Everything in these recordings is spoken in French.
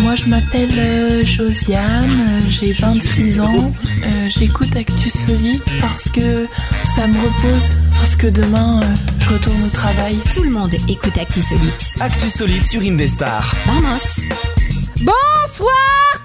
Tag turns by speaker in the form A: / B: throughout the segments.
A: Moi, je m'appelle euh, Josiane, euh, j'ai 26 ans. Euh, J'écoute Actu Solide parce que ça me repose, parce que demain, euh, je retourne au travail.
B: Tout le monde écoute Actisolite.
C: Actu solide sur Indestar.
B: Vamos
D: Bonsoir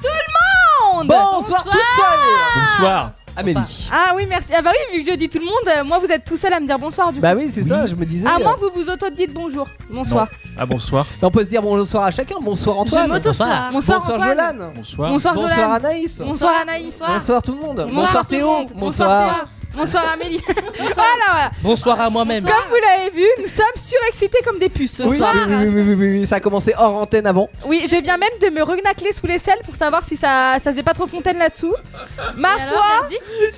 D: tout le monde
E: Bonsoir, toute seule
F: Bonsoir.
E: Amélie.
D: Ah oui, merci. Ah bah oui, vu que je dis tout le monde, euh, moi vous êtes tout seul à me dire bonsoir du coup.
E: Bah oui, c'est ça, je me disais.
D: à
E: euh,
D: moins que vous vous auto-dites bonjour. Bonsoir.
F: Ah bonsoir.
E: bah, On peut se dire bonsoir à chacun. Bonsoir Antoine.
D: je m'auto-soir. Bonsoir,
E: Bonsoir
D: Antoine.
E: Jolan.
F: Bonsoir.
D: Bonsoir
E: Bonsoir
D: Jolan.
E: Anaïs.
D: Bonsoir Anaïs.
E: Bonsoir tout le monde. Bonsoir,
D: tout le
E: Théo.
D: monde. Bonsoir. Théa. Bonsoir Amélie. Voilà, voilà.
G: Bonsoir à moi-même.
D: Comme vous l'avez vu, nous sommes surexcités comme des puces ce
E: Oui,
D: soir.
E: oui, oui, oui, oui, oui, oui, ça a commencé hors antenne avant.
D: Oui, je viens même de me renacler sous les selles pour savoir si ça, ça faisait pas trop fontaine là-dessous. Ma foi,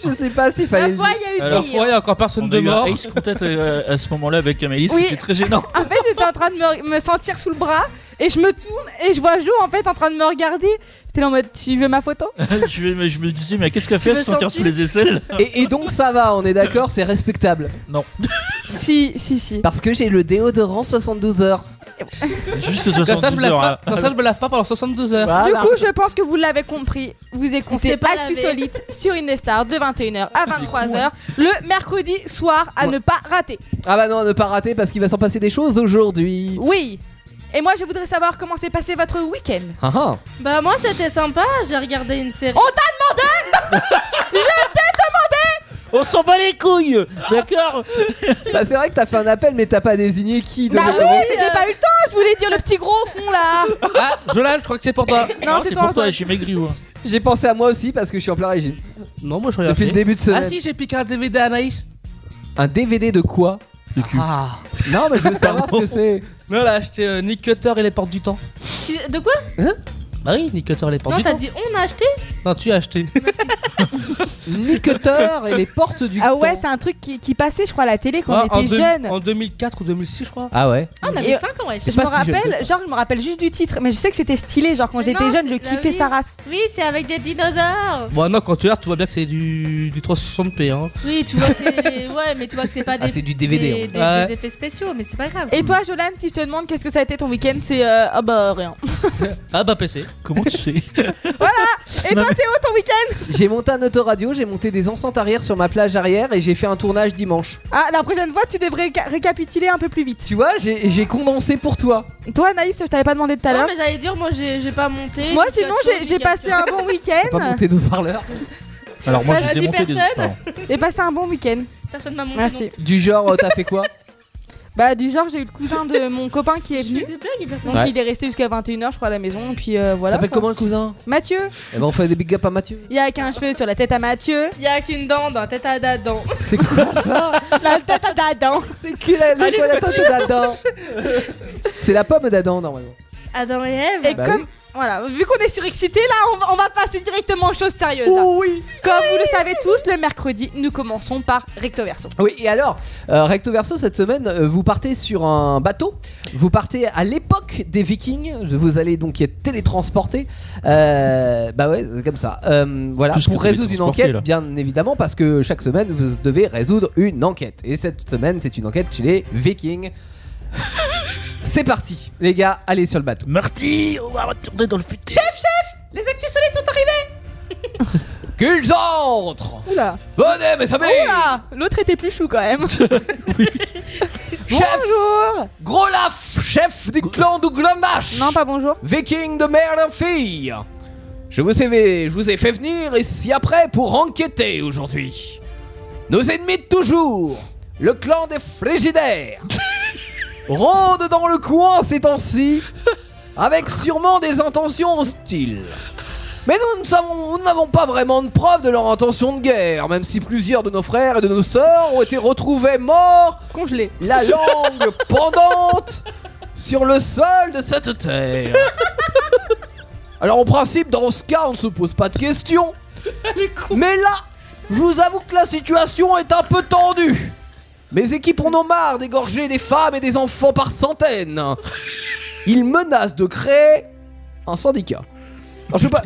E: Je sais pas s'il
D: ma
E: fallait. le
D: foi,
E: dire.
D: il y a eu
G: Alors,
D: pire.
G: il y a encore personne
F: On
G: de
F: a eu un
G: mort.
F: ex contact euh, à ce moment-là avec Amélie,
D: Oui.
F: c'était très gênant.
D: En fait, j'étais en train de me, me sentir sous le bras et je me tourne et je vois Jo en fait en train de me regarder. J'étais là en mode tu veux ma photo
F: je, vais- je me disais, mais qu'est-ce qu'elle fait à
D: me
F: se sentir
D: sentis
F: sous les aisselles
E: Et, et donc ça va, on est d'accord, c'est respectable.
D: Si, si, si.
E: Parce que j'ai le déodorant 72 heures.
F: Juste
G: Comme ça, je
F: 72
G: me lave
F: heures.
G: pas,
F: hein.
G: comme ça, je me lave pas pendant 72 heures.
D: Du
E: Voilà.
D: coup, je pense que vous l'avez compris. Vous écoutez
H: s'est pas
D: Actu
H: lavé.
D: Solite sur Indestar de 21h à 23h le mercredi soir à ne pas rater.
E: Ah bah non, à ne pas rater parce qu'il va s'en passer des choses aujourd'hui.
D: Oui. Et moi, je voudrais savoir comment s'est passé votre week-end.
E: Ah ah.
H: Bah moi c'était sympa, j'ai regardé une série.
D: Oh,
F: On s'en bat les couilles D'accord
E: Bah c'est vrai que t'as fait un appel mais t'as pas désigné qui devait
D: Bah
E: commencer.
D: oui, j'ai pas eu le temps. Je voulais dire le petit gros au fond là.
G: Ah, Jolan, je crois que c'est pour toi.
D: Non, c'est
F: pour
D: toi.
F: toi,
D: Antoine.
F: j'ai maigri ou
E: J'ai pensé à moi aussi parce que je suis en plein régime.
G: Non, moi, je regarde.
E: Depuis le début de semaine.
G: Ah si, j'ai piqué un DVD à Anaïs.
E: Un DVD de quoi
F: de cul.
G: Ah.
E: Non mais je veux savoir ce que c'est.
G: Non, elle a acheté euh, Nick Cutter et les portes du temps.
H: Qui- De quoi
G: Bah oui, Nick Cutter et les portes
H: Non
G: du
H: t'as
G: temps.
H: dit on a acheté
G: Non, tu as acheté.
E: Nicoteur et les portes du
D: Ah ouais,
E: temps.
D: c'est un truc qui, qui passait, je crois, à la télé quand
G: Ah,
D: on
G: en,
D: était
G: deux-
D: jeunes.
G: en 2004 ou 2006, je crois.
E: Ah ouais.
H: Ah on
D: Et- euh,
H: avait 5 ans ouais.
D: Je
E: sais
D: me
E: pas si j'ai vu
D: rappelle,
E: ça.
D: genre je me rappelle juste du titre, mais je sais que c'était stylé, genre quand
H: Mais
D: j'étais
H: non,
D: jeune, je
H: c'est- bah
D: kiffais
H: oui.
D: sa race.
H: Oui c'est avec des dinosaures.
G: Bon, non, quand tu regardes, tu vois bien que c'est du, du 360p. Hein.
H: Oui tu vois c'est... ouais mais tu vois que c'est pas des...
E: Ah, du
H: des, des-
G: Ouais.
H: des effets spéciaux mais c'est pas grave.
D: Et toi Jolane, si je te demande qu'est-ce que ça a été ton week-end, c'est euh, ah bah rien.
G: Ah bah PC.
F: Comment tu sais
D: Et toi Théo, ton week-end
E: J'ai monté un autoradio, j'ai monté des enceintes arrière sur ma plage arrière et j'ai fait un tournage dimanche.
D: Ah, la prochaine fois, tu devrais réca- récapituler un peu plus vite.
E: Tu vois, j'ai j'ai condensé pour toi.
D: Toi Naïs, je t'avais pas demandé tout à
H: Non
D: l'heure.
H: mais j'allais dire moi j'ai, j'ai pas monté.
D: Moi
H: du
D: sinon,
H: cacho,
D: j'ai-
H: du
D: j'ai
H: cacho.
D: passé un bon
E: Pas
D: week-end.
E: monté de parleur.
F: Alors moi,
H: Bah,
F: j'ai
H: dix
F: démonté des...
H: personnes.
F: Pardon.
D: J'ai passé un bon week-end.
H: Personne m'a monté. non.
D: Merci.
E: Du genre, euh, t'as fait quoi
D: Bah du genre, j'ai eu le cousin de mon copain qui est
H: Je fais
D: venu.
H: des blagues personne.
D: Donc
E: Ouais.
D: il est resté jusqu'à 21h je crois à la maison, puis euh, voilà.
E: Ça s'appelle
D: quoi.
E: comment le cousin
D: Mathieu.
E: Eh ben on fait des big up à Mathieu.
D: Il y a qu'un cheveu sur la tête à Mathieu.
H: Il y a qu'une dent dans la tête à Adam.
E: C'est quoi ça
D: La tête à Adam.
E: C'est qui la, la, quoi, la tante d'Adam C'est la pomme d'Adam normalement.
H: Adam et Eve.
D: Et
E: Bah
D: comme.
E: oui.
D: Voilà, vu qu'on est surexcité, là, on va, on va passer directement aux choses sérieuses. là.
E: Oh oui
D: Comme vous le savez tous, le mercredi, nous commençons par recto verso.
E: Oui, et alors, euh, Recto Verso, cette semaine, euh, vous partez sur un bateau, vous partez à l'époque des Vikings, vous allez donc y être télétransporté. Euh, bah ouais, c'est comme ça. Euh, voilà,
F: Tout ce
E: pour
F: que vous
E: résoudre une
F: télétransportez,
E: enquête,
F: là.
E: bien évidemment, parce que chaque semaine, vous devez résoudre une enquête. Et cette semaine, c'est une enquête chez les Vikings. c'est parti, les gars, allez sur le bateau.
F: Marty, on va retourner dans le futur.
E: Les actus solides sont arrivés Qu'ils entrent
D: Oula.
E: Venez, mes amis
D: Oula L'autre était plus chou quand même.
E: Chef
D: Bonjour
E: Grolaf, chef du clan du Glandache
D: Non, pas bonjour.
E: Viking de mère en fille Je vous ai, je vous ai fait venir ici après pour enquêter aujourd'hui. Nos ennemis de toujours, le clan des Flégidaires, rôde dans le coin ces temps-ci, avec sûrement des intentions hostiles. Mais nous ne savons- nous n'avons pas vraiment de preuves de leur intention de guerre, même si plusieurs de nos frères et de nos sœurs ont été retrouvés morts
D: Congelé.
E: la langue pendante sur le sol de cette terre. Alors en principe, dans ce cas, on ne se pose pas de questions. Mais là, je vous avoue que la situation est un peu tendue. Mes équipes en ont marre d'égorger des femmes et des enfants par centaines. Ils menacent de créer un syndicat. Alors, je sais pas,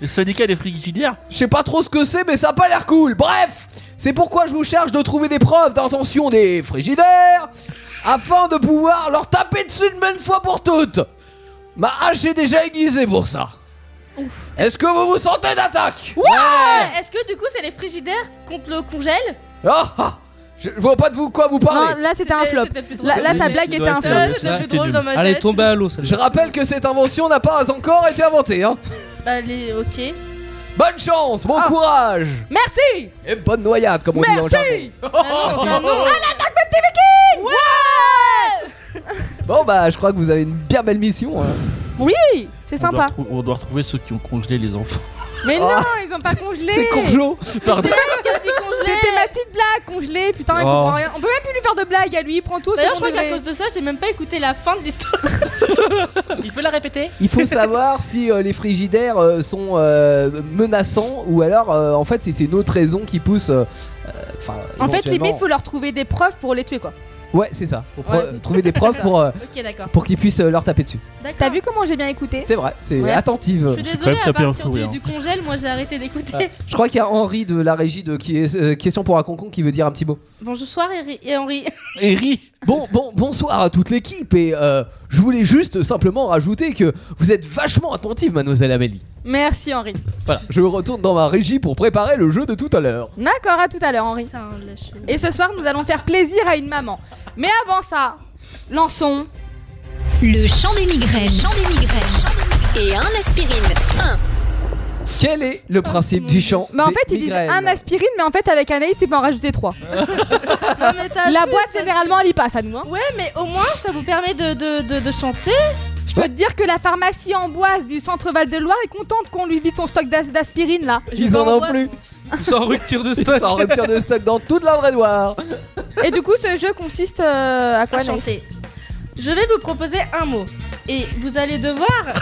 F: Le syndicat des frigidaires
E: je sais pas trop ce que c'est, mais ça a pas l'air cool. Bref, c'est pourquoi je vous charge de trouver des preuves d'intention des frigidaires afin de pouvoir leur taper dessus de bonne fois pour toutes. Ma hache est déjà aiguisée pour ça. Est-ce que vous vous sentez d'attaque
H: Ah, Est-ce que du coup c'est les frigidaires contre le congèle
E: Ah, ah, je, je vois pas de vous quoi vous parlez.
D: Non, Ah, Oh, là c'était un flop.
H: C'était Euh, plus drôle.
D: Là, là,
G: Oui,
D: ta
G: mais
D: blague
G: ça
D: était
G: doit
D: un
G: être,
D: flop.
G: euh,
H: flop.
G: ça doit
H: C'était
G: être
H: drôle
G: nul.
H: dans ma
G: Allez,
H: tête.
G: tombez à l'eau,
E: Je
G: celle-là.
E: rappelle que cette invention n'a pas encore été inventée. Hein.
H: Allez, Euh, ok.
E: Bonne chance, bon
D: Ah.
E: courage
D: Merci
H: Oh,
E: et bonne noyade comme on dit dans le
D: Merci
H: Ah non, c'est un nom.
E: jargon. Bon bah je crois que vous avez une bien belle mission. hein.
D: Oui, c'est
F: On doit
D: sympa.
F: retrou- On doit retrouver ceux qui ont congelé les enfants.
D: Mais
E: Ah.
D: non, ils ont pas congelé.
E: C'est Courgeot.
F: Pardon.
D: C'était ma petite blague congelée. Putain, il
G: Oh.
D: comprend rien. On peut même plus lui faire de blague à lui. Il prend tout.
H: D'ailleurs, je
D: c'est bon
H: crois qu'à
D: degré.
H: cause de ça, j'ai même pas écouté la fin de l'histoire.
G: Il peut la répéter
E: Il faut savoir si euh, les frigidaires euh, sont euh, menaçants ou alors euh, en fait si c'est une autre raison qui pousse. euh, euh, enfin,
D: En fait,
E: éventuellement-
D: limite, faut leur trouver des preuves pour les tuer, quoi.
E: Ouais, c'est ça. Faut pro-
D: Ouais.
E: trouver des preuves pour, euh,
H: Ok, d'accord.
E: pour qu'ils puissent euh, leur taper dessus.
H: D'accord.
D: T'as vu comment j'ai bien écouté
E: C'est vrai, c'est
D: Ouais.
H: Je
E: attentive.
H: suis
F: C'est
H: désolée,
F: quand même
H: à
F: tapé un
H: partir
F: fou,
H: du,
F: hein.
H: du congèle, moi j'ai arrêté d'écouter.
E: Je crois qu'il y a Henri de la régie de qui est euh, question pour un concon qui veut dire un petit mot.
H: Bonsoir Eri- et Henri.
F: Et rit.
E: Bon, bon, bonsoir à toute l'équipe et euh, je voulais juste simplement rajouter que vous êtes vachement attentive, mademoiselle Amélie.
D: Merci, Henri.
E: Voilà, je retourne dans ma régie pour préparer le jeu de tout à l'heure.
D: D'accord, à tout à l'heure, Henri.
H: C'est un lâche.
D: Et ce soir, nous allons faire plaisir à une maman. Mais avant ça, lançons.
B: Le chant des migraines. Chant des migraines. Et un aspirine. Un.
E: Quel est le principe du chant
D: Mais en
E: des
D: fait, ils disent
E: migraines
D: un aspirine, mais en fait, avec Anaïs, tu peux en rajouter trois.
H: Non, mais t'as
D: La
H: vu,
D: boîte,
H: ça-
D: généralement, elle y passe à nous. Hein.
H: Ouais, mais au moins ça vous permet de, de, de, de chanter.
D: Je peux te dire que la pharmacie Amboise du centre Val-de-Loire est contente qu'on lui vide son stock d'as- d'aspirine là.
E: Ils en ont plus.
G: Ils sont en rupture de
E: Ils sont en
G: stock.
E: rupture de stock dans toute la vraie Loire.
D: Et du coup, ce jeu consiste euh, à quoi
H: à
D: Anaïs
H: chanter. Je vais vous proposer un mot et vous allez devoir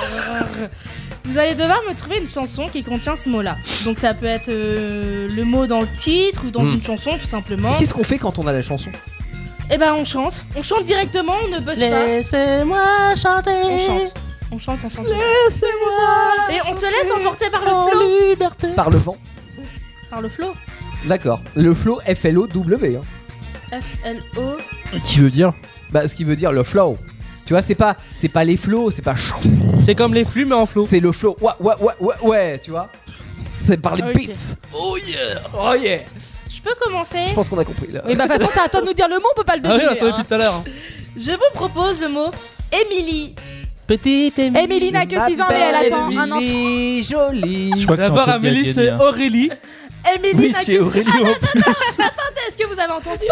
H: vous allez devoir me trouver une chanson qui contient ce mot-là. Donc ça peut être euh, le mot dans le titre ou dans
E: Hmm.
H: une chanson tout simplement.
E: Qu'est-ce qu'on fait quand on a la chanson
H: Et ben on chante, on chante directement, on ne bosse pas.
F: Laissez-moi
H: On
F: chanter
H: chante, on chante, on chante.
E: Laissez-moi
H: Et on se laisse emporter par
F: en
H: le flow.
F: liberté.
E: Par le vent.
H: Par le flow.
E: D'accord. Le flow F L O W. hein.
H: F L O.
F: Qui veut dire
E: Bah, ce qui veut dire le flow. Tu vois, c'est pas, c'est pas les flots, c'est pas chou,
G: C'est comme les flux, mais en flot.
E: c'est le flow. Ouais, ouais, ouais, ouais, ouais, tu vois. C'est par les
H: Ok.
E: beats. Oh yeah, oh yeah.
H: Je peux commencer.
E: Je pense qu'on a compris là.
D: Oui, bah de toute façon, c'est à toi de nous dire le mot, on peut pas le
G: Ah oui,
D: deviner.
G: on attendait depuis tout à l'heure.
H: Je vous propose le mot Émilie.
G: Petite
D: hein. Émilie n'a que 6 ans, mais elle attend un enfant.
E: Émilie, jolie.
F: Je crois que c'est
G: D'abord,
F: un truc
G: Amélie,
F: d'Alien,
G: c'est
F: hein.
G: Aurélie.
H: Émilie.
F: Oui,
H: n'a-
F: c'est Aurélie en plus.
H: Est-ce que vous avez entendu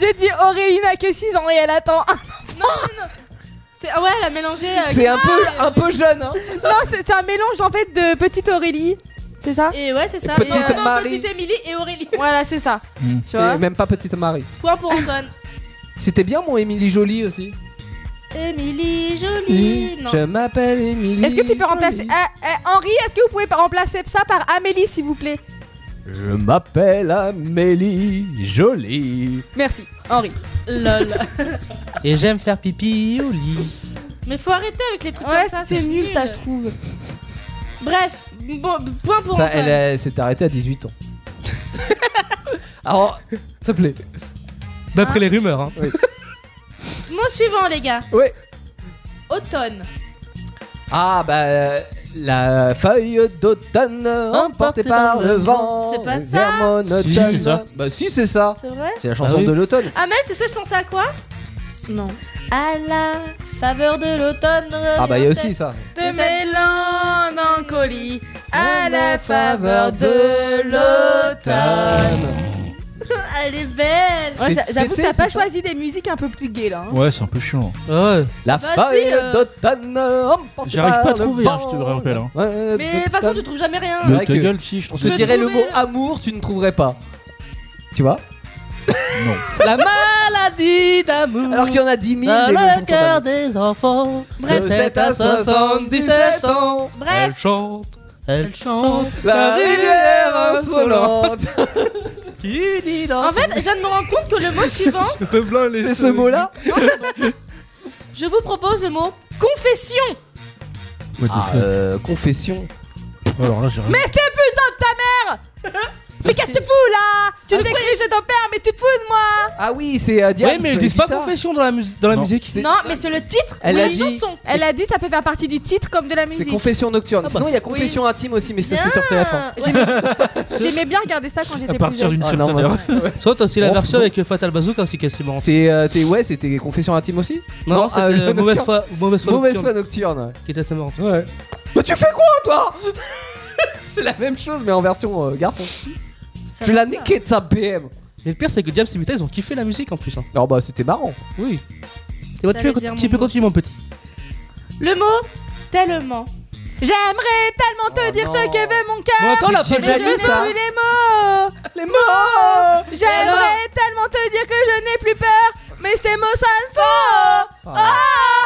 D: J'ai dit Aurélie n'a que 6 ans et elle attend un.
H: C'est- ah Ouais, elle a mélangé. euh,
E: C'est un peu, un peu jeune. Hein.
D: Non, c'est c'est un mélange en fait de petite Aurélie. C'est ça
H: Et ouais, c'est ça.
E: Petite
H: et, non,
E: Marie.
H: petite Émilie et Aurélie.
D: Voilà, c'est ça.
F: Mm.
D: Tu vois
E: Et même pas petite Marie.
H: Point pour Antoine.
E: C'était bien mon Émilie jolie aussi.
H: Émilie, jolie. Non.
E: Je m'appelle Émilie.
D: Est-ce que tu peux remplacer. Eh, eh, Henri, est-ce que vous pouvez remplacer ça par Amélie, s'il vous plaît
E: Je m'appelle Amélie jolie.
D: Merci, Henri.
H: Lol.
G: Et j'aime faire pipi au lit.
H: Mais faut arrêter avec les trucs
D: Ouais,
H: comme ça.
D: c'est nul ça, je trouve.
H: Bref, bon, point pour
E: Ça,
H: Antoine.
E: elle, elle s'est arrêtée à 18 ans. Alors, s'il te plaît.
G: D'après les rumeurs, hein.
H: Mot suivant, les gars.
E: Ouais.
H: Automne.
E: Ah bah euh, la feuille d'automne emportée par le vent.
H: C'est pas
E: le
H: ça.
E: vert monotone.
F: Si, c'est ça.
E: Bah si c'est ça.
H: C'est vrai
E: C'est la chanson
F: Ah oui.
E: de l'automne.
H: Amel, tu sais, je pensais à quoi Non. À la faveur de l'automne.
E: Ah bah il y a aussi ça.
H: De mes mélancolies à la faveur de l'automne. Elle est belle.
E: Ouais, C'est
D: J'avoue que
E: Tété,
D: t'as pas
E: c'est ça
D: choisi des musiques un peu plus gays là. hein.
F: Ouais, c'est un peu chiant.
G: Ouais.
E: La
H: Vas-y,
E: feuille
H: euh.
E: d'automne emportée
F: J'arrive
E: par
F: pas à
E: le
F: trouver, hein, je te
E: vent.
F: rappelle, hein.
E: Ouais,
H: Mais de toute façon, tu trouves jamais rien.
E: C'est vrai
F: Mais ta
E: que-
F: gueule, si, je trouve
E: Je
H: Je
E: te
H: vais
E: dirais le mot
H: trouver, là.
E: amour, tu ne trouverais pas. Tu vois
F: Non.
G: La maladie d'amour.
E: Alors qu'il y en a 10 000
G: dans
E: des chansons
G: le
E: d'amour.
G: cœur des enfants.
E: De 7 à 77 ans,
H: Bref,
G: chante. Elle chante.
E: la rivière insolente.
G: Qui dit dans
H: en fait, je viens de me rendre compte que le mot suivant,
E: C'est ce mot-là
H: je vous propose le mot confession.
F: What the
E: Ah,
F: fuck
E: euh, confession.
F: Alors là, j'ai rien.
D: Mais c'est putain de ta mère Mais qu'est-ce que tu fous là Tu t'es chez ton père, mais tu te fous de moi
E: Ah oui, c'est euh, Diane.
G: Ouais, mais ils
E: c'est
G: disent pas
E: Evita.
G: confession dans la, mus- dans la
E: Non.
G: musique.
H: Non, mais c'est le titre
E: Elle
H: ou
E: a
H: les
E: dit-
H: chansons.
D: Elle a dit ça peut faire partie du titre comme de la
E: C'est
D: musique.
E: confession nocturne.
G: Ah bah.
E: Sinon, il y a confession intime aussi, mais ça, c'est sur hein. TF1.
H: Ah, J'aimais
D: J'aimais bien regarder ça quand
G: À
D: j'étais plus
G: partir
D: jeune.
G: d'une
E: Ah,
G: certaine
E: non,
G: heure. Soit t'as aussi la
E: Oh,
G: version
E: bon.
G: avec euh, Fatal Bazooka aussi, qu'elle c'est marrant.
E: C'est, euh, t'es- ouais, c'était confession intime aussi
G: Non,
E: Non,
G: c'était
E: euh, le
G: euh, mauvaise
E: nocturne.
G: foi, mauvaise foi,
E: Mauvaise
G: nocturne,
E: foi nocturne.
G: qui était assez marrante.
E: Ouais. Mais tu fais quoi, toi C'est la même chose, mais en version euh, Garpon.
H: Ça
E: Tu
H: va
E: l'as
H: pas.
E: niqué ta BM.
G: Mais le pire, c'est que Diabs et Mita, ils ont kiffé la musique en plus. Hein.
E: Non, bah, c'était marrant.
G: Oui. Et ouais,
H: Ça
G: tu,
H: veut
G: peux,
H: dire
G: tu
H: mon
G: peux
H: mot.
G: continuer, mon petit.
H: Le mot tellement.
D: J'aimerais tellement te
E: Oh,
D: dire
E: non.
D: ce que veut mon cœur.
G: Mais attends, là,
E: j'ai
G: pas
D: Mais
E: déjà
G: de
E: vu
D: je
E: ça.
D: n'oublie les mots.
E: Les morts
D: J'aimerais tellement te dire que je n'ai plus peur, mais ces mots ça ne faut.
E: Ah,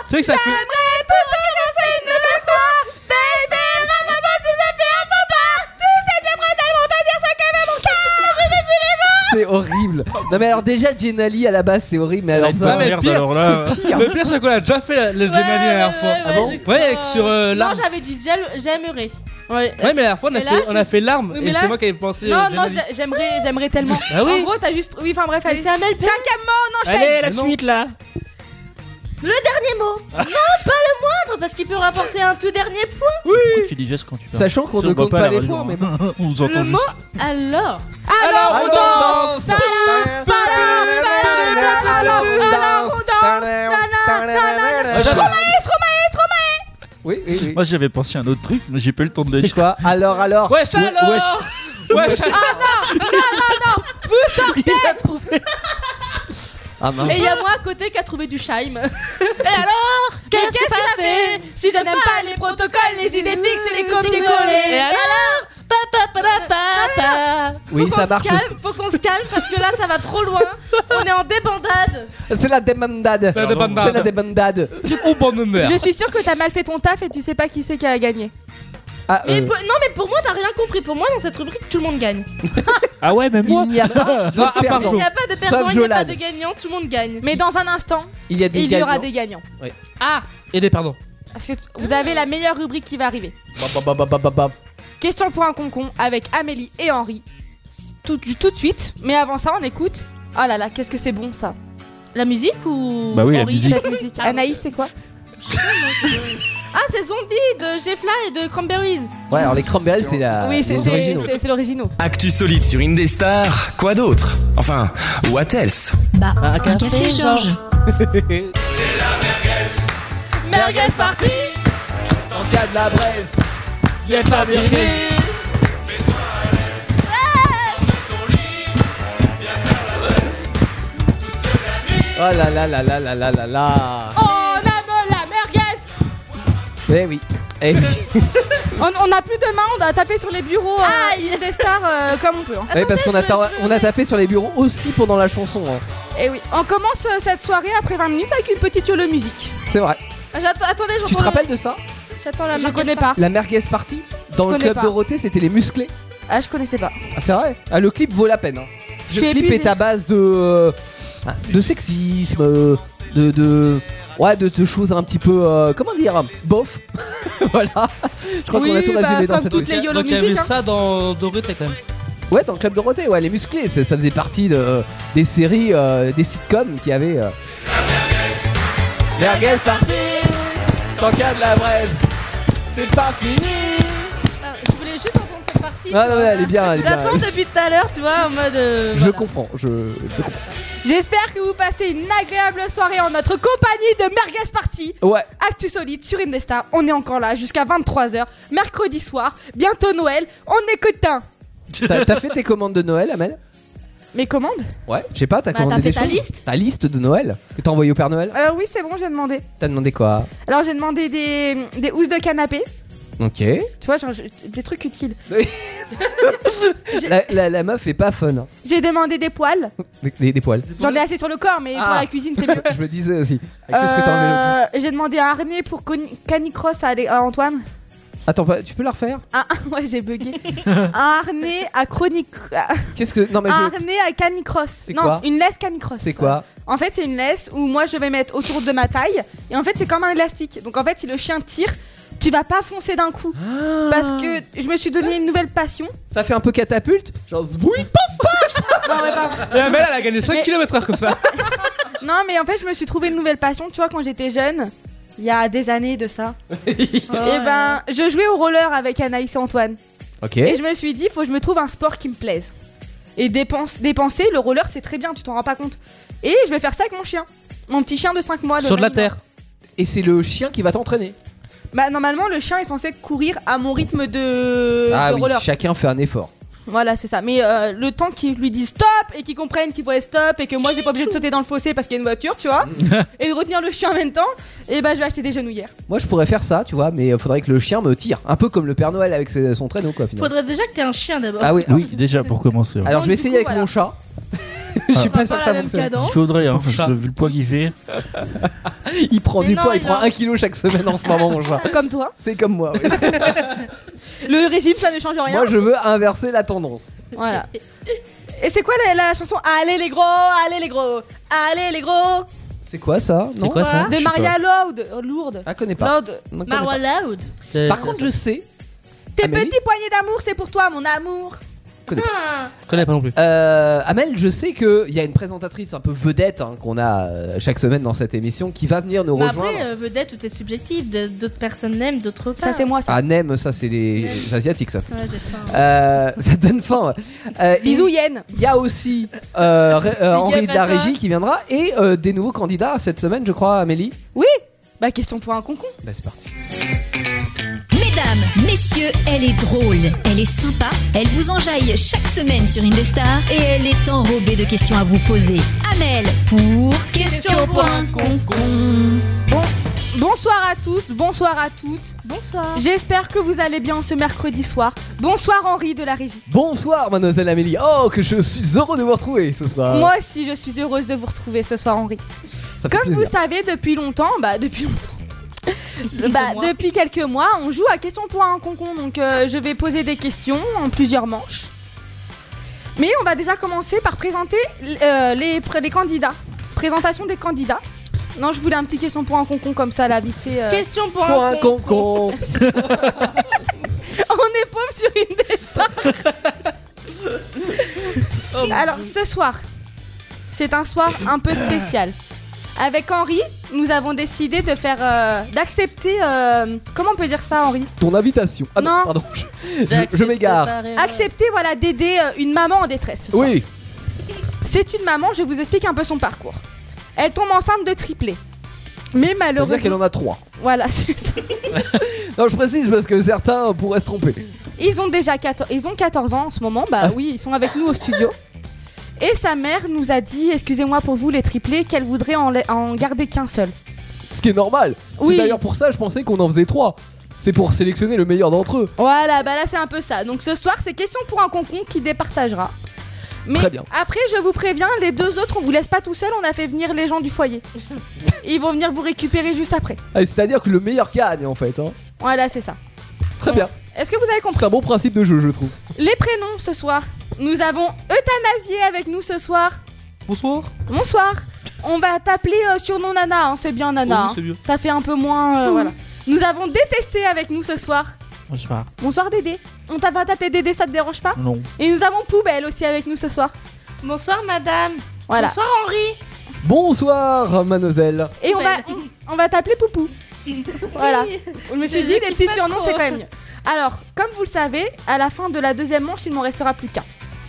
G: Tu sais que ça fait.
D: J'aimerais tout te casser une nouvelle fois, baby. Non, non, non, si j'ai fait un faux pas, tu sais, j'aimerais tellement te dire ce que veut mon cœur. Je n'ai plus les mots.
E: C'est horrible. Non, mais alors, déjà, Jenali à la base, c'est horrible, mais alors
G: Ouais,
E: ça.
G: mais le pire,
F: alors là.
E: c'est pire.
G: Le pire, c'est qu'on a déjà fait la, le Gemini la dernière fois. Ah
H: ouais,
E: bon
H: j'ai cru,
G: Ouais, avec
H: euh,
G: sur euh,
H: Non,
G: l'arme.
H: j'avais dit jal- j'aimerais. Ouais.
G: Ouais, mais la dernière fois, on a,
H: Mais là,
G: fait, on a fait l'arme.
H: Oui, mais
G: Et
H: là-
G: c'est moi qui avais pensé.
H: Non,
G: euh,
H: non,
G: Gemini.
H: j'a- j'aimerais, j'aimerais tellement.
G: Bah
D: En
G: oui.
D: gros, t'as juste. Oui, enfin bref, allez.
H: C'est un mal payé.
D: Cinquième mot, on enchaîne.
A: Ah Allez, la
G: Mais non.
A: suite là. Ah.
H: Dernier mot. Non, pas le moindre, parce qu'il peut rapporter un tout dernier point.
F: Pourquoi tu dis juste quand tu parles
E: Sachant qu'on
F: Ça,
E: ne
F: on voit
E: compte
F: pas à
E: pas
F: la hein.
E: les points, mais
F: radio.
E: bon.
F: On nous entend
H: Le mot
F: juste.
H: alors.
E: Alors,
D: on danse.
E: Oui, oui, oui.
F: Moi j'avais pensé à un autre truc, mais j'ai pas eu le temps de le
E: C'est
F: dire.
E: quoi Alors, alors
G: Wesh, alors Wesh, alors
E: Ah non.
H: Et il y a moi à côté qui a trouvé du Scheim. Et alors Qu'est-ce que ça fait Si je n'aime pas les protocoles, les idées fixes et les copier-coller.
A: Et alors Pa, pa, pa, pa, pa.
E: Oui,
H: Faut
E: ça
H: qu'on se
E: marche.
H: calme, Faut qu'on se calme parce que là ça va trop loin. On est en débandade.
E: C'est la débandade.
G: la débandade.
E: C'est la débandade.
G: Oh, bon, me meurt.
D: Je suis sûre que t'as mal fait ton taf et tu sais pas qui c'est qui a gagné.
E: Ah,
H: Mais
E: euh,
H: pour- non mais pour moi t'as rien compris. Pour moi dans cette rubrique tout le monde gagne.
F: Ah ouais, même moi
E: il n'y a pas
G: Non, à
E: de
G: part
E: perdant.
H: Il n'y a pas de
E: Sauf
H: perdant, il n'y a
E: Jolan.
H: pas de gagnant, tout le monde gagne.
D: Mais dans un instant,
E: Il y a des
D: il y aura
E: gagnants.
D: des gagnants.
H: Ah
G: Et des pardons.
D: Parce que t- vous avez la meilleure rubrique qui va arriver.
E: Bah, bah, bah, bah, bah, bah.
D: Question pour un concon avec Amélie et Henri. Tout, tout de suite, mais avant ça, on écoute. Ah là là, qu'est-ce que c'est bon ça,
H: La musique ou
F: Bah oui, la
H: Henri
F: musique.
D: cette musique. Anaïs, c'est quoi
H: Ah c'est Zombie de Jeffla et de Cranberries.
E: Ouais, alors les cranberries, c'est la.
D: Oui, c'est
E: les
D: c'est-
E: originaux.
D: c'est- c'est l'originaux.
I: Actu solide sur Indestar, quoi d'autre Enfin, what else
B: Bah,
A: Un
B: un café,
A: café,
B: Georges.
H: Merguez parti
E: Quand y a de la braise, c'est pas viril. Oh là là là là là là là là
D: On aime la merguez
E: Eh oui Eh oui
D: On n'a plus de main, on a tapé sur les bureaux euh, des stars euh, comme on peut. hein.
E: Ouais, Eh parce qu'on a,
H: je-
E: ta-
H: je-
E: on a tapé sur les bureaux aussi pendant la chanson. hein.
D: Et Eh oui, on commence euh, cette soirée après 20 minutes avec une petite yolo musique.
E: C'est vrai.
H: J'attends- Attendez,
E: Tu te
H: j'entends
E: rappelles de ça
H: le- j'attends la
D: Je
H: merguez
D: connais pas.
E: La merguez party Dans le
D: Ah. connais
E: club
D: pas.
E: Dorothée, c'était les musclés.
D: Ah, je connaissais pas.
E: Ah, c'est vrai Ah, Le clip vaut la peine. hein.
D: Je
E: Le
D: suis
E: clip
D: épuisée.
E: est à base de. euh, ah, de sexisme, euh, de. de ouais, de, de choses un petit peu. euh, comment dire Bof Voilà Je crois qu'on a
D: Oui,
E: tout
D: bah,
E: résumé dans
D: comme
E: cette
D: toutes les
E: émission.
D: yolo
G: Donc, il y avait
D: musiques. hein.
G: ça dans Dorothée quand même.
E: Ouais, dans le club Dorothée, ouais, les musclés, ça, ça faisait partie de, des séries, euh, des sitcoms qui avaient. euh, Merguez party Tant qu'il y a de la braise, c'est pas fini
H: Ah, Je voulais juste entendre cette partie. euh,
E: Ah non, mais elle est bien, elle est bien.
H: J'attends depuis tout à l'heure, tu vois, en mode. euh,
E: Je
H: voilà.
E: comprends, je, je comprends.
D: J'espère que vous passez une agréable soirée en notre compagnie de Merguez Party.
E: Ouais,
D: Actu Solide sur Indestar, on est encore là jusqu'à 23h, mercredi soir, bientôt Noël, on écoute un.
E: t'as t'as fait tes commandes de Noël, Amel
D: Mes commandes
E: Ouais, je sais pas, t'as
H: Bah,
E: commandé
H: t'as fait
E: des
H: ta
E: choses
H: liste
E: Ta liste de Noël que t'as envoyée au Père Noël
D: euh, Oui, c'est bon, j'ai demandé.
E: T'as demandé quoi
D: Alors j'ai demandé des, des housses de canapé,
E: Ok.
D: tu vois, genre, je- des trucs utiles.
E: La, la- la meuf est pas fun. hein.
D: J'ai demandé des poils,
E: Des, des- des poils.
D: j'en ai assez sur le corps, mais pour
E: Ah.
D: la cuisine c'est mieux.
E: je me disais aussi. Avec tout ce que t'as enlevé l'autre
D: Euh, J'ai demandé un harnais pour coni- canicross à, à Antoine.
E: jour. Attends, pas- tu peux la refaire
D: Un- ouais, j'ai bugué. un harnais à chronique.
E: Qu'est-ce que. Non, mais
D: Un
E: je.
D: harnais à canicross.
E: C'est
D: Non,
E: quoi
D: une laisse canicross.
E: C'est quoi
D: En fait, c'est une laisse où moi je vais mettre autour de ma taille et en fait, c'est comme un élastique. Donc en fait, si le chien tire, tu vas pas foncer d'un coup. Parce que je me suis donné une nouvelle passion.
E: Ça fait un peu catapulte Genre zbouille
D: Non, mais pas-
G: La belle, elle a gagné 5
D: Mais-
G: km/h comme ça.
D: non, mais en fait, je me suis trouvé une nouvelle passion. Tu vois, quand j'étais jeune, il y a des années de ça,
H: Eh Ah
D: et ben, je jouais au roller avec Anaïs et Antoine.
E: Ok.
D: Et je me suis dit, faut que je me trouve un sport qui me plaise. Et dépense, dépenser, le roller, c'est très bien, tu t'en rends pas compte. Et je vais faire ça avec mon chien. Mon petit chien de 5 mois. de même-
E: Et c'est le chien qui va t'entraîner.
D: Bah, normalement, le chien est censé courir à mon rythme de,
E: ah
D: de
E: oui,
D: Euh, roller.
E: chacun fait un effort.
D: Voilà, c'est ça. Mais euh, le temps qu'ils lui disent stop et qu'ils comprennent qu'ils voient stop et que moi j'ai pas obligé de sauter dans le fossé parce qu'il y a une voiture, tu vois, et de retenir le chien en même temps, et ben je vais acheter des genouillères.
E: Moi je pourrais faire ça, tu vois, mais euh, faudrait que le chien me tire. Un peu comme le Père Noël avec ses- son traîneau quoi finalement.
H: Faudrait déjà que t'aies un chien d'abord.
E: Ah oui, Ah,
J: Oui, déjà pour commencer. ouais.
E: Alors je vais
H: Donc, du
E: essayer
H: coup,
E: avec
H: voilà.
E: mon chat. Je suis
H: sera
E: pas sûr que
H: pas la
E: ça
H: même
E: fonctionne.
H: cadence.
J: Il faudrait, hein, parce que vu le poids qu'il fait.
E: Il prend
H: Mais
E: du
H: non,
E: poids, il
H: il
E: prend
H: a-
E: 1 kg chaque semaine en ce moment mon chat.
D: Comme toi,
E: C'est comme moi. oui.
D: le régime ça ne change rien.
E: moi je veux inverser la tendance.
D: Voilà. Et c'est quoi la, la chanson Allez les gros, allez les gros, allez les gros hein,
E: C'est quoi ça Non
K: quoi ça
D: De
K: Je sais
D: Maria Loud, Lourdes.
E: Ah connais pas.
D: Loud.
E: Non, connais
H: Marwa Loud.
E: pas.
K: C'est-
E: Par contre je sais.
D: Tes
E: Amélie
D: petits poignets d'amour, c'est pour toi, mon amour.
K: Je connais pas non plus.
E: Euh, Amel, je sais qu'il y a une présentatrice un peu vedette hein, qu'on a euh, chaque semaine dans cette émission qui va venir nous
H: Bah
E: rejoindre.
H: après, euh, vedette, tout est subjectif. De- D'autres personnes l'aiment, d'autres pas.
D: Ça, c'est moi, ça.
E: Ah, Nem, ça c'est les Asiatiques ça.
H: Ouais, j'ai faim.
E: Euh, ça donne faim. ouais. Euh, il-
D: Bisous, Yen.
E: Il y a aussi euh, Ré- euh,
H: Big
E: Henri
H: up
E: de
H: à
E: la
H: toi.
E: régie qui viendra et euh, des nouveaux candidats cette semaine, je crois, Amélie.
D: Bah, question pour un concon.
E: Bah, c'est parti.
B: Mesdames, messieurs, elle est drôle, elle est sympa, elle vous enjaille chaque semaine sur Indestar et elle est enrobée de questions à vous poser. Amel pour Question pour un con.
D: Bonsoir à tous, bonsoir à toutes.
H: Bonsoir.
D: J'espère que vous allez bien ce mercredi soir. Bonsoir Henri de la régie.
E: Bonsoir, mademoiselle Amélie. Oh, que je suis heureux de vous retrouver ce soir.
D: Moi aussi, je suis heureuse de vous retrouver ce soir Henri.
E: Euh. ça fait
D: Comme vous
E: plaisir.
D: savez, depuis longtemps, bah depuis longtemps. bah,
H: mois.
D: depuis quelques mois, on joue à question pour un concon. Donc euh, je vais poser des questions en plusieurs manches. Mais on va déjà commencer par présenter euh, les, pr- les candidats. Présentation des candidats. Non, je voulais un petit question pour un concon comme ça, la vite fait, euh.
H: Question pour,
E: Pour
H: un
E: un
H: con.
E: concon.
D: On est pauvre sur une des Alors ce soir, c'est un soir un peu spécial. Avec Henri, nous avons décidé de faire, euh, d'accepter, euh, comment on peut dire ça, Henri
E: Ton invitation. Ah non,
D: Non.
E: pardon. je- Je, je m'égare.
D: Accepter, voilà, d'aider euh, une maman en détresse. ce soir.
E: Oui.
D: C'est une maman. Je vous explique un peu son parcours. Elle tombe enceinte de triplé, mais
E: Ça veut dire qu'elle
D: malheureusement,
E: en a trois.
D: voilà, c'est ça.
E: Non, je précise parce que certains pourraient se tromper.
D: Ils ont déjà 14, ils ont 14 ans en ce moment, bah
E: Ah.
D: oui, ils sont avec nous au studio. Et sa mère nous a dit, excusez-moi pour vous les triplés, qu'elle voudrait en, la- en garder qu'un seul.
E: Ce qui est normal.
D: Oui.
E: C'est d'ailleurs pour ça, je pensais qu'on en faisait trois. C'est pour sélectionner le meilleur d'entre eux.
D: Voilà, bah là c'est un peu ça. Donc ce soir c'est question pour un concon qui départagera. Mais
E: Très bien.
D: après je vous préviens, les deux autres on vous laisse pas tout seul, on a fait venir les gens du foyer. ils vont venir vous récupérer juste après.
E: Ah, C'est-à-dire que le meilleur gagne en fait. hein.
D: Voilà, c'est ça.
E: Très
D: Ouais.
E: bien.
D: Est-ce que vous avez compris
E: C'est un bon principe de jeu, je trouve.
D: Les prénoms ce soir. Nous avons Euthanasié avec nous ce soir.
K: Bonsoir.
D: Bonsoir. On va t'appeler euh, surnom Nana, hein, c'est bien Nana.
K: Oui, c'est
D: hein.
K: mieux.
D: Ça fait un peu
H: Mmh.
D: moins. euh, voilà. Nous avons détesté avec nous ce soir.
K: Bonsoir.
D: Bonsoir Dédé. On t'a pas tapé Dédé, ça te dérange pas
J: Non.
D: Et nous avons Poubelle aussi avec nous ce soir.
H: Bonsoir, madame.
D: Voilà.
H: Bonsoir, Henri.
E: Bonsoir, mademoiselle.
D: Et on va, on, on va t'appeler Poupou. voilà.
H: Oui.
D: Je me suis
H: Je-
D: dit,
H: je
D: des
H: kiffe
D: petits
H: pas
D: surnoms,
H: trop.
D: c'est quand même mieux. Alors, comme vous le savez, à la fin de la deuxième manche, il m'en restera plus qu'un.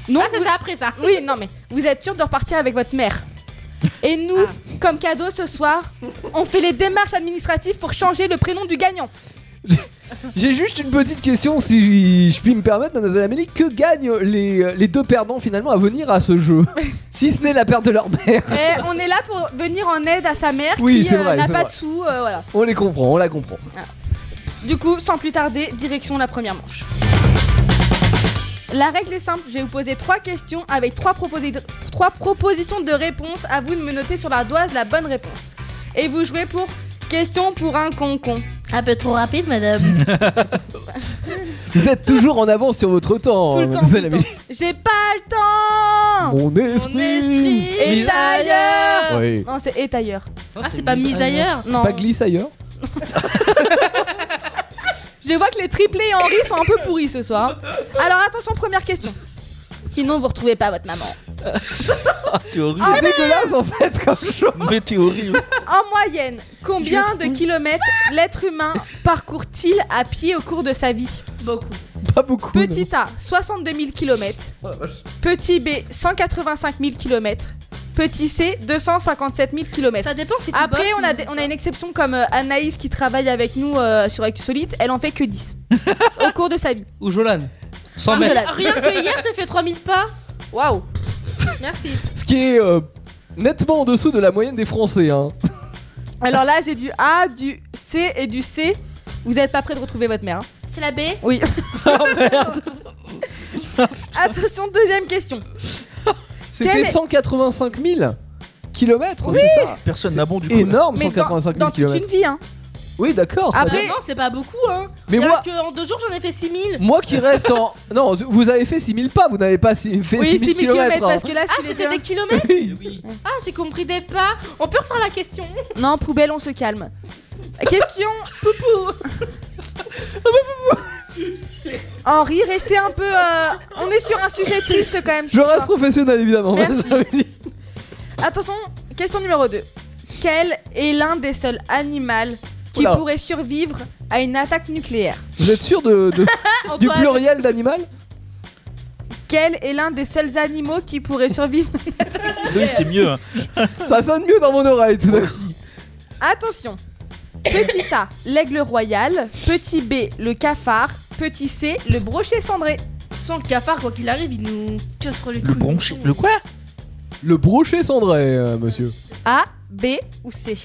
D: Non,
H: Ah, ça, c'est après ça.
D: Oui, non, mais vous êtes sûr de repartir avec votre mère. Et nous,
H: Ah.
D: comme cadeau ce soir, on fait les démarches administratives pour changer le prénom du gagnant.
E: J'ai juste une petite question, si je puis me permettre, mademoiselle Amélie. Que gagnent les, euh, les deux perdants finalement à venir à ce jeu Si ce n'est la perte de leur mère.
D: Et on est là pour venir en aide à sa mère
E: Oui,
D: qui
E: c'est
D: euh,
E: vrai,
D: n'a
E: c'est
D: pas
E: vrai.
D: de sous. euh, voilà.
E: On les comprend, on la comprend.
D: Du coup, sans plus tarder, direction la première manche. La règle est simple, je vais vous poser trois questions avec trois, proposi- trois propositions de réponse. À vous de me noter sur la doise la bonne réponse. Et vous jouez pour question pour un concon.
L: Un peu trop rapide, madame.
E: Vous êtes toujours en avance sur votre temps,
D: Tout le temps, tout
E: mademoiselle
D: le temps.
E: Amélie.
D: J'ai pas le temps
E: Mon esprit.
H: Mon esprit.
D: Et ailleurs
E: Oui.
D: Non, c'est et ailleurs.
H: Ah, c'est pas mise ailleurs.
D: Non.
E: Pas glisse ailleurs
D: Je vois que les triplés et Henri sont un peu pourris ce soir. Alors attention, première question. Sinon, vous retrouvez pas votre maman.
K: T'es horrible.
D: Ah, mais-
E: en fait comme chose.
K: Mais t'es horrible.
D: En moyenne, combien de kilomètres l'être humain parcourt-il à pied au cours de sa vie
H: Beaucoup.
E: Pas beaucoup.
D: Petit A, 62 000 km. Petit B, 185 000 km. Petit C, 257 000 km.
H: Ça dépend si tu
D: Après,
H: bosses
D: on a,
H: ou-
D: des- on a une exception comme euh, Anaïs qui travaille avec nous euh, sur Actu Solide. Elle en fait que 10 au cours de sa vie.
G: Ou Jolan 100
D: Ah,
G: mètres.
D: Jolan.
H: Rien que hier, j'ai fait 3000 pas.
D: Waouh.
H: Merci.
E: Ce qui est euh, nettement en dessous de la moyenne des Français. Hein.
D: Alors là, j'ai du A, du C et du C. Vous êtes pas prêts de retrouver votre mère. hein
H: C'est la B
D: Oui. Attention, deuxième question.
E: C'était
D: Quel est-
E: 185 000 kilomètres,
D: Oui.
E: c'est ça
J: Personne n'a bon du coup.
E: Énorme,
D: Mais dans,
E: 185 000
D: dans toute
E: kilomètres.
D: une vie, hein.
E: Oui, d'accord. ça
D: Après-
E: va.
H: Ah non, c'est pas beaucoup, hein.
E: Mais
H: Rien
E: moi-
H: que en deux jours, j'en ai fait 6000.
E: Moi qui reste en. Non, vous avez fait 6000 pas, vous n'avez pas si- fait
D: Oui,
E: 6000
D: 6000 km
E: kilomètres. hein.
D: parce que là,
H: Ah,
D: si les
H: c'était
D: deux-
H: des kilomètres
E: Oui.
H: Ah, j'ai compris des pas. On peut refaire la question.
D: Non, poubelle, on se calme. Question Poupou. Henri, restez un peu. euh, On est sur un sujet triste quand même. ce
E: Je reste
D: soir.
E: professionnel évidemment.
D: Merci.
E: ça veut dire-
D: Attention, question numéro 2. Quel est l'un des seuls animaux qui
E: Oula.
D: pourrait survivre à une attaque nucléaire
E: Vous êtes sûr de, de-
D: Ah,
E: du
H: Antoine,
E: pluriel d'animal
D: Quel est l'un des seuls animaux qui pourrait survivre
J: Oui, c'est mieux. hein.
E: Ça sonne mieux dans mon oreille tout à coup.
D: Attention. Petit A, l'aigle royal. Petit B, le cafard. Petit C, le brochet cendré.
H: sans le cafard, Ah, quoi qu'il arrive, il nous cassera le cul.
J: Le bronché. Le quoi
E: Le brochet cendré, euh, monsieur.
D: A, B ou C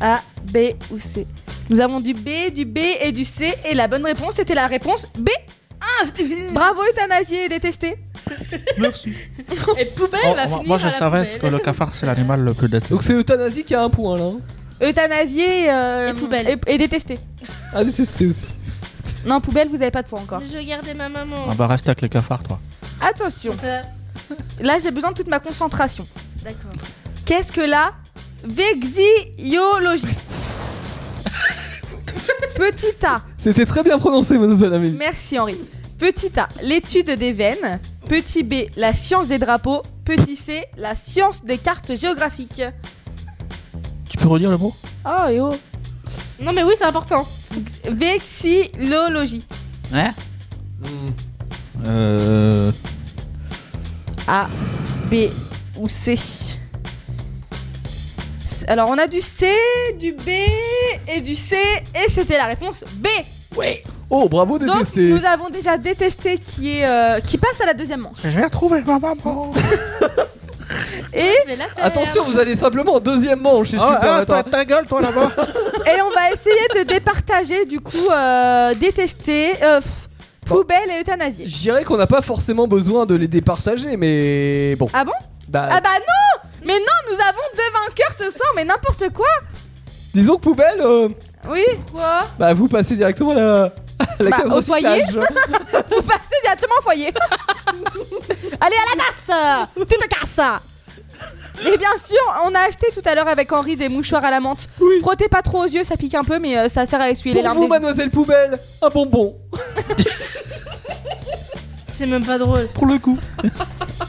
D: A, B ou C Nous avons du B, du B et du C et la bonne réponse était la réponse B.
H: Ah,
D: Bravo euthanasié et détesté.
J: Merci.
H: Et poubelle
J: Oh,
H: va
J: moi,
H: finir
J: moi,
H: à
J: je
H: la
J: savais
H: poubelle.
J: que le cafard, c'est l'animal le plus détesté.
E: Donc c'est euthanasie qui a un point là. hein.
D: Euthanasié euh,
H: Et poubelle.
D: et, et détesté.
E: Ah, détesté aussi.
D: Non, poubelle, vous avez pas de points encore.
H: Je gardais ma maman.
J: Ah bah, reste avec le cafard, toi.
D: Attention,
J: Ah.
H: Euh,
D: là j'ai besoin de toute ma concentration.
H: D'accord.
D: Qu'est-ce que la vexiologie Petit A,
E: C'était très bien prononcé, mademoiselle Amélie.
D: Merci Henri. Petit A, l'étude des veines. Petit B, la science des drapeaux. Petit C, la science des cartes géographiques.
J: Tu peux redire le mot
D: Oh et oh.
H: Non, mais oui, c'est important.
D: Vexillologie.
G: Ouais.
E: Hmm.
J: Euh.
D: A, B ou C. C- Alors on a du C, du B et du C et c'était la réponse B. Oui.
E: Oh, bravo
D: Donc
E: détesté.
D: nous avons déjà détesté qui est euh, qui passe à la deuxième manche.
J: Je vais retrouver ma maman.
D: Et
H: Je vais la faire.
E: Attention, vous allez simplement en deuxième manche.
G: Oh,
E: excuse-moi,
G: ah,
E: attends.
G: ta, ta gueule, toi là-bas.
D: Et on va essayer de départager du coup euh, détester, euh, pff, poubelle et euthanasie.
E: Je dirais qu'on n'a pas forcément besoin de les départager, mais bon.
D: Ah bon
E: Bah,
D: Ah bah non Mais non, nous avons deux vainqueurs ce soir, mais n'importe quoi
E: disons que poubelle, euh,
D: Oui Quoi
E: bah vous passez directement à la, à la
D: Bah,
E: case
D: au
E: recyclage.
D: Vous passez directement au foyer Allez à la tasse Tu te casses et bien sûr, on a acheté tout à l'heure avec Henri des mouchoirs à la menthe. Frottez pas trop aux yeux, ça pique un peu, mais euh, ça sert à essuyer les
E: Pour
D: larmes.
E: vous,
D: des-
E: mademoiselle poubelle, un bonbon.
H: C'est même pas drôle.
J: Pour le coup.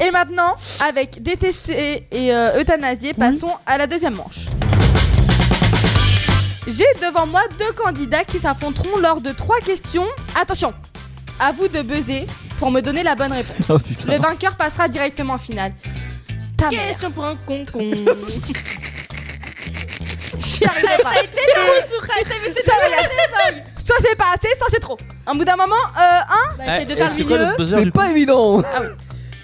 D: Et maintenant, avec détester et euh, euthanasier, passons à la deuxième manche. J'ai devant moi deux candidats qui s'affronteront lors de trois questions. Attention, à vous de buzzer pour me donner la bonne réponse.
J: Oh putain.
D: Le vainqueur passera directement en finale. Ta mère.
H: Question pour un concon.
D: J'y arriverai pas. Soit c'est pas assez, soit c'est trop. Au bout d'un moment, euh, un,
H: bah,
J: Eh,
H: essaye de faire le milieu.
J: buzzer
E: C'est pas évident.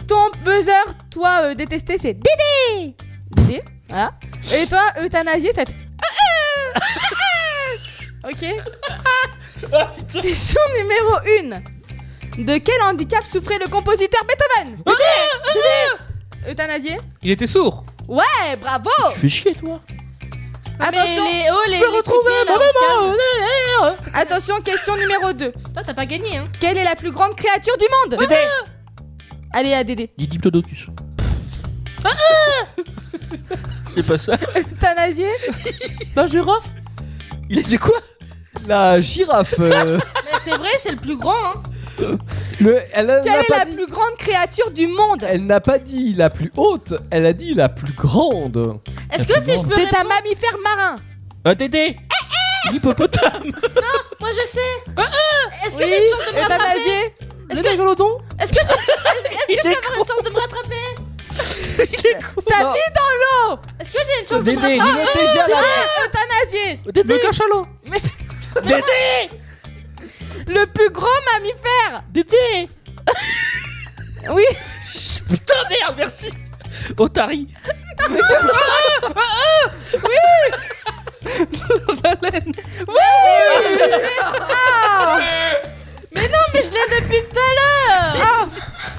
D: ton buzzer, toi euh, détesté, c'est Dédé. Dédé, voilà. Et toi, euthanasier, c'est. Ok. Question numéro 1. De quel handicap souffrait le compositeur Beethoven
J: Ah,
D: Dédé. Euthanasier
G: Il était sourd.
D: Ouais, bravo Ah,
J: Tu fais chier, toi.
D: Attention,
H: Mais les, oh, les,
D: je vais
H: les
D: retrouver
H: couplets,
D: ma
H: là, on se calme.
D: attention, question numéro 2.
H: Toi, t'as pas gagné, hein.
D: Quelle est la plus grande créature du monde Dédé Allez, à Dédé.
J: Didi Plodocus. C'est pas ça.
D: Euthanasier Bah,
G: La girafe. Il était quoi
E: La girafe. euh,
D: Mais c'est vrai, c'est le plus grand. Hein.
E: le, elle n'a
D: Quelle est
E: pas
D: la
E: dit-
D: plus grande créature du monde
E: elle n'a pas dit la plus haute, elle a dit la plus grande.
D: Est-ce que si je peux C'est un mammifère marin.
E: Un tété L'hippopotame
D: Moi je sais.
H: Est-ce que j'ai une chance de me
D: Euh, Et t'as
H: rattraper
D: navigué
H: Est-ce que Est-ce que je- est-ce que je
D: Il
H: vais
D: est
H: avoir une chance de me rattraper
E: Ah,
D: Ça vit dans l'eau.
H: Est-ce que j'ai une chance de me
D: Dédé,
H: rattraper
D: il est déjà là. ah, Euthanasié.
K: Le cachalot
D: Dédé Le plus grand mammifère
K: Dédé
D: Oui
K: Putain merde, merci Otari Ah,
D: Mais qu'est-ce que- Oui Oui Ah Mais non, mais je l'ai depuis tout à l'heure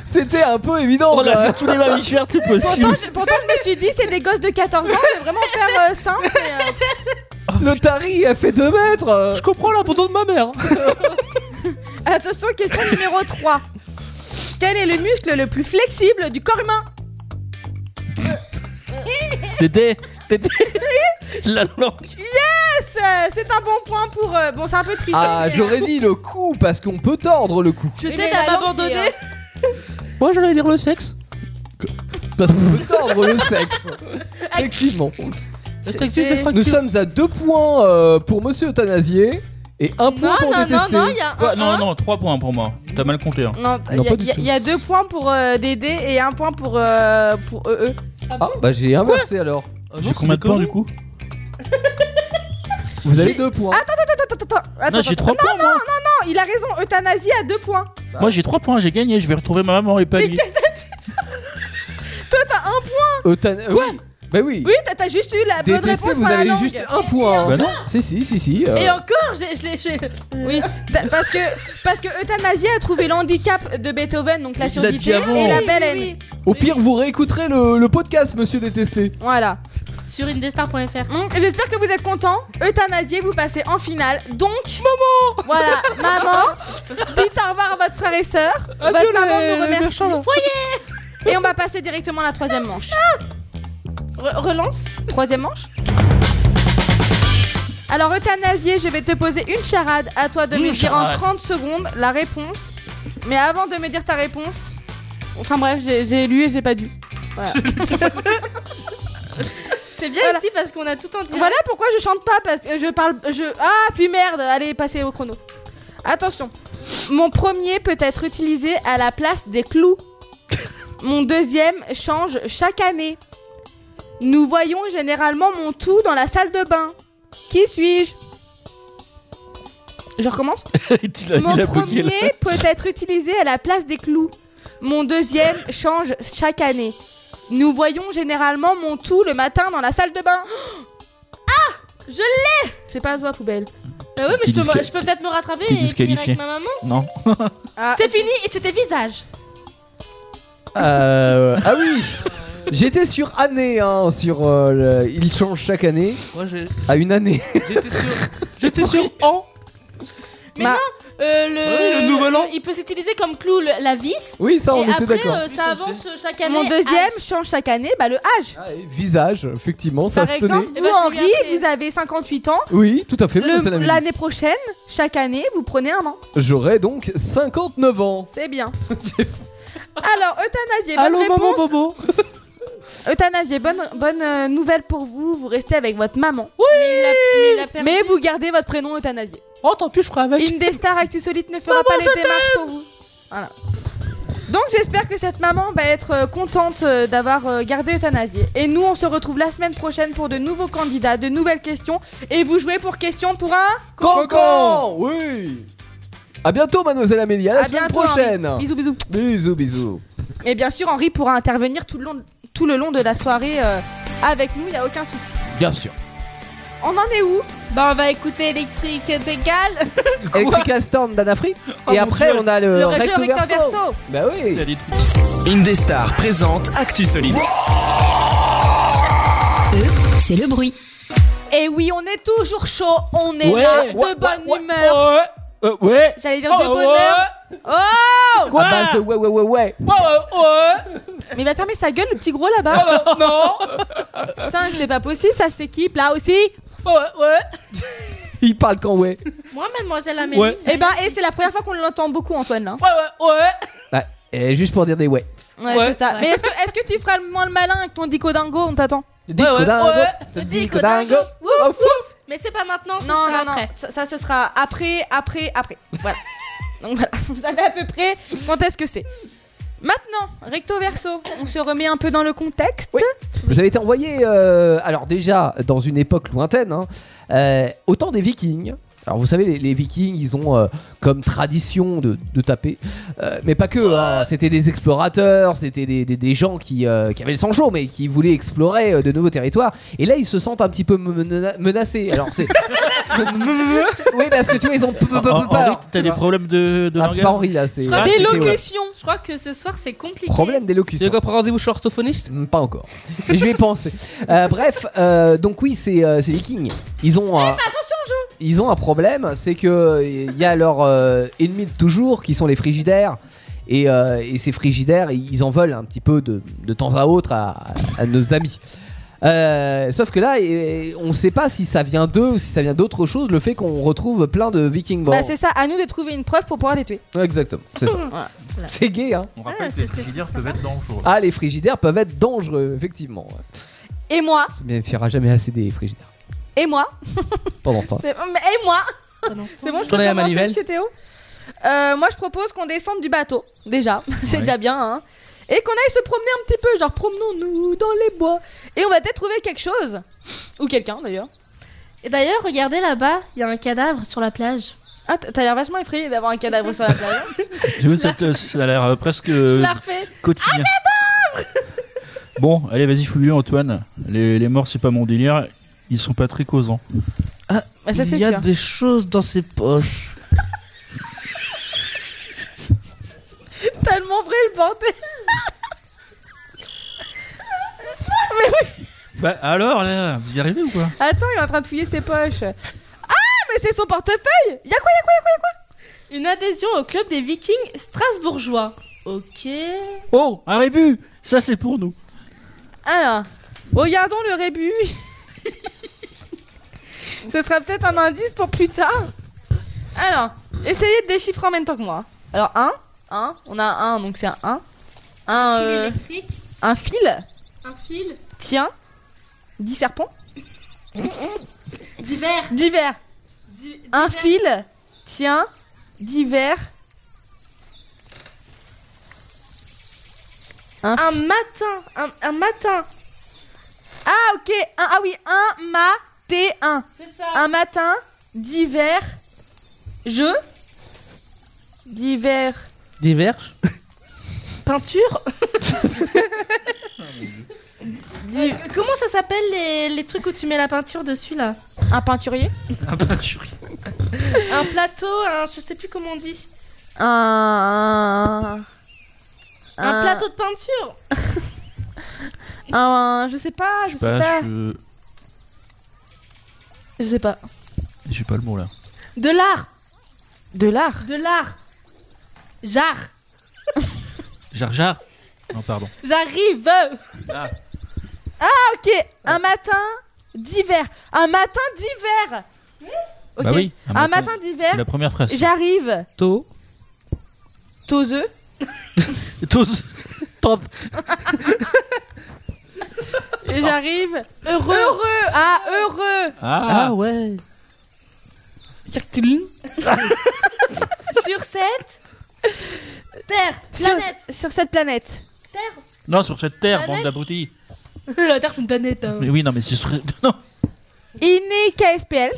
E: C'était un peu évident.
K: Ah. On a fait tous les mammifères, tout possible.
D: Pourtant, je, pourtant, je me suis dit, c'est des gosses de 14 ans, je vais vraiment faire euh, simple. et, euh,
E: Le tari a fait 2 mètres. Je comprends l'abandon de ma mère.
D: Attention, question numéro 3. Quel est le muscle le plus flexible du corps humain
K: Dédé Dédé La langue
D: Yes euh, C'est un bon point pour... euh, bon, c'est un peu euh, triché.
E: Ah, j'aurais dit le cou parce qu'on peut tordre le cou.
D: Je
H: t'aide à m'abandonner.
D: hein. euh,
K: Moi j'allais dire le sexe.
E: Parce qu'on peut tordre le sexe. Effectivement.
K: Le cactus des fractures.
E: Nous sommes à 2 points euh, pour Monsieur Euthanasié et 1 point pour détester.
F: Ouais, Non, non, 3 points pour moi. T'as mal compté. hein.
D: Non, il y, a- il y a- il y a deux points pour euh, Dédé et un point pour, euh, pour EE.
E: Ah, bah j'ai inversé alors.
K: Ah,
F: J'ai combien de points du coup
E: Vous avez 2 points.
D: Attends, attends, attends, attends, attends, attends.
F: j'ai trois
D: non,
F: points,
D: Non, non, non, il a raison, euthanasie à deux points.
F: Moi j'ai 3 points, j'ai gagné. Je vais retrouver ma maman et pas lui.
D: Toi, t'as un point.
E: Euthanasie. Oui. Bah oui.
D: Oui, t'as- t'as juste eu la bonne
E: Détester,
D: réponse
E: vous
D: par la
E: avez
D: langue.
E: juste un point. Bah non. Si, si, si, si. euh,
D: Et encore, j'ai- je l'ai. je- Oui, t'as- parce que parce que euthanasie a trouvé l'handicap de Beethoven, donc la
E: Il l'a dit
D: surdité
E: avant.
D: et la
E: Oui,
D: belle
H: oui,
D: haine.
E: Au pire, vous réécouterez le, le podcast, monsieur détesté.
D: Voilà.
H: Sur indestar.fr.
D: Mm, J'espère que vous êtes contents. Euthanasié, vous passez en finale. Donc. Maman Voilà, maman. Dites au revoir à votre frère et sœur.
K: Adieu
D: votre maman
K: les-
D: vous
K: les
D: remercie.
K: méchants, là.
D: Foyer Et on va passer directement à la troisième manche. Re- relance Troisième manche Alors, Euthanasié, je vais te poser une charade. À toi de
K: Une
D: me dire
K: charade.
D: en 30 secondes la réponse. Mais avant de me dire ta réponse. Enfin bref, j'ai j'ai lu et j'ai pas dû. Voilà.
H: C'est bien ici parce qu'on a tout en direct.
D: Voilà pourquoi je chante pas parce que je parle je ah puis merde, allez passez au chrono. Attention. Mon premier peut être utilisé à la place des clous. Mon deuxième change chaque année. Nous voyons généralement mon tout dans la salle de bain. Qui suis-je Je recommence
K: Tu l'as-
D: Mon
K: il a bugué, là.
D: premier peut être utilisé à la place des clous. Mon deuxième change chaque année. Nous voyons généralement mon tout le matin dans la salle de bain. Ah Je l'ai C'est pas à toi, poubelle.
H: Bah oui, mais je
F: T'es
H: peux,
F: disqual-
H: je peux peut-être me rattraper
F: T'es
H: et finir
F: disqualifié.
H: avec ma maman.
F: Non.
D: Ah,
H: C'est fini et c'était visage.
E: Euh, ah oui J'étais sur année, hein, sur. euh, le- il change chaque année.
K: Moi, j'ai-
E: À une année.
K: J'étais sûr. J'étais sûr Oh, en.
H: Mais non, euh, le,
E: Ah Oui, le nouvel an.
H: Il peut s'utiliser comme clou le- la vis.
E: Oui, ça, on
H: et
E: était
H: après,
E: d'accord.
H: euh, ça avance chaque année. Ah,
D: Mon deuxième change chaque année, bah le âge.
E: Ah, Visage, effectivement, ça
D: Par
K: Eh ben,
E: se tenait.
D: exemple, vous, Henri, vous avez 58 ans.
E: Oui, tout à fait.
D: Le-
E: c'est la même.
D: L'année prochaine, chaque année, vous prenez un an.
E: J'aurais donc 59 ans.
D: C'est bien. Alors, euthanasier, bonne
K: Allô,
D: réponse.
K: maman Bobo
D: Euthanasier, bonne, bonne euh, nouvelle pour vous. Vous restez avec votre maman. Oui Mais, vous gardez votre prénom Euthanasier.
K: Oh, tant pis, je ferai avec.
D: Indestar Actusolite ne fera
K: Maman,
D: pas
K: je
D: les démarches pour vous. Voilà. Donc j'espère que cette maman va être euh, contente euh, d'avoir euh, gardé Euthanasier. Et nous, on se retrouve la semaine prochaine pour de nouveaux candidats, de nouvelles questions. Et vous jouez pour question pour un...
E: Cancan Oui À bientôt, mademoiselle Amélie. À la
D: À
E: semaine
D: bientôt,
E: prochaine.
D: Henri. Bisous, bisous.
E: Bisous, bisous.
D: Et bien sûr, Henri pourra intervenir tout le long, tout le long de la soirée euh, avec nous, il n'y a aucun souci.
E: Bien sûr.
D: On en est où
H: Bah on va écouter Electric Dégal.
E: Electric Storm d'Anafri.
H: Oh
E: Et
H: mon
E: après,
H: Dieu.
E: on a le,
H: Le
E: Euh, recto,
H: recto
E: verso.
H: verso.
E: Bah oui.
C: Indestar présente Actu Solide.
B: E, C'est le bruit.
D: Et Eh oui, on est toujours chaud, on est
B: Ouais,
D: là,
B: ouais,
D: de
B: ouais,
D: bonne
B: ouais,
D: humeur.
K: Ouais. Euh, ouais.
D: J'allais dire
K: Oh,
D: de bonheur. Oh
E: Ah bah, de- ouais, ouais, ouais, ouais.
K: Ouais, ouais, ouais.
D: Mais il va fermer sa gueule, le petit gros
K: Ah
D: là-bas.
K: bah, non.
D: Putain, c'est pas possible, ça, cette équipe là aussi.
K: Ouais, ouais.
E: Il parle quand ouais.
D: Moi, mademoiselle
E: Amélie, Ouais.
D: Et bah, et c'est la première fois qu'on l'entend beaucoup, Antoine. Hein.
K: Ouais, ouais,
E: Ah, euh, juste pour dire des ouais.
D: ouais. Ouais, c'est ça. Mais est-ce que, est-ce que tu feras le moins le malin avec ton dico dingo On t'attend.
E: Dico ouais, dingo,
D: ouais.
E: ce dico dingo.
D: Ouf, ouf.
H: Mais c'est pas maintenant, ce
D: Non,
H: sera
D: non, non.
H: après.
D: Ça, ça, ce sera après, après, après. Voilà. Donc voilà, vous savez à peu près quand est-ce que c'est. Maintenant, recto verso, on se remet un peu dans le contexte.
E: Vous avez été envoyé, euh, alors déjà dans une époque lointaine, hein, euh, au temps des Vikings. Alors vous savez, les, les Vikings, ils ont euh, comme tradition de, de taper, Euh, mais pas que. hein. C'était des explorateurs, c'était des, des- des gens qui, euh, qui avaient le sang chaud, mais qui voulaient explorer euh, de nouveaux territoires. Et là, ils se sentent un petit peu mena- menacés. Alors c'est, oui, parce que tu vois, ils ont peu- peu- peu-
F: En- en-
E: peu peur.
F: Henri, T'as des problèmes de, de
E: Ah, c'est
F: langage
E: pas Henri là, c'est.
F: Ah,
E: c'était, ouais.
H: Je crois que ce soir c'est compliqué.
E: Problème d'élocution. Tu as rendez-vous chez orthophoniste Mm, Pas encore. Mais je vais y penser. Euh, bref, euh, donc oui, c'est euh, c'est Vikings. Ils ont un,
D: Eh, Attention, Joe
E: ils ont un problème, c'est que il y a leur euh, ennemi de toujours, qui sont les frigidaires. Et, euh, et ces frigidaires, ils en veulent un petit peu de, de temps à autre à, à nos amis. Euh, sauf que là, et- on ne sait pas si ça vient d'eux ou si ça vient d'autre chose, le fait qu'on retrouve plein de vikings
D: Bah,
E: morts.
D: c'est ça, à nous de trouver une preuve pour pouvoir les tuer.
E: Ouais, Exactement, c'est ça.
D: Ouais.
E: C'est gay, hein
F: On rappelle
D: Ah,
F: que les
D: c'est- c'est-
F: frigidaires
D: c'est
F: peuvent être dangereux.
E: Ah, les frigidaires peuvent être dangereux, effectivement. ouais.
D: Et moi,
E: Ça ne fera jamais assez des frigidaires
D: et moi,
E: pendant ce temps.
D: C'est- et moi C'est bon, je peux
E: Tournez la manivelle.
D: commencer, monsieur Théo Euh, Moi, je propose qu'on descende du bateau, déjà. C'est
E: Ouais.
D: déjà bien, hein. Et qu'on aille se promener un petit peu, genre promenons-nous dans les bois. Et on va peut-être trouver quelque chose. Ou quelqu'un, d'ailleurs.
H: Et d'ailleurs, regardez là-bas, il y a un cadavre sur la plage.
D: Ah, t- t'as l'air vachement effrayé d'avoir un cadavre sur la plage.
F: J'ai vu cette, euh, ça a l'air euh, presque
D: Je
F: euh,
D: la refais.
F: quotidien. Bon, allez, vas-y, fouille Antoine. Les, les morts, c'est pas mon délire. Ils sont pas très causants.
D: Bah, ça, c'est
K: Il y a
D: sûr.
K: des choses dans ses poches.
D: Tellement vrai le bordel.
F: Bah alors, là, vous y arrivez ou quoi
D: Attends, il est en train de fouiller ses poches. Ah, mais c'est son portefeuille Y'a quoi, y'a quoi, y'a quoi, y'a quoi
H: Une adhésion au club des Vikings strasbourgeois. Ok.
F: Oh,
K: ah
F: un rébut Ça, c'est pour nous.
D: Alors, regardons le rébut. Ce sera peut-être un indice pour plus tard. Alors, essayez de déchiffrer en même temps que moi. Alors, un, un, on a un, donc c'est un un. Un,
H: Fil
D: euh,
H: électrique,
D: un fil,
H: un fil,
D: tiens, dix serpents,
H: divers.
D: divers. Un fil, tiens, divers. Un,
H: matin, un, un matin.
D: Ah, ok, un, ah oui, un matin.
H: C'est ça.
D: Un matin d'hiver, je d'hiver
K: Des verges
H: peinture. Euh, comment ça s'appelle les, les trucs où tu mets la peinture dessus là
D: Un peinturier
F: Un peinturier.
H: Un plateau, un je sais plus comment on dit.
D: un
H: Un, plateau de peinture.
D: un je sais pas, je sais pas,
F: Bah, je...
D: je sais pas.
F: J'ai pas le mot là.
H: De l'art.
D: De l'art.
H: De l'art. Jar.
F: Jar Jar Non, pardon.
D: J'arrive.
F: Ah.
D: Ah, ok, un matin d'hiver, un matin d'hiver. Ok.
F: Bah oui,
D: un, matin d'hiver.
F: C'est la première phrase.
D: J'arrive.
K: Tôt.
D: Toseux.
K: Tous. Tente.
D: J'arrive. Heureux. Heureux. Ah, heureux.
K: Ah, ouais.
H: Sur cette terre,
D: Sur,
H: planète,
D: sur cette planète.
H: terre.
F: Non, sur cette terre,
H: Planète.
F: bande d'abrutis.
H: La terre c'est une planète. hein.
F: Mais oui, non, mais ce serait. Non
D: Iné KSPL.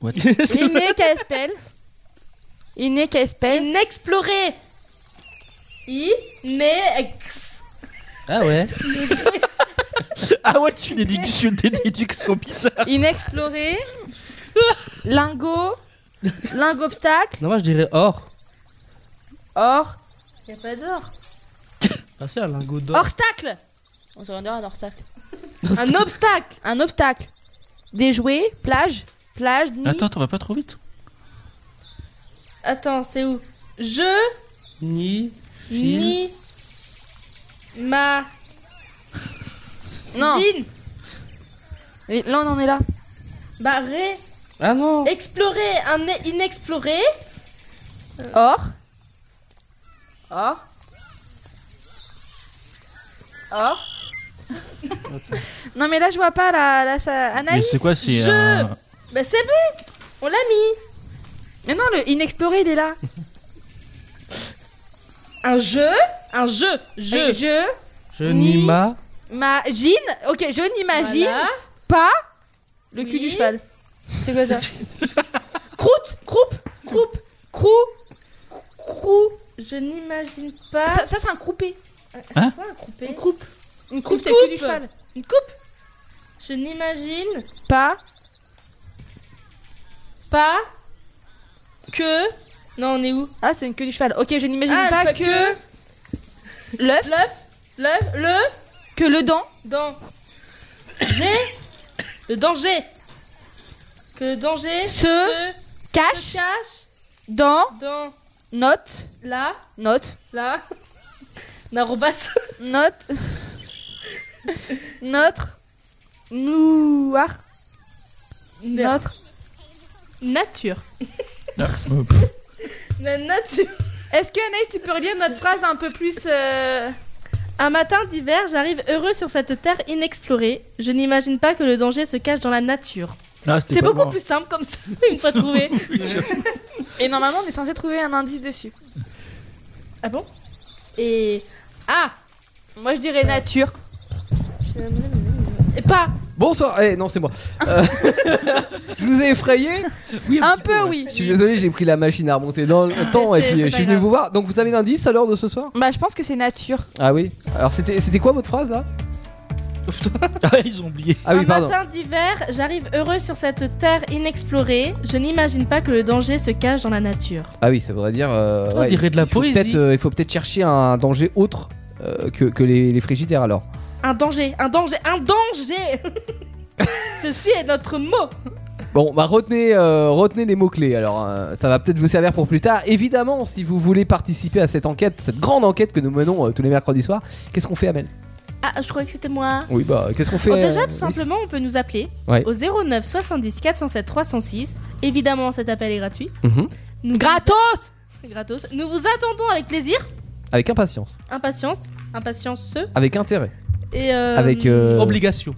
F: What
D: Iné KSPL. Iné KSPL.
H: Inexploré. I mais
K: Ah ouais.
F: Ah ouais, tu des déductions, des déductions bizarres.
D: Inexploré. Lingot. Lingot obstacle.
K: Non, moi je dirais or.
D: Or.
H: y a pas d'or.
K: Ah, c'est un lingot d'or.
D: Obstacle. On se rendra un obstacle.
H: Un obstacle.
D: Un obstacle. Des jouets. Plage. Plage. Nuit.
F: Attends, t'en vas pas trop vite.
H: Attends, c'est où Je
K: Ni.
H: ni ma
D: Non.
H: Gine.
D: Et Là, on en est là.
H: Barré.
K: Ah non
L: Explorer un é- inexploré.
D: Or. Or. Or. non mais là je vois pas la, la sa-
F: Mais
D: analyse.
F: c'est quoi si.
D: Je-
F: euh,
D: Bah c'est bon, on l'a mis. Mais non, le inexploré il est là.
H: Un jeu, un jeu, jeu.
D: jeu,
K: Je n'y m'a.
D: imagine. Ok, je n'imagine
K: Voilà.
D: pas le cul du cheval. C'est quoi ça Croûte, croupe, croupe, crou, crou.
H: Je n'imagine pas.
D: Ça, ça, c'est un croupé.
F: Hein
H: quoi un croupé
D: Une croupe. Une croupe, c'est
H: Une
D: le cul du
H: coupe.
D: cheval.
H: Une coupe Je n'imagine
D: Pas.
H: Pas. Que. Non, on est où
D: Ah, c'est une queue du cheval. Ok, je n'imagine
H: Ah,
D: pas
H: pas
D: que. L'œuf.
H: L'œuf. L'œuf. Le.
D: Que le dent.
H: Dent. J'ai. Le danger. Que le danger
D: Se cache.
H: se cache
D: Dans.
H: dans
D: Note.
H: la.
D: Note.
H: La. Narobas.
D: Note. Notre. Noir. Notre.
H: Nature.
D: La nature. Est-ce que Anaïs, tu peux relire notre phrase un peu plus. euh,
H: Un matin d'hiver, j'arrive heureux sur cette terre inexplorée. Je n'imagine pas que le danger se cache dans la nature.
F: Ah, c'était
H: C'est
F: pas
H: beaucoup
F: moi.
H: plus simple comme ça, une fois trouvé.
D: Et normalement, on est censé trouver un indice dessus.
H: Ah bon Et. Ah
D: Moi, je dirais nature.
H: Et pas
E: Bonsoir. Eh non, c'est moi. Euh, je vous ai effrayé
D: Un peu, oui.
E: Je suis désolé, j'ai pris la machine à remonter dans
H: Ah,
E: le temps
D: c'est-
E: et puis
D: c'est
E: je
D: pas
E: suis venu
D: grave.
E: vous voir. Donc vous avez l'indice à l'heure de ce soir
D: Bah, je pense que c'est nature.
E: Ah oui. Alors c'était c'était quoi votre phrase là
F: Ah, ils ont oublié.
E: Ah oui,
H: un
E: pardon.
H: matin d'hiver, j'arrive heureux sur cette terre inexplorée. Je n'imagine pas que le danger se cache dans la nature.
E: Ah oui, ça voudrait dire. euh,
K: On dirait de la
E: il faut
K: poésie.
E: peut-être, euh, il faut peut-être chercher un danger autre euh, que, que les, les frigidaires alors.
H: Un danger, un danger, un danger Ceci est notre mot
E: Bon, bah retenez, euh, retenez les mots-clés. Alors, euh, ça va peut-être vous servir pour plus tard. Évidemment, si vous voulez participer à cette enquête, cette grande enquête que nous menons euh, tous les mercredis soirs, qu'est-ce qu'on fait, Amel
H: Ah, je croyais que c'était moi.
E: Oui, bah, qu'est-ce qu'on fait
H: Oh, déjà,
E: euh,
H: tout
E: oui,
H: simplement, on peut nous appeler
E: Ouais.
H: au 09 70 407 306. Évidemment, cet appel est gratuit.
E: Mhm.
H: Nous gratos Gratos. Nous vous attendons avec plaisir,
E: Avec impatience,
H: impatience, impatience.
E: avec intérêt,
H: Et euh,
E: avec. euh,
K: Obligation.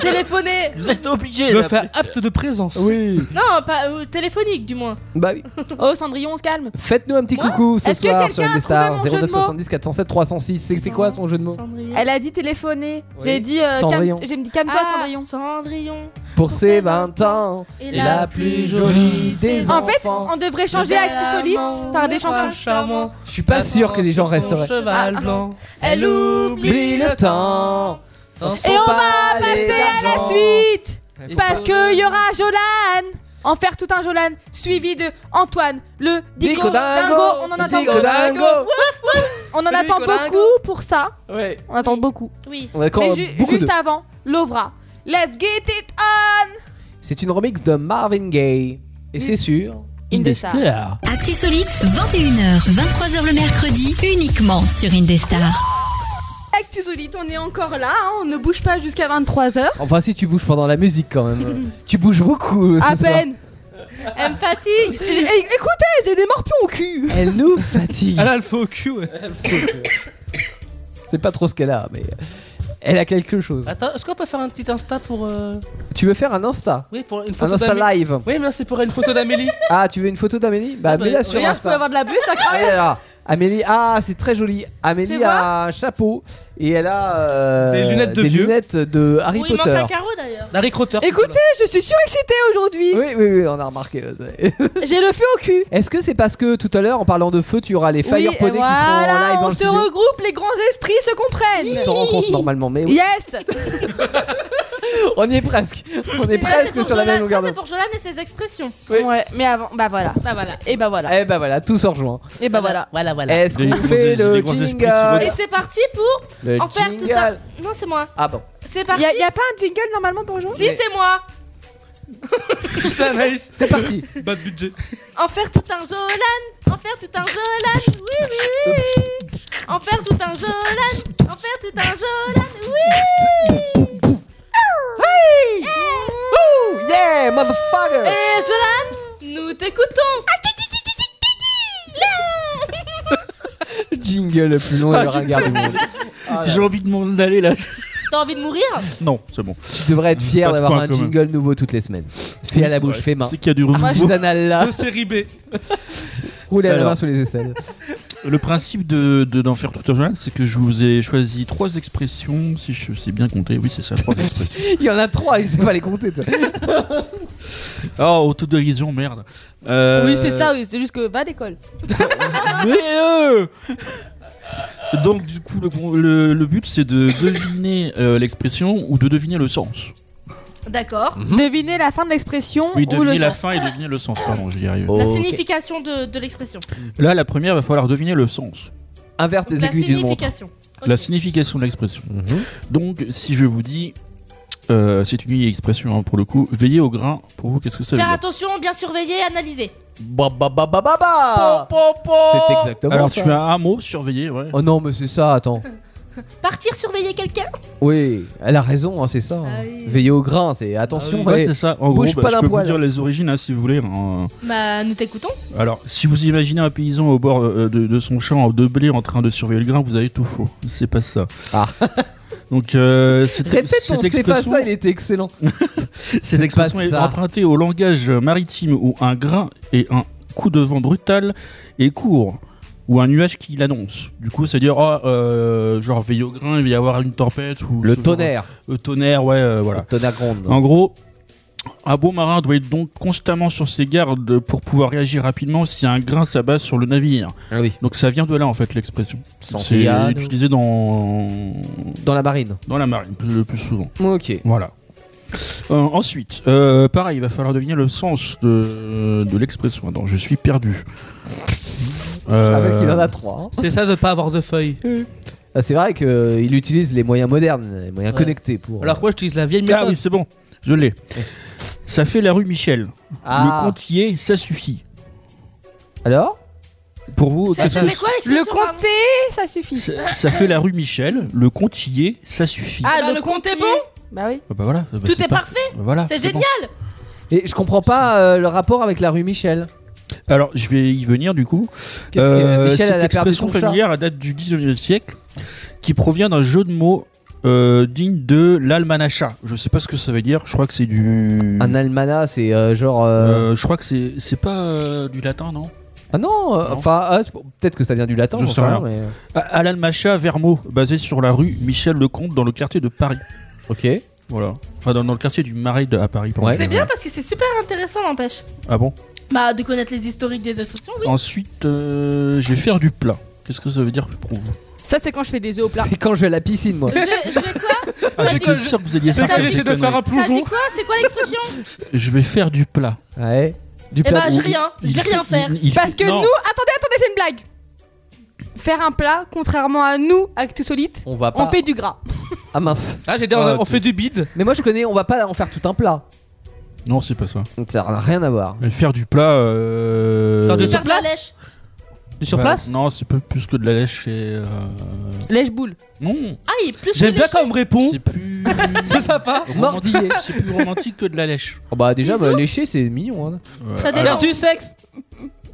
H: Téléphoner
K: Vous êtes obligé de faire acte de présence.
E: Oui.
H: Non, pas euh, téléphonique du moins.
E: Bah oui.
D: Oh, Cendrillon, on se calme.
E: Faites-nous un petit
D: Moi
E: coucou ce
D: Est-ce que
E: soir
D: quelqu'un
E: sur
D: a trouvé
E: les stars
D: mon jeu de
E: 09
D: mots
E: 70 407 306. C'est c'est quoi ton jeu de mots
D: Elle a dit téléphoner. J'ai dit. euh,
E: Cendrillon.
D: calme- J'ai dit calme-toi,
H: Ah,
D: Cendrillon.
H: Cendrillon.
E: Pour ses 20 ans,
H: et
E: la plus jolie des
D: En
E: enfants.
D: fait, on devrait changer Actu Solite par des chansons. Ah.
K: charmant.
E: Je suis pas sûr que les gens resteraient.
K: Cheval blanc.
D: Elle
E: Oublie le temps.
K: Dans son
D: Et on va
K: palais
D: passer à la
K: d'argent.
D: suite
E: faut
D: Parce qu'il y aura Jolan En faire tout un Jolan, suivi de Antoine, le Dico,
E: Dico
D: dingo.
E: dingo.
D: On en attend
E: Dico
D: beaucoup
E: dingo.
D: Wouf, wouf. On en
E: Le
D: attend
E: Dico dingo.
D: beaucoup pour ça.
E: Ouais.
D: On attend beaucoup.
H: Oui.
E: On attend
D: Mais ju-
E: beaucoup
D: juste
E: de-
D: avant, Lovra. Let's get it on
E: C'est une remix de Marvin Gaye. Et c'est sûr.
B: Indestar. Actu Solite, 21h, 23h le mercredi, uniquement sur Indestar.
M: Actu Solite, on est encore là, hein, on ne bouge pas jusqu'à 23h.
E: Enfin, si tu bouges pendant la musique quand même. tu bouges beaucoup.
M: À
E: ce soir.
M: peine.
H: Elle me fatigue.
M: J'ai- é- Écoutez, j'ai des morpions au cul.
E: Elle nous fatigue.
K: Elle a le faux au cul. ouais.
E: C'est pas trop ce qu'elle a, mais elle a quelque chose.
K: Attends, est-ce qu'on peut faire un petit Insta pour. euh,
E: Tu veux faire un Insta
K: Oui, pour une
E: Un
K: photo
E: Insta
K: d'Amélie.
E: Ah live
K: Oui, mais là, c'est pour une photo d'Amélie.
E: Ah, tu veux une photo d'Amélie Bah,
K: Ah bah,
E: mets-la sur
K: regarde,
E: Insta.
K: je pouvais avoir
D: de la bulle, ça
E: Ah, là, là. Amélie, ah, c'est très joli. Amélie a un chapeau et elle a euh,
K: Des lunettes de
E: des
K: vieux.
E: lunettes de Harry
H: Ou il manque
E: Potter.
H: un carreau d'ailleurs.
K: Larry Crotter.
M: Écoutez, Eh, je suis surexcitée aujourd'hui.
E: Oui, oui, oui, on a remarqué. euh, c'est-
M: J'ai le feu au cul.
E: Est-ce que c'est parce que tout à l'heure, en parlant de feu, tu auras les
M: Oui,
E: Fire
M: et
E: Poney qui seront en
M: voilà,
E: live dans
M: on
E: le
M: se
E: studio
M: regroupe, les grands esprits se comprennent.
E: Ils se rencontrent normalement, mais oui.
M: Yes
E: on y est presque. On est
H: Ça, c'est
E: presque
H: pour
E: sur la
H: Jolan-
E: même longueur
H: ça, c'est
E: d'onde.
H: pour Jolan et ses expressions.
D: Ouais, mais avant, bah voilà.
H: Bah voilà.
D: Et bah voilà.
E: Eh ben voilà, tout se rejoint.
D: Et bah voilà.
K: Voilà, voilà.
E: Est-ce
F: Des
E: qu'on
F: gros-
E: fait
F: des
E: le
F: gros esprits
E: jingle
F: sur
H: Et c'est parti pour
E: Le
H: en faire tout
E: jingle.
H: un. Non, c'est moi.
E: Ah bon.
H: C'est
D: Il
H: parti.
D: y, a pas un jingle normalement pour aujourd'hui
H: Si, c'est moi.
K: C'est Anaïs.
E: C'est parti.
K: Bas de budget.
H: En faire tout un Jolan. En faire tout un Jolan. Oui, oui, oui. En faire tout un Jolan. En faire tout un Jolan. Oui.
E: Ouh, yeah Yeah, motherfucker
N: Et Jolan, nous
E: Ah,
N: t'écoutons.
E: Jingle plus long et le ringard du monde.
F: J'ai envie de m'en aller là.
H: T'as envie de mourir
F: Non, c'est bon.
E: Tu devrais être fier
F: Pas ce
E: d'avoir
F: point
E: un
F: commun. Ah,
E: jingle nouveau toutes les semaines. Fais à la bouche, fais main.
F: C'est qu'il y a
H: Ah,
F: du renouveau.
E: Artisanal là.
O: De série B.
E: Roulez à la
F: Alors.
E: main sous les aisselles.
F: Le principe de de- d'en faire tout un journal, c'est que je vous ai choisi trois expressions, si je sais bien compter. Oui, c'est ça, trois expressions.
E: Il y en a trois, il sait pas les compter. toi.
F: Oh, autodérision, merde. Euh,
H: Oui, c'est ça, oui, c'est juste que va à l'école.
F: Mais euh Donc du coup, le, le- le but c'est de deviner euh, l'expression ou de deviner le sens.
H: D'accord.
D: Devinez la fin de l'expression
F: Oui,
D: ou le
F: deviner la
D: sens.
F: fin et deviner le sens. Pardon, je vais y arriver.
E: Oh.
H: La signification de, de l'expression.
F: Là, la première, va falloir deviner le sens.
E: Inverse
H: Donc, la signification.
F: La signification de l'expression.
E: Mhm.
F: Donc, si je vous dis, euh, c'est une vieille expression hein, pour le coup, veillez au grain, pour vous, qu'est-ce que ça veut
H: Faire
F: dire
H: attention, bien surveiller, analyser.
E: Ba ba ba ba ba
G: Ah.
E: ba C'est exactement
F: Alors,
E: ça.
F: tu as un mot, surveiller, ouais.
E: Oh non, mais c'est ça, attends.
H: Partir surveiller quelqu'un
E: Oui, elle a raison, hein, c'est ça. hein. Veillez au grain, c'est attention.
F: Ouais,
E: eh,
F: c'est ça. En
E: bouge
F: gros, bah,
E: pas
F: je
E: d'un
F: peux
E: poil.
F: vous dire les origines hein, si vous voulez. hein.
H: Bah, nous t'écoutons.
F: Alors, si vous imaginez un paysan au bord euh, de, de son champ de blé en train de surveiller le grain, vous avez tout faux. C'est pas ça. Donc, euh, cette,
E: Ah. Répète, on
F: cette
E: sait pas
F: expression,
E: ça, il était excellent.
F: cette expression
E: pas
F: est
E: ça.
F: empruntée au langage maritime où un grain et un coup de vent brutal et court, ou un nuage qui l'annonce. Du coup, c'est dire, oh, euh, genre, veille au grain, il va y avoir une tempête. ou
E: Le
F: ce genre-
E: tonnerre.
F: Le tonnerre, ouais, euh, voilà.
E: tonnerre gronde.
F: En gros, un bon marin doit être donc constamment sur ses gardes pour pouvoir réagir rapidement si un grain s'abat sur le navire. Donc ça vient de là en fait l'expression.
E: Sans
F: Ah C'est
E: grillade.
F: utilisé dans
E: dans la marine.
F: Dans la marine le plus souvent.
E: Ok.
F: Voilà. Euh, ensuite, euh, pareil, il va falloir deviner le sens de, de l'expression. Attends, je suis perdu.
H: Ah,
E: Avec il en a
F: Euh,
E: trois. hein.
G: C'est ça de pas avoir de feuilles.
E: Ah, c'est vrai qu'il utilise les moyens modernes, les moyens
G: Ouais.
E: connectés pour. euh,
G: Alors que moi, j'utilise la vieille méthode.
F: Ah oui, c'est bon, je l'ai. Ça fait la rue Michel.
E: Ah.
F: Le comptier, ça suffit.
E: Alors
F: Pour vous,
D: Ça,
F: qu'est-ce
D: c'était
F: que-
D: quoi Le compter, ça suffit.
F: ça, ça fait la rue Michel, le comptier, ça suffit.
D: Ah,
H: Bah,
D: le,
H: le
D: compte est bon
H: Bah oui.
F: Ah bah voilà, bah
H: Tout
F: c'est
H: est
F: par-
H: parfait.
F: Bah voilà,
H: c'est
F: c'est bon.
H: génial.
E: Et je comprends pas euh, le rapport avec la rue Michel.
F: Alors, je vais y venir du coup.
E: Qu'est-ce que- Michel,
F: Euh, cette
E: elle a perdu
F: expression
E: son chat.
F: familière à date du 19e siècle qui provient d'un jeu de mots euh, digne de l'almanachat. Je sais pas ce que ça veut dire, je crois que c'est du.
E: Un almanach, c'est euh, genre. euh,
F: Euh, je crois que c'est c'est pas euh, du latin, non
E: Ah non, euh,
F: Non.
E: enfin, ah, c'est- peut-être que ça vient du latin,
F: Je
E: j'en
F: sais
E: rien,
F: rien.
E: mais. euh,
F: À- Al-Almacha, Vermo, basé sur la rue Michel Lecomte dans le quartier de Paris.
E: Ok.
F: Voilà. Enfin, dans, dans le quartier du Marais de, à Paris. pardon.
H: C'est bien parce que c'est super intéressant, n'empêche.
F: Ah bon
H: Bah, de connaître les historiques des expressions,
F: Oh.
H: oui.
F: Ensuite, euh, je vais faire du plat. Qu'est-ce que ça veut dire pour vous
D: Ça, c'est quand je fais des œufs au plat.
E: C'est quand je vais à la piscine, moi.
F: Ah, J'étais sûr que vous alliez sortir
E: T'as dit-
F: cette
E: de faire
F: connerie.
E: un
H: T'as dit quoi C'est quoi l'expression
F: Je vais faire du plat.
E: Ouais. Du
H: Eh plat bah, de- j'ai rien. Je vais rien faire.
D: Parce que nous, attendez, attendez, c'est une blague. Faire un plat, contrairement à nous, avec tout solide,
E: On va
F: Bah.
E: pas-
D: fait du gras.
E: Ah mince.
G: Ah, j'ai dit, on- on fait du bide.
E: Mais moi, je connais, on va pas en faire tout un plat.
F: Non, c'est pas ça.
E: Ça n'a rien à voir.
F: Mais faire du plat. euh, bah,
G: Faire du
H: Faire de la lèche.
G: Du sur place
F: Non, c'est peu plus que de la lèche et. euh,
D: Lèche boule.
F: Non
H: Ah, il est plus
G: J'aime bien
H: léger.
G: quand on me répond.
F: C'est plus.
G: c'est sympa.
F: romantique-
E: Mordiller.
F: C'est plus romantique que de la lèche.
E: Oh, bah, déjà, bah, lécher, c'est mignon. hein.
F: Ouais,
H: Ça
F: alors,
H: dépend.
G: Du sexe.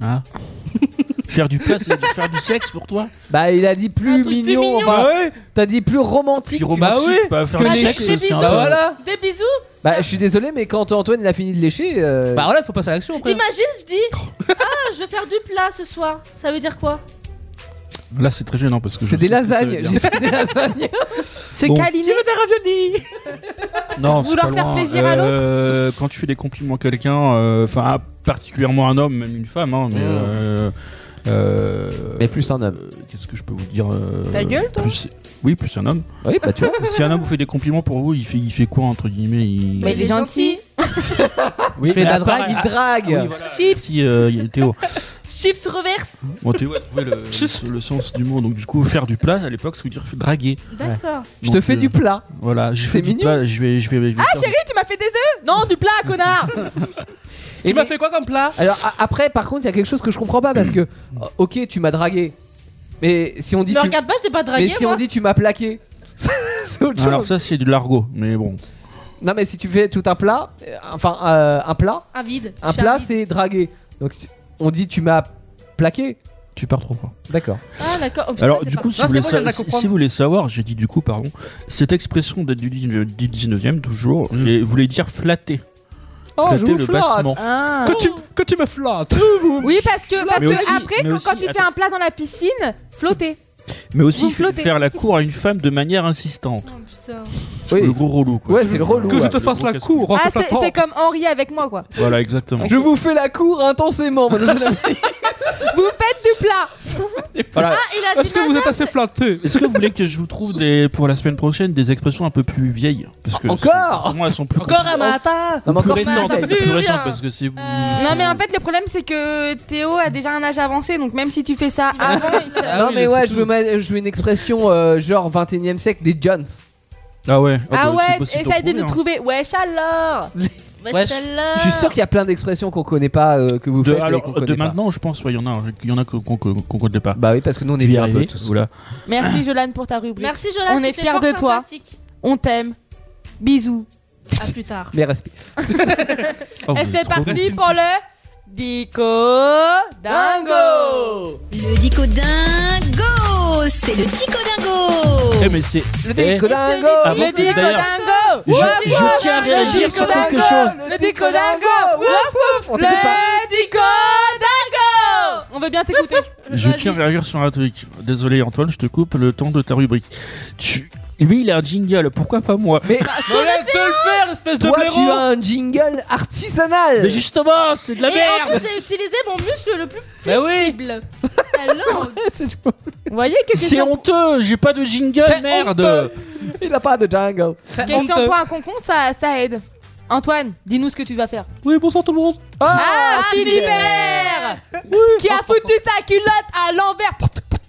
F: hein faire du plat, c'est faire du sexe pour toi
E: Bah, il a dit plus mignon.
H: mignon.
E: enfin,
G: Bah ouais.
E: T'as dit plus romantique.
F: Puis romantique, Ah
G: oui.
F: pas faire
E: Que
F: du
E: les-
F: sexe,
H: Des
F: c'est
H: bisous.
F: un peu-
H: Des bisous.
E: Bah, je suis désolé, mais quand Antoine il a fini de lécher. euh,
G: Bah voilà, faut passer à l'action après.
H: Imagine, je dis Ah, je vais faire du plat ce soir. Ça veut dire quoi
F: Là, c'est très gênant parce que. je
E: c'est des
F: sais ce que ça veut
E: lasagnes.
F: dire.
E: J'ai fait des lasagnes.
D: Se
F: Bon.
D: câliner.
F: Non, c'est
D: Vouloir
F: pas
D: faire
F: loin.
D: plaisir à l'autre
F: Euh, Quand tu fais des compliments à quelqu'un, euh, enfin à- particulièrement un homme, même une femme, hein, mais.
E: Mm.
F: euh, euh,
E: Mais plus un homme.
F: euh, Qu'est-ce que je peux vous dire euh,
D: Ta gueule, toi
F: plus- Oui, plus un homme.
E: Oui, bah, tu vois.
F: Si un homme vous fait des compliments pour vous, il fait, il fait quoi entre guillemets il...
D: Mais il est gentil.
F: Oui, mais
G: fait la
F: à part-
G: drague,
E: Il drague.
H: Chips,
F: Si euh, y a Théo,
H: chips reverse.
F: bon, Théo a trouvé le, le sens du mot, donc du coup faire du plat à l'époque, ça veut dire draguer.
H: D'accord.
E: Je te
F: Donc,
E: fais
F: euh,
E: du plat.
F: Voilà, je
E: C'est
F: fais du
E: mignon.
F: plat, je vais, je vais, je vais
D: Ah,
F: faire du-
D: chérie, tu m'as fait des œufs Non, du plat, connard
G: Tu m'as fait quoi comme plat
E: Alors a- après, par contre, il y a quelque chose que je comprends pas parce que, euh, ok, tu m'as dragué, mais si on dit
H: Ne
E: tu,
H: regarde pas, je t'ai pas
E: mais
H: dragué.
E: si
H: moi.
E: on dit tu m'as plaqué, c'est autre chose.
F: Alors ça c'est du largot, mais bon.
E: Non, mais si tu fais tout un plat, euh, enfin euh, un plat,
H: Un Ah, vide.
E: un
H: Tu fais
E: plat
H: vide.
E: c'est draguer. Donc tu- on dit tu m'as plaqué.
F: Tu pars trop loin.
E: D'accord.
H: Ah, d'accord. Oh, putain,
F: Alors,
H: t'es
F: du
H: pas-
F: coup,
H: Non,
F: si
H: c'est
F: vous, voulez
H: bon, je viens de la
F: sa- si
H: comprendre.
F: vous voulez savoir, j'ai dit du coup, pardon, cette expression date du 19 du 19e, toujours,
E: Mm.
F: et voulait dire flatter.
D: Oh,
F: flatter
D: je vous
F: le
D: flatte.
F: bassement.
D: Ah.
F: Quand tu,
G: quand tu me flattes
D: Oui, parce que, parce
F: Mais
D: que
F: aussi-
D: après,
F: mais
D: quand,
F: aussi-
D: quand tu fais
F: attends.
D: un plat dans la piscine, flotter.
F: Mais aussi
D: Vous
F: f-
D: flottez.
F: faire la cour à une femme de manière insistante. Le gros relou, quoi.
E: Ouais, c'est le relou,
G: Que je te ouais. fasse
F: Le gros
G: la
F: casse-
G: cour,
D: ah, c'est c'est comme Henri avec moi, quoi.
F: Voilà, exactement.
E: Je vous fais la cour intensément, mademoiselle.
D: Vous faites du plat
F: Voilà.
D: Ah,
G: Est-ce que vous êtes assez flatté
F: Est-ce que vous voulez que je vous trouve des, pour la semaine prochaine des expressions un peu plus vieilles parce que
D: Encore
F: Pour moi, elles sont plus
D: Encore
G: Oh.
D: un matin
F: Ou
D: Non, mais
F: plus
D: encore
F: récentes,
D: un matin,
F: plus
D: plus Euh,
F: récentes
D: rien.
F: parce que c'est vous.
D: Non, mais en fait, le problème, c'est que Théo a déjà un âge avancé, donc même si tu fais ça
H: Ah,
D: avant, il
F: Ah
D: sait-
E: non mais ouais, je veux, ma- je veux une expression euh, genre 21 e siècle des Jones.
F: Ah ouais.
D: Ah ouais, essaye de nous trouver. Wesh alors
E: Wesh. Je suis sûr qu'il y a plein d'expressions qu'on connaît pas, euh, que vous
F: hein. De,
E: faites et qu'on
F: alors,
E: connaît
F: de
E: pas.
F: maintenant, je pense, ouais, il y en a, il y en a qu'on qu'on- qu'on connaît pas.
E: Bah oui, parce que nous on est
F: bien
E: vieux un peu tous.
F: Voilà.
D: Merci Jolan pour ta rubrique.
H: Merci, Jolan,
D: On est
H: c'était
D: fiers
H: fort
D: de toi.
H: sympathique.
D: On t'aime. Bisous.
H: À plus tard.
E: Mais respect.
F: Oh,
D: Et
F: vous
D: c'est
F: êtes trop
D: parti
F: bêtes.
D: pour le Dico Dango.
B: Le Dico Dingo C'est le Dico Dingo
F: Eh, mais c'est.
E: Le
F: eh,
D: Dico Dingo.
F: avant
D: Le
F: que-
D: Dico
F: d'ailleurs,
D: Dingo.
F: je-
D: Wouah,
F: je
D: wouah.
F: tiens à
D: Le
F: réagir
D: Dico
F: sur quelque
D: Dingo.
F: chose.
D: Le Dico Dingo. Wouf, wouf.
E: On
D: Le
E: t'écoute pas.
D: Dico Dingo. On veut bien t'écouter.
F: Je tiens à réagir sur un truc. Désolé, Antoine, je te coupe le temps de ta rubrique. Tu- Lui, il a un jingle, pourquoi pas moi
E: Mais
D: Bah,
G: Arrête de le faire, espèce de
E: Toi, tu
G: blaireau
E: as un jingle artisanal.
F: Mais justement, c'est de la
H: Et en
F: merde
H: plus, j'ai utilisé mon muscle le plus
G: Bah oui
H: flexible. Alors,
D: Vous voyez que
F: C'est
D: question,
F: honteux, j'ai pas de jingle,
G: C'est
F: merde
E: Il a pas de jingle.
D: question pour un concon, ça, ça aide. Antoine, dis-nous ce que tu vas faire.
G: Oui, bonsoir tout le monde
D: Ah, Philibert Qui a foutu sa culotte à l'envers.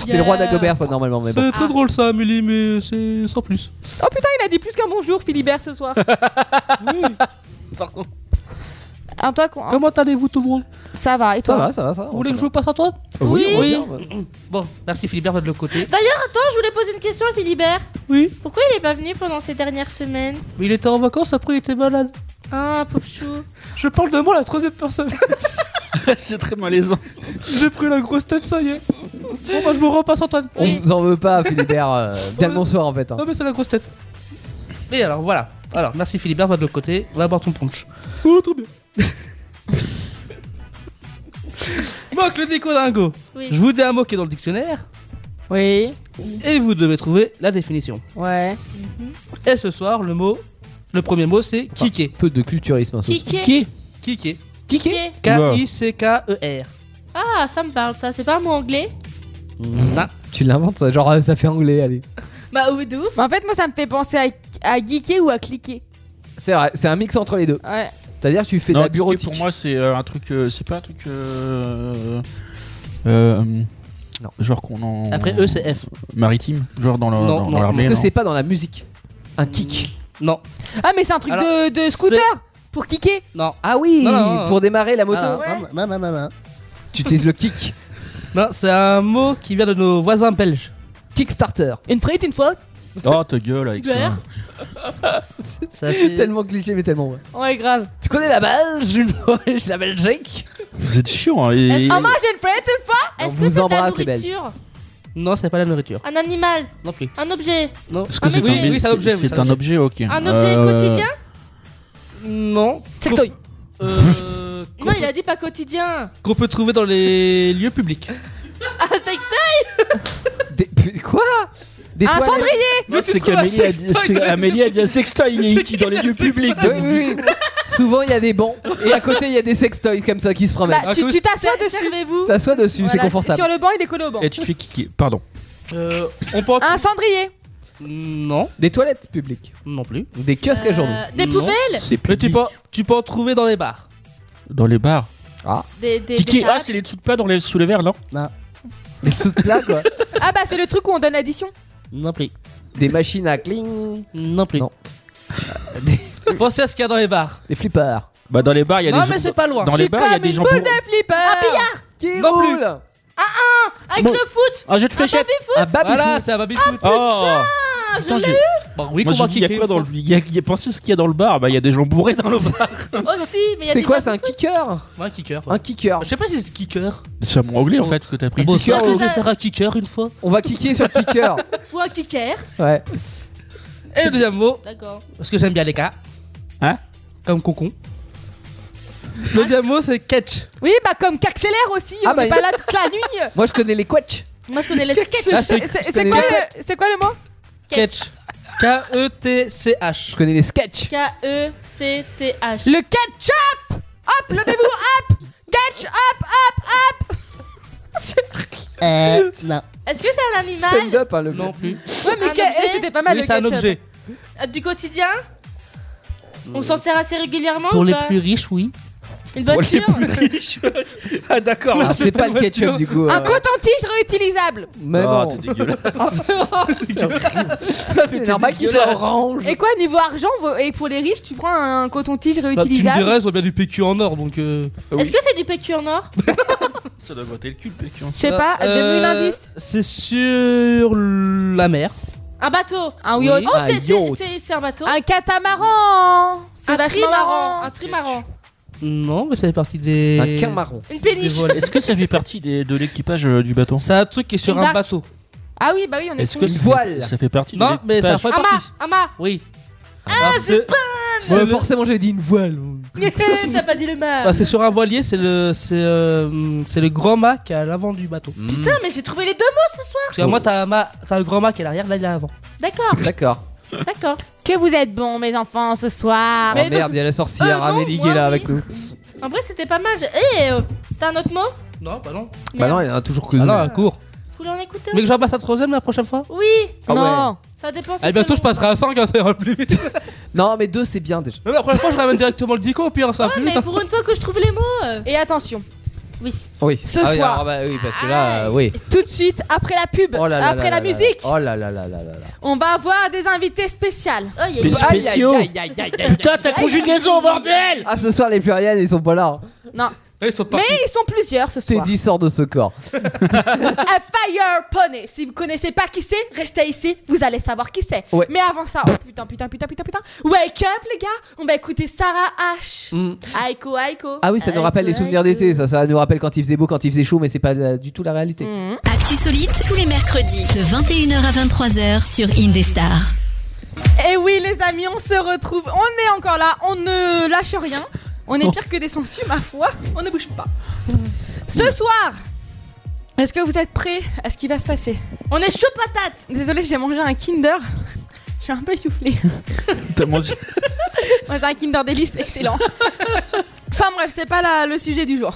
E: C'est le roi d'Agobert ça normalement
F: Eh
E: mais
G: C'est
E: bon.
F: ben.
G: très drôle ça, Amélie, mais c'est sans plus.
D: Oh putain, il a dit plus qu'un bonjour, Philibert, ce soir.
G: Par contre.
D: Un toi, con-
G: Comment allez-vous tout le monde
D: Ça va, et
E: Ça
D: toi
E: va, ça va, ça va.
F: Oh,
G: Vous voulez que je vous passe à toi
E: Oui,
D: Oui.
E: on va bien, ouais.
G: Bon, merci Philibert, va de l'autre côté.
H: D'ailleurs, attends, je voulais poser une question à Philibert.
G: Oui,
H: Pourquoi il est pas venu pendant ces dernières semaines
G: mais il était en vacances, après il était malade.
H: Ah, pauvre chou.
G: Je parle de moi à la troisième personne.
F: C'est très malaisant.
G: J'ai pris la grosse tête, ça y est. Bon, bah je vous repasse Antoine.
E: On vous en veut pas Philibert, euh, bien le bonsoir en fait. hein.
G: Non, mais c'est la grosse tête. Et alors, voilà. Alors, merci Philibert, va de l'autre côté, va boire ton punch. Oh, trop bien. Moque le déco dingo.
H: Oui.
G: Je vous dis un mot qui est dans le dictionnaire
D: Oui,
G: et vous devez trouver la définition.
D: ouais.
G: Et ce soir, le mot, le premier mot, c'est kiké.
E: Peu de culturisme hein, ce soir.
H: Kiké.
G: Kiké.
H: Kiké.
G: K-I-C-K-E-R.
H: Ah, ça me parle, ça. C'est pas un mot anglais
G: Non.
E: Tu l'inventes ça, genre euh, ça fait anglais, allez.
H: Bah, ou d'où
D: Mais en fait, moi, ça me fait penser à, à geeker ou à cliquer.
E: C'est vrai, c'est un mix entre les deux.
D: Ouais.
E: C'est-à-dire que tu fais de
F: Non,
E: la bureautique.
F: Pour moi, c'est euh, un truc. euh, c'est pas un truc. Euh, euh,
E: Non.
F: Genre qu'on en.
G: Après E, c'est F.
F: Maritime Genre dans la-
G: Non,
F: dans-
G: non.
F: dans l'armée.
E: Est-ce que
F: non
E: c'est pas dans la musique Un kick
G: Non.
D: Ah, mais c'est un truc
G: Alors,
D: de, de scooter pour kicker.
G: Non.
E: Ah oui
G: Non, non, non,
E: Pour
G: non.
E: démarrer la moto
G: Non, non, non, non, non.
E: Tu utilises le kick.
G: Non, c'est un mot qui vient de nos voisins belges.
E: Kickstarter.
D: Une frite, une fois.
F: Oh, ta gueule avec ça.
G: Bah.
H: Guerre.
G: Ça fait-
E: tellement cliché mais tellement vrai.
D: Ouais, grave.
E: Tu connais la Belge une fois, je la Belgique
F: Vous êtes chiant. hein, et-
D: Ah, moi, j'ai une frite, une fois.
H: Est-ce
E: On
H: que
E: vous
H: c'est de la
E: embrasse, les Belges.
H: nourriture
G: Non, c'est pas la nourriture.
H: Un animal
G: Non plus.
H: Un objet
G: Non.
F: Est-ce
H: un
F: que c'est
H: objet.
F: un,
G: Ah, Oui, c'est un objet, oui,
F: C'est
G: c'est un
F: un objet, ok.
H: Un objet
F: Euh,
H: quotidien
G: Non.
D: Sextoy.
G: Euh, qu'on
H: Non,
G: peut-
H: il a dit pas quotidien.
G: qu'on peut trouver dans les lieux publics.
H: Ah, sextoy
E: Des- pu- Quoi Des
D: Un
E: toilettes
D: cendrier.
F: Non, bah, c'est qu'Amélie a dit- c'est- Amélie a dit un sextoy inutile dans les lieux publics.
E: Oui, oui, oui. Souvent il y a des bancs et à côté il y a des sextoys comme ça qui se promènent.
D: Bah, tu tu t'assois dessus.
H: Servez-vous.
E: T'assois dessus, c'est
D: Voilà,
E: confortable.
D: Sur le banc, il est collé au banc.
F: Et Eh, tu te fais kicker. Pardon.
G: Euh, on
E: Ah.
G: peut. en
D: Un cendrier.
G: trouver- Non,
E: Des toilettes publiques,
G: non plus.
E: des kiosques
H: Euh,
E: à journaux.
H: Des
G: Non.
H: poubelles
F: C'est
G: Mais tu
F: public.
G: peux, tu peux en trouver dans les bars.
F: Dans les bars.
H: Des, des, des
F: Kicker. Ah,
H: tables.
F: c'est les dessous de pas dans les, sous les verres, là
E: Des tout plats quoi.
D: Ah, bah, c'est le truc où on donne l'addition.
G: Non plus.
E: Des machines à cling,
G: Non plus.
E: Non.
G: Pensez à ce qu'il y a dans les bars.
E: des flippers.
F: Bah, dans les bars, il y a
G: Non,
F: des
G: mais
F: gens-
G: c'est pas loin.
F: Dans
D: Je
F: les
D: suis
F: bars, il y a
D: comme
F: des
D: une
F: gens.
D: boule
F: bourrés.
D: de flipper.
E: Qui
G: Non plus.
E: roule
H: Avec
F: Bon.
H: le foot
F: Un jeu de
H: Un
F: fléchette.
H: baby foot
E: Un baby
G: Voilà, c'est un baby foot.
F: Ah, Oh Putain,
H: je
F: j'ai-
H: l'ai eu
G: Bon,
F: oui, Moi,
G: qu'on va
F: j'ai dit, il y a
G: kicker
F: quoi
G: une
F: dans le. Il y a, il y a pensez ce qu'il y a dans le bar Bah, il y a des gens bourrés dans le bar.
H: Aussi, mais il y a
E: C'est
H: des
E: quoi,
H: gens-
E: c'est un kicker
G: Ouais, un kicker.
E: Un kicker.
G: Je sais pas si c'est kicker.
F: C'est un mot anglais en fait que t'as pris.
G: Ah, Bon,
F: Kicker,
G: ça, oh. que
F: ou-
G: je vais faire un kicker une fois.
E: On va kicker sur kicker.
H: Ou un kicker.
E: Ouais.
G: Et le deuxième mot,
H: D'accord.
G: parce que j'aime bien les cas.
F: Hein
G: Comme concon. Le deuxième mot, c'est catch.
D: Oui, bah comme qu'accélère aussi,
E: Ah,
D: on
E: bah,
D: est
E: il-
D: pas là toute la nuit.
E: Moi, je connais les quetch.
H: Moi je connais les sketchs.
E: Ah,
D: C'est
E: c'est- je
D: c'est
E: connais
D: quoi,
E: les
D: le- c'est quoi le mot
G: Catch. K-E-T-C-H.
E: Je connais les sketchs.
H: E K-E-C-T-H.
D: Le ketchup Hop, levez-vous, hop Ketchup, hop, hop
G: Euh, non.
H: Est-ce que c'est un
E: Stand
H: animal
E: up, hein, le
G: Non plus.
D: Ouais, mais
H: Un
D: que-
H: objet
D: eh, c'était pas mal
G: oui,
D: le
G: c'est un
D: ketchup.
G: objet.
H: euh, du quotidien On s'en sert assez régulièrement
G: Pour
H: ou
G: les
D: Bah.
H: pas
G: plus riches, oui.
H: Une voiture
G: Ah, d'accord.
E: Ah, c'est pas le ketchup du coup.
D: Un
E: euh,
D: coton-tige réutilisable
E: Mais
F: Ah,
E: non.
F: t'es dégueulasse.
E: C'est normal qu'il soit
G: dégueulasse. Bah,
E: orange.
D: Et quoi, niveau argent, vaut- et pour les riches, tu prends un coton-tige
G: Bah, tu me
D: réutilisable
G: dirais, ils ont bien du PQ en or, donc. euh,
H: Est-ce que c'est du PQ en or
F: Ça doit botter le hein. cul, le cul.
D: Je sais pas,
G: euh,
D: donnez-nous l'indice.
G: C'est sur la mer.
H: Un bateau
D: Un
G: Oui.
D: yacht
H: Oh,
E: Un
H: c'est- c'est-
E: yacht.
H: c'est c'est un bateau
D: Un catamaran C'est
H: Un
D: vachement
H: trimaran
D: marrant
H: Un trimaran
G: Non, mais ça fait partie des.
E: Un quin marron.
H: Une
G: des
H: péniche
G: voiles.
F: Est-ce que ça fait partie des- de l'équipage euh, du bâton
G: C'est un truc qui est sur
H: Une
G: un
H: barque.
G: bateau.
D: Ah oui, bah oui, on est
F: Est-ce que
D: con.
F: ça fait-
E: voile.
F: Ça fait partie de
G: Non, mais ça
F: l'équipage
G: fait
H: Un mât
G: partie.
H: Un mât
G: Oui. Ah, c'est
E: Ouais,
G: le-
E: Forcément, j'ai dit une voile.
H: hein. T'as pas dit le mât
G: bah, c'est sur un voilier, c'est le, c'est, euh, c'est le grand mât qui est à l'avant du bateau.
E: Mm.
H: Putain, mais j'ai trouvé les deux mots ce soir
G: Parce que moi, t'as, un mât- t'as le grand mât qui est à l'arrière, là, il est à l'avant.
H: D'accord,
E: Hmm. D'accord.
H: d'accord.
D: Que vous êtes bons, mes enfants, ce soir.
E: Ah merde, il y a la
H: Euh,
E: sorcière.
H: non,
E: Amélie qui
H: moi,
E: est là
H: oui.
E: avec nous.
H: En vrai, c'était pas mal. j'ai- Eh, euh, t'as un autre mot
G: Non, bah non.
E: Bah
H: Merde.
E: non, il y en a toujours que
G: Ah
E: deux.
G: non, un cours.
H: Vous l'en écoutez
G: Mais que j'en passe à troisième la prochaine fois
H: Oui,
E: Ah ouais.
D: non.
H: ça dépend. si
G: Eh bientôt,
H: c'est
G: je passerai à 5, ça ira plus vite.
E: Non, mais deux, c'est bien déjà.
G: non, mais la prochaine fois, je ramène directement le dico, au pire, ça va
H: long.
G: plus
H: Ouais,
G: vite.
H: Ah,
G: hein.
H: mais pour une fois que je trouve les mots. euh,
D: Et attention,
H: Oui.
E: Oui.
D: Ce
E: Ah oui,
D: soir.
E: alors, bah oui, parce que là, euh, oui.
D: tout de suite, après la pub,
E: Oh là là
D: après
E: là
D: la
E: là là.
D: musique,
E: Oh là là là là là là.
D: on va avoir des invités spéciales.
H: Aïe, aïe,
F: Mais
H: aïe.
F: spéciaux. Putain, ta conjugaison, bordel
E: Ah, ce soir, les pluriels, ils sont pas là.
G: Eh, ils sont pas-
D: Mais ils sont plusieurs ce
E: T'es
D: soir.
E: dit, sort de ce corps.
D: A Fire Pony. Si vous connaissez pas qui c'est, restez ici, vous allez savoir qui c'est.
E: Ouais.
D: Mais avant ça, oh, putain, putain, putain, putain, putain. Wake up, les gars, on va écouter Sarah H.
E: Mm.
D: Aiko, Aiko.
E: Ah oui, ça nous rappelle les souvenirs d'été. Ça, ça nous rappelle quand il faisait beau, quand il faisait chaud, mais c'est pas euh, du tout la réalité.
D: Mm.
B: Actu Solite, tous les mercredis, de 21h à 23h sur Indestar.
D: Eh
M: Et oui, les amis, on se retrouve. On est encore là. On ne lâche rien. On est pire que des sangsues, ma foi. On ne bouge pas.
D: Ce soir, est-ce que vous êtes prêts à ce qui va se passer
H: On est chaud patate.
D: Désolée, j'ai mangé un Kinder. Je suis un peu soufflée.
F: T'as mangé-
D: Moi j'ai un Kinder Delice excellent. enfin bref, c'est pas la- le sujet du jour.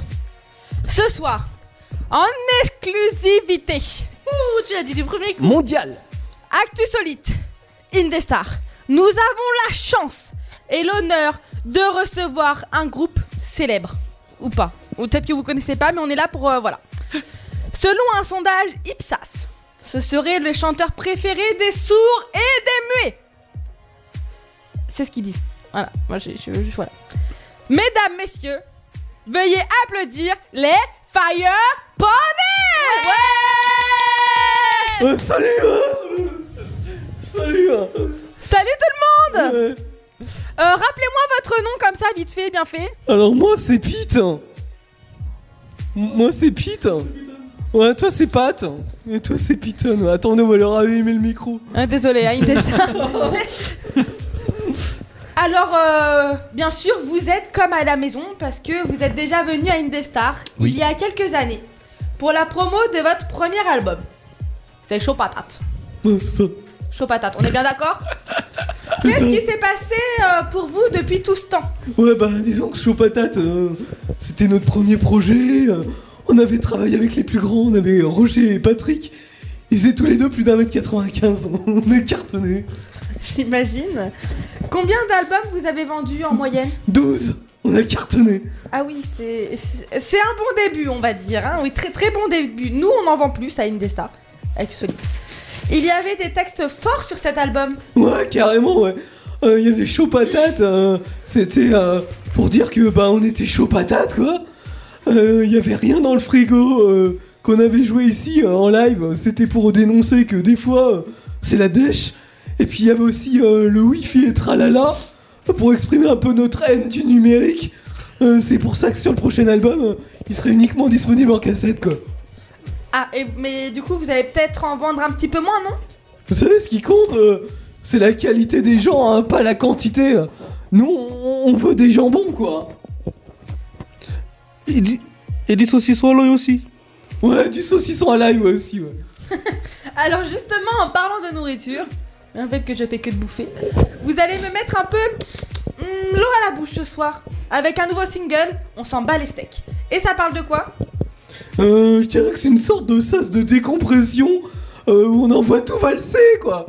D: Ce soir, en exclusivité,
H: Ouh, tu l'as dit du premier coup.
E: Mondial.
D: Actu Solite, Indestar, nous avons la chance et l'honneur de recevoir un groupe célèbre. Ou pas. Ou peut-être que vous connaissez pas, mais on est là pour. euh, voilà. Selon un sondage Ipsas, ce serait le chanteur préféré des sourds et des muets. C'est ce qu'ils disent. Voilà, moi je je- je- voilà. Mesdames, messieurs, veuillez applaudir les Fire Poney
E: salut Salut
D: Salut tout le monde Euh, Rappelez-moi votre nom comme ça, vite fait, bien fait.
E: Alors moi, c'est Pete.
O: Oh,
E: Moi, c'est Pete. Ouais, toi, c'est Pat. Et toi, c'est Python. Attendez, on va leur allumer le micro.
D: Euh, désolé, hein, Indestar. Alors, euh, bien sûr, vous êtes comme à la maison parce que vous êtes déjà venu à Indestar
F: Oui.
D: il y a quelques années pour la promo de votre premier album. C'est chaud patate. Chaud patate, on est bien d'accord Qu'est-ce qui s'est passé euh, pour vous depuis tout ce temps
O: Ouais, bah disons que Chaud Patate, euh, c'était notre premier projet. euh, on avait travaillé avec les plus grands, on avait Roger et Patrick. Ils faisaient tous les deux plus d'un mètre 95. On est cartonnés.
D: J'imagine. Combien d'albums vous avez vendus en moyenne
O: 12 On a cartonné.
D: Ah oui, c'est c'est- c'est un bon début, on va dire. hein. Oui, très très bon début. Nous, on en vend plus à Indesta. Avec Solid. Il y avait des textes forts sur cet album.
O: Ouais, carrément, ouais. Euh, Il y avait Chaud Patate. euh, c'était euh, pour dire que bah on était Chaud Patate, quoi. Euh, Il y avait rien dans le frigo euh, qu'on avait joué ici euh, en live. C'était pour dénoncer que des fois, euh, c'est la dèche. Et puis il y avait aussi euh, le Wi-Fi et tralala euh, pour exprimer un peu notre haine du numérique. Euh, c'est pour ça que sur le prochain album, euh, il serait uniquement disponible en cassette quoi.
D: Ah, et- mais du coup, vous allez peut-être en vendre un petit peu moins, non
O: Vous savez ce qui compte euh, C'est la qualité des gens, hein, pas la quantité. Nous, on on veut des jambons quoi.
P: Et du, et du saucisson à l'ail aussi.
O: Ouais, du saucisson à l'ail ouais, aussi. Ouais.
D: Alors justement, en parlant de nourriture, en fait que je fais que de bouffer, vous allez me mettre un peu hmm, l'eau à la bouche ce soir. Avec un nouveau single, on s'en bat les steaks. Et ça parle de quoi
O: Euh, je dirais que c'est une sorte de sas de décompression euh, où on envoie tout valser quoi.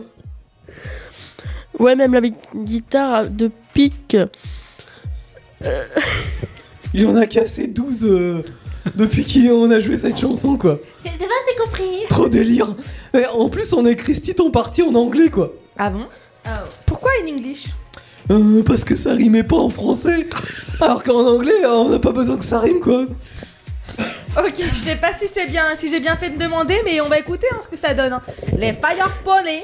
Q: Ouais, même la guitare de pique.
O: Il en a cassé 12 euh, depuis qu'on a joué cette chanson quoi.
H: C'est c'est bon, t'as compris
O: Trop délire. Et en plus, on a Christy ton parti en anglais quoi.
D: Ah bon Pourquoi in English
O: Euh, parce que ça rimait pas en français. Alors qu'en anglais, euh, on n'a pas besoin que ça rime quoi.
D: Ok, je sais pas si c'est bien, si j'ai bien fait de demander, mais on va écouter hein, ce que ça donne. hein. Les Fire Pony,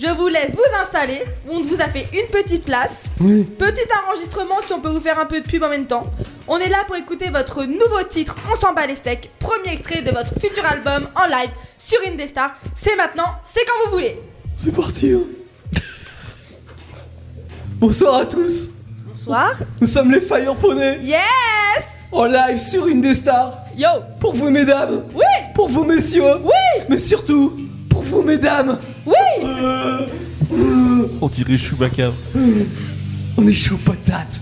D: je vous laisse vous installer. On vous a fait une petite place.
O: Oui.
D: Petit enregistrement si on peut vous faire un peu de pub en même temps. On est là pour écouter votre nouveau titre On s'en bat les steaks, premier extrait de votre futur album en live sur Indestar. C'est maintenant, c'est quand vous voulez.
O: C'est parti. hein. Bonsoir à tous.
D: Bonsoir.
O: Nous sommes les Fire Poney.
D: Yes
O: En live sur une des stars.
D: Yo
O: Pour vous mesdames.
D: Oui
O: Pour vous messieurs.
D: Oui
O: Mais surtout pour vous mesdames. Euh,
D: Oui
F: On dirait Chewbacca.
O: On est chaud patate.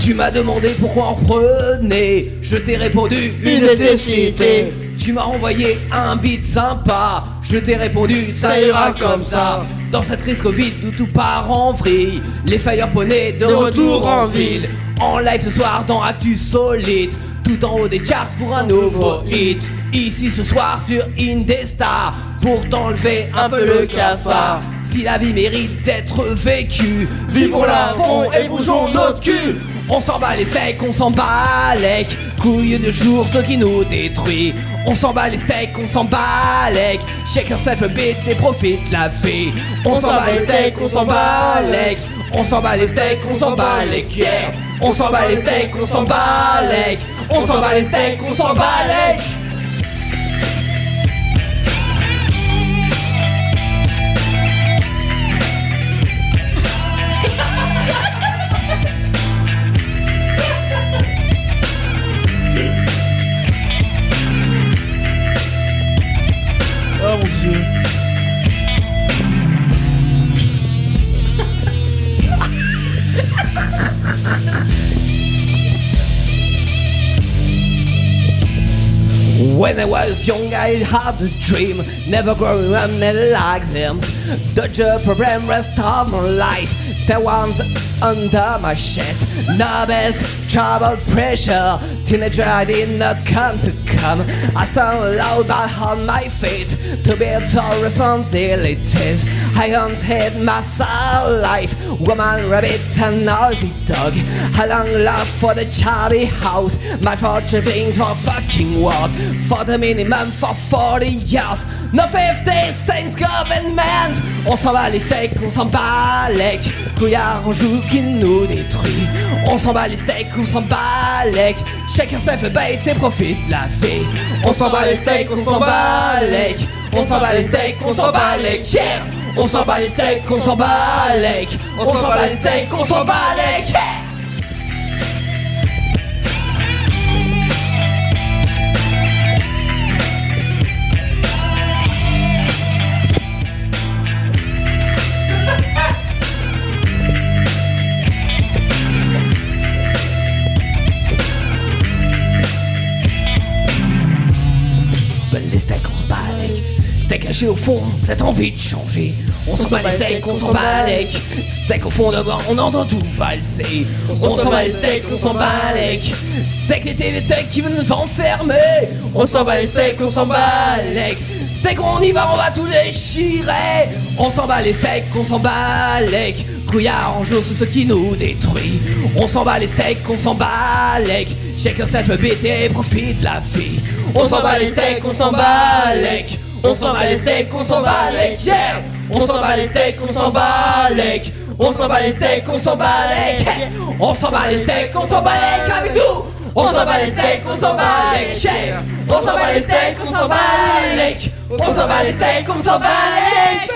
E: Tu m'as demandé pourquoi on prenait. Je t'ai répondu
G: Une
E: une
G: nécessité.
E: nécessité. Tu m'as envoyé un beat sympa. Je t'ai répondu ça ira comme ça. Dans cette crise Covid où tout part en vrille, les Fire Poney de,
G: De
E: retour,
G: retour en
E: en ville. En live ce soir dans Actus Solide, tout en haut des charts pour un nouveau hit. Ici ce soir sur Indestar pour t'enlever un peu le cafard. Si la vie mérite d'être vécue, Vivons la fond et bougeons notre cul On s'en bat les steaks, on s'en bat les Couilles de jour, ce qui nous détruit On s'en bat les steaks, on s'en bat les Shake yourself a bit et profite la vie On s'en bat les steaks, on s'en bat les On s'en bat les steaks, on s'en bat les yeah. On s'en bat les steaks, on s'en bat les On s'en bat les steaks, on s'en bat les
F: Ah mon dieu.
E: When I was young, I had a dream, never growing up, never like them. Dodge a problem, rest of my life, still ones under my shit. Nervous, trouble, pressure, teenager, I did not come to come. I stand alone, but on my feet, to be tall responsibilities. I don't hate myself, life, woman, rabbit, and noisy dog. I long love for the charity house, my fortune being to a fucking world. For the minimum for 40 years, no 50 cents government. On s'en bat les steaks, on s'en bat les couillards, on joue qui nous détruit. On s'en bat les steaks, on s'en bat les chacun sait fait bait et profite de la vie. On s'en bat les steaks, on s'en bat les on s'en bat les steaks, on s'en bat les yeah. On s'en bat les steaks, on s'en bat les on s'en bat les steaks, on s'en bat les yeah. bat les steaks, on se bat avec. Steak haché au fond, cette envie de changer. On s'en bat les steaks, on s'en bat avec. Steak au fond de moi, on entend tout valser. On s'en bat les steaks, on s'en bat avec. Steak les télétech qui veulent nous enfermer. On s'en bat les steaks, on s'en bat avec. Steak, on y va, on va tout déchirer. On s'en bat les steaks, on s'en bat avec. Couillard, on joue sous ce qui nous détruit. On s'en bat les steaks, on s'en bat l'ec. Check yourself, BT, profite la vie. On s'en bat les steaks, on s'en bat l'ec. On s'en bat les steaks, on s'en bat l'ec. Yeah! On s'en bat les steaks, on s'en bat l'ec. On s'en bat les steaks, on s'en bat l'ec. Yeah On s'en bat les steaks, on s'en bat l'ec avec nous. On s'en bat les steaks, on s'en bat l'ec. Yeah On s'en bat les steaks, on s'en bat l'ec. On s'en bat les steaks, on s'en bat l'ec.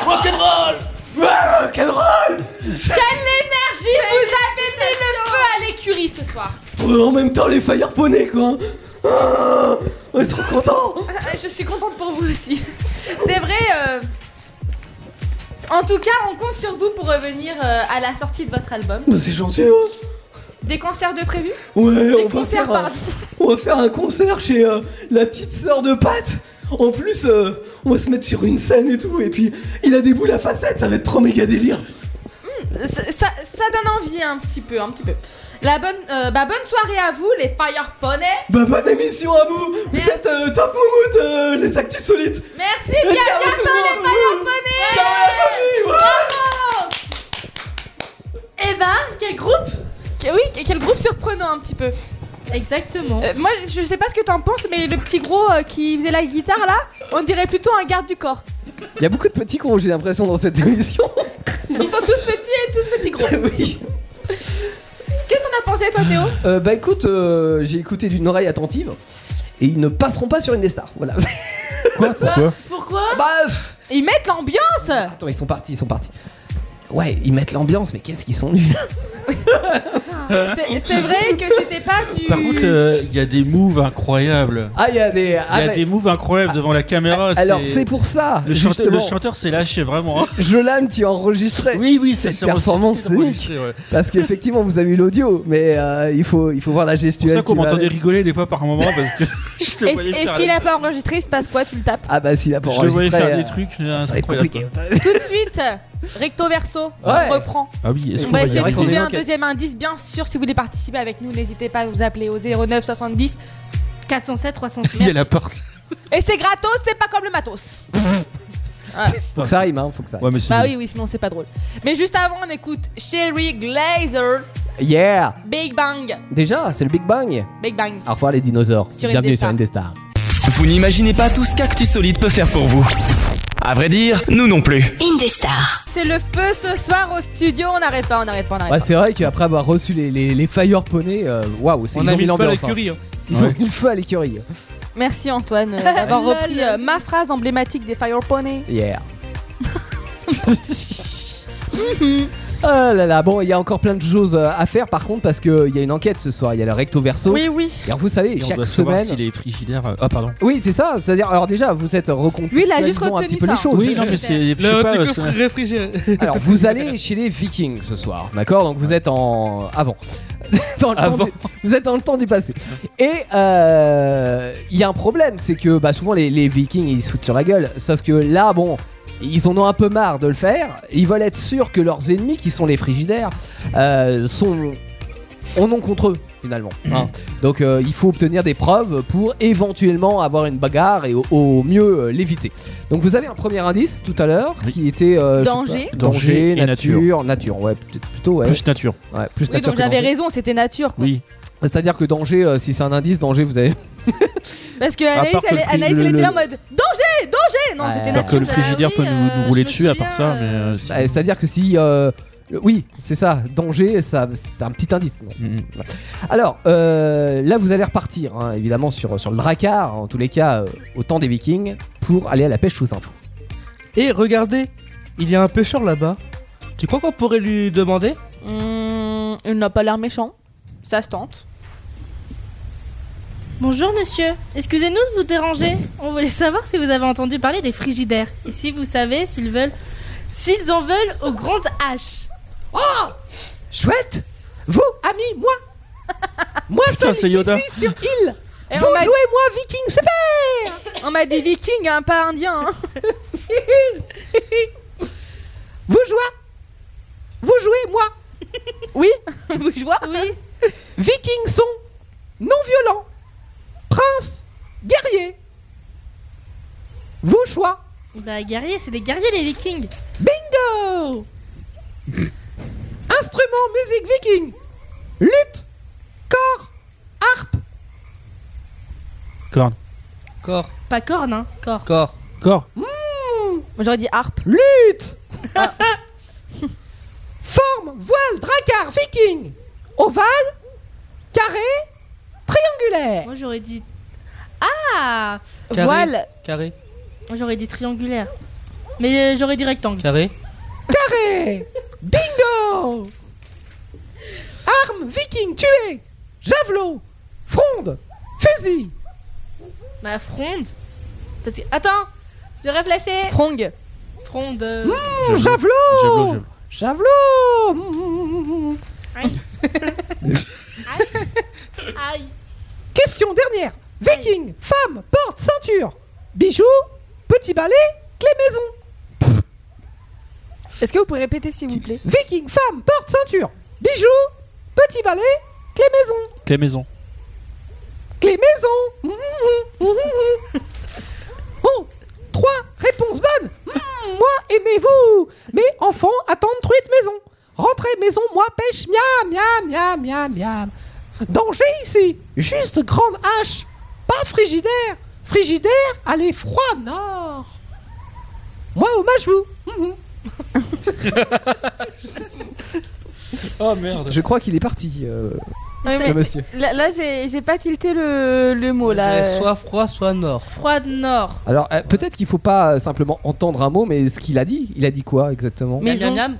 R: Rock'n'roll
S: Rock'n'roll
D: Quelle énergie Vous avez mis le feu à l'écurie ce soir
S: Euh, En même temps, les fire poney, quoi. Ah, on est trop content.
D: Ah, Je suis contente pour vous aussi. C'est vrai. euh, En tout cas, on compte sur vous pour revenir euh, à la sortie de votre album.
S: Bah, c'est gentil, hein.
D: Des concerts de prévu
S: Ouais,
D: Des
S: on va,
D: concerts,
S: faire un,
D: pardon.
S: on va faire un concert chez euh, la petite sœur de Pat. En plus, euh, on va se mettre sur une scène et tout. Et puis, il a des boules à facettes, ça va être trop méga délire.
D: Hmm, ça, ça- ça donne envie un petit peu, un petit peu. La bonne, euh, bah, bonne soirée à vous, les Fire Poney.
S: Bah, bonne émission à vous. Vous êtes euh, top moumoute, euh, les actus solides.
D: Merci,
R: Ciao
D: bien
R: tout le
D: bientôt les
R: monde.
D: Fire Poney.
R: Ciao la famille, ouais.
D: Bravo. Eh ben, quel groupe Oui, que- quel groupe surprenant un petit peu.
H: Exactement.
D: Euh, moi, je sais pas ce que t'en penses, mais le petit gros euh, qui faisait la guitare là, on dirait plutôt un garde du corps.
E: Il y a beaucoup de petits cons, j'ai l'impression, dans cette émission.
D: Ils sont tous petits et tous petits gros. Qu'est-ce qu'on a pensé, toi, Théo
E: Euh, bah écoute, euh, j'ai écouté d'une oreille attentive et ils ne passeront pas sur une des stars. Voilà. Quoi
F: Pourquoi
D: Pourquoi
E: Bah,
D: Ils mettent l'ambiance
E: Attends, ils sont partis, ils sont partis. Ouais, ils mettent l'ambiance, mais qu'est-ce qu'ils sont nuls.
D: C'est c'est vrai que c'était pas du.
F: Par contre, euh, il y a des moves incroyables.
E: Ah, il y a des.
F: Il y a des moves incroyables devant la caméra.
E: Alors c'est pour ça.
F: Le chanteur, le
E: justement.
F: chanteur s'est lâché vraiment. hein.
E: Jolan, tu as enregistré oui, oui, cette
F: c'est-
E: performance
F: c'était enregistré,
E: scénique.
F: ouais.
E: Parce qu'effectivement, vous avez eu l'audio, mais euh, il, faut, il faut voir la
F: C'est pour
E: gestuelle.
F: ça qu'on
E: qui va
F: m'entendait
E: avec.
F: rigoler des fois par moment parce que je te
D: Et,
F: voyais
D: et
F: faire
D: s'il a pas enregistré, il se passe quoi Tu le tapes
E: Ah bah s'il a pas
F: Je te
E: enregistré.
F: voyais faire
E: euh,
F: des trucs. euh,
E: ça va être
F: incroyables,
E: compliqué.
F: quoi.
D: Tout de suite, recto verso,
E: Ouais.
D: on reprend.
F: Ah oui, est-ce
D: on
F: qu'on va
D: va
F: y
D: essayer de
F: arriver
D: trouver
F: On est
D: un
F: en quête.
D: deuxième indice, bien sûr. Si vous voulez participer avec nous, n'hésitez pas à nous appeler au 09 70
H: 407 300.
F: Il y a la porte.
D: Et c'est gratos, c'est pas comme le matos. Ouais.
E: Faut que ça rime, hein, faut que ça rime.
D: Bah oui, oui, sinon c'est pas drôle. Mais juste avant, on écoute Sherry Glazer,
E: Yeah
D: Big Bang,
E: Déjà, c'est le Big Bang.
D: Big Bang.
E: Au revoir les dinosaures.
D: Sur
E: Bienvenue sur
D: Indestar.
E: Indestar.
O: Vous n'imaginez pas tout ce qu'Actus Solide peut faire pour vous. À vrai dire, nous non plus.
B: Indestar.
D: C'est le feu ce soir au studio, on n'arrête pas, on n'arrête pas, on n'arrête
E: Ouais, c'est vrai qu'après avoir reçu les, les, les Fire Poney, euh, waouh, c'est
G: On
E: ils
G: a
E: ont
G: mis le feu à
E: l'ambiance,
G: l'écurie,
E: hein.
G: hein.
E: Ils ont
G: Ouais.
E: mis le feu à l'écurie.
D: pas. Merci Antoine euh, d'avoir
G: Lol.
D: repris euh, ma phrase emblématique des Fire Pony.
E: Yeah. Ah là là, bon, il y a encore plein de choses euh, à faire par contre parce qu'il y a une enquête ce soir, il y a le recto verso.
D: Oui, oui.
E: Et alors vous savez,
F: Et on
E: chaque
F: doit savoir
E: semaine.
F: si les frigidaires. euh, Ah, pardon.
E: Oui, c'est ça, c'est-à-dire, alors déjà, vous êtes
D: Lui, il a juste
E: reconstruisant un petit
D: retenu
E: peu
D: ça.
E: les choses.
F: Oui, non, mais c'est. je sais pas, euh, c'est-
E: réfrigéré. Alors, vous allez chez les Vikings ce soir, d'accord Donc, vous êtes en. avant. Dans le temps
F: Avant.
E: du- Vous êtes dans le temps du passé. Et euh, il y a un problème, c'est que bah, souvent les, les Vikings ils se foutent sur la gueule. Sauf que là, bon, ils en ont un peu marre de le faire. Ils veulent être sûrs que leurs ennemis, qui sont les frigidaires, euh, sont on ont contre eux finalement. hein. Donc euh, il faut obtenir des preuves pour éventuellement avoir une bagarre et au, au mieux euh, l'éviter. Donc vous avez un premier indice tout à l'heure qui était euh, je sais
D: Danger.
F: Danger
E: pas, danger,
F: et
E: nature, nature, ouais peut-être plutôt ouais.
F: Plus nature.
E: Ouais, plus
D: Oui,
E: nature
D: donc
E: que
D: j'avais
E: danger.
D: raison, c'était nature. Quoi.
F: Oui.
E: C'est-à-dire que danger, euh, si c'est un indice, danger vous avez.
D: Parce que
E: À
D: Anaïs,
E: part que
D: elle,
E: le fri-
D: Anaïs,
E: le-
D: elle était là en
E: le-
D: mode danger, danger. Non, c'était
F: Alors
D: nature.
F: que le frigidaire peut nous, nous rouler dessus à part ça, mais. euh,
E: Bah, C'est-à-dire que si. euh, le- oui, c'est ça, danger, ça, c'est un petit indice.
F: euh,
E: non.
F: Mm,
E: Ouais. Alors, euh, là, vous allez repartir, hein, évidemment, sur, sur le Drakkar, en tous les cas, euh, au temps des Vikings, pour aller à la pêche aux infos.
G: Et regardez, il y a un pêcheur là-bas. Tu crois qu'on pourrait lui demander
D: Hum, il n'a pas l'air méchant. Ça se tente.
H: Bonjour monsieur, excusez-nous de vous déranger. On voulait savoir si vous avez entendu parler des frigidaires et si vous savez s'ils veulent, s'ils en veulent aux grandes haches.
E: Oh Chouette Vous, amis, moi Moi,
F: Putain, c'est Yoda.
E: sur île
D: Et
E: Vous
D: on m'a-
E: jouez, moi, viking, super
D: On m'a dit viking, hein, pas indien. hein.
E: Vous jouez Vous jouez, moi
D: Oui, vous jouez Oui.
E: Vikings sont non-violents, princes, guerriers. Vos choix
H: Bah, guerrier, c'est des guerriers les vikings.
E: Bingo Instrument musique viking Lutte Corps
F: Corne.
G: Corps.
H: Pas corne, hein, corps.
G: Corps.
F: Corps.
D: J'aurais dit harpe.
E: Hmm.
D: Ah.
E: Lutte Forme Voile Dracar Viking Ovale Carré Triangulaire
H: Moi j'aurais dit. Ah
G: Carré.
H: Voile
G: Carré.
H: Moi, J'aurais dit triangulaire. Mais euh, j'aurais dit rectangle.
G: Carré.
E: Carré Bingo Arme viking tuée Javelot Fronde Fusil
H: Bah, fronde Parce que. Attends J'aurais flashé
D: Frong
H: Fronde. euh,
E: Mmh, Javelot Javelot Mmh.
H: Aïe
E: Question dernière Viking, femme, porte, ceinture Bijoux, petit balai, clé maison
D: Est-ce que vous pouvez répéter s'il vous plaît
E: Viking, femme, porte, ceinture Bijoux, petit balai, clé maison
F: Quelle maison
E: Clé maison Mmh, mmh, mmh, mmh. Bon, trois réponses bonnes Mmh, Moi, aimez-vous Mes enfants attendent truite maison Rentrez maison, moi pêche, miam, miam, miam, miam, miam Danger ici Juste grande hache Pas frigidaire Frigidaire, allez froid, nord Moi, hommage vous Mmh, mmh.
F: Oh merde.
E: Je crois qu'il est parti, euh, le monsieur.
D: Là, là, j'ai j'ai pas tilté le, le mot Oh là.
E: J'avais
G: Soit froid, soit nord.
H: Froid de nord.
E: Alors euh, peut-être qu'il faut pas euh, simplement entendre un mot, mais ce qu'il a dit, il a dit quoi exactement
G: Mais Miam, miam, miam.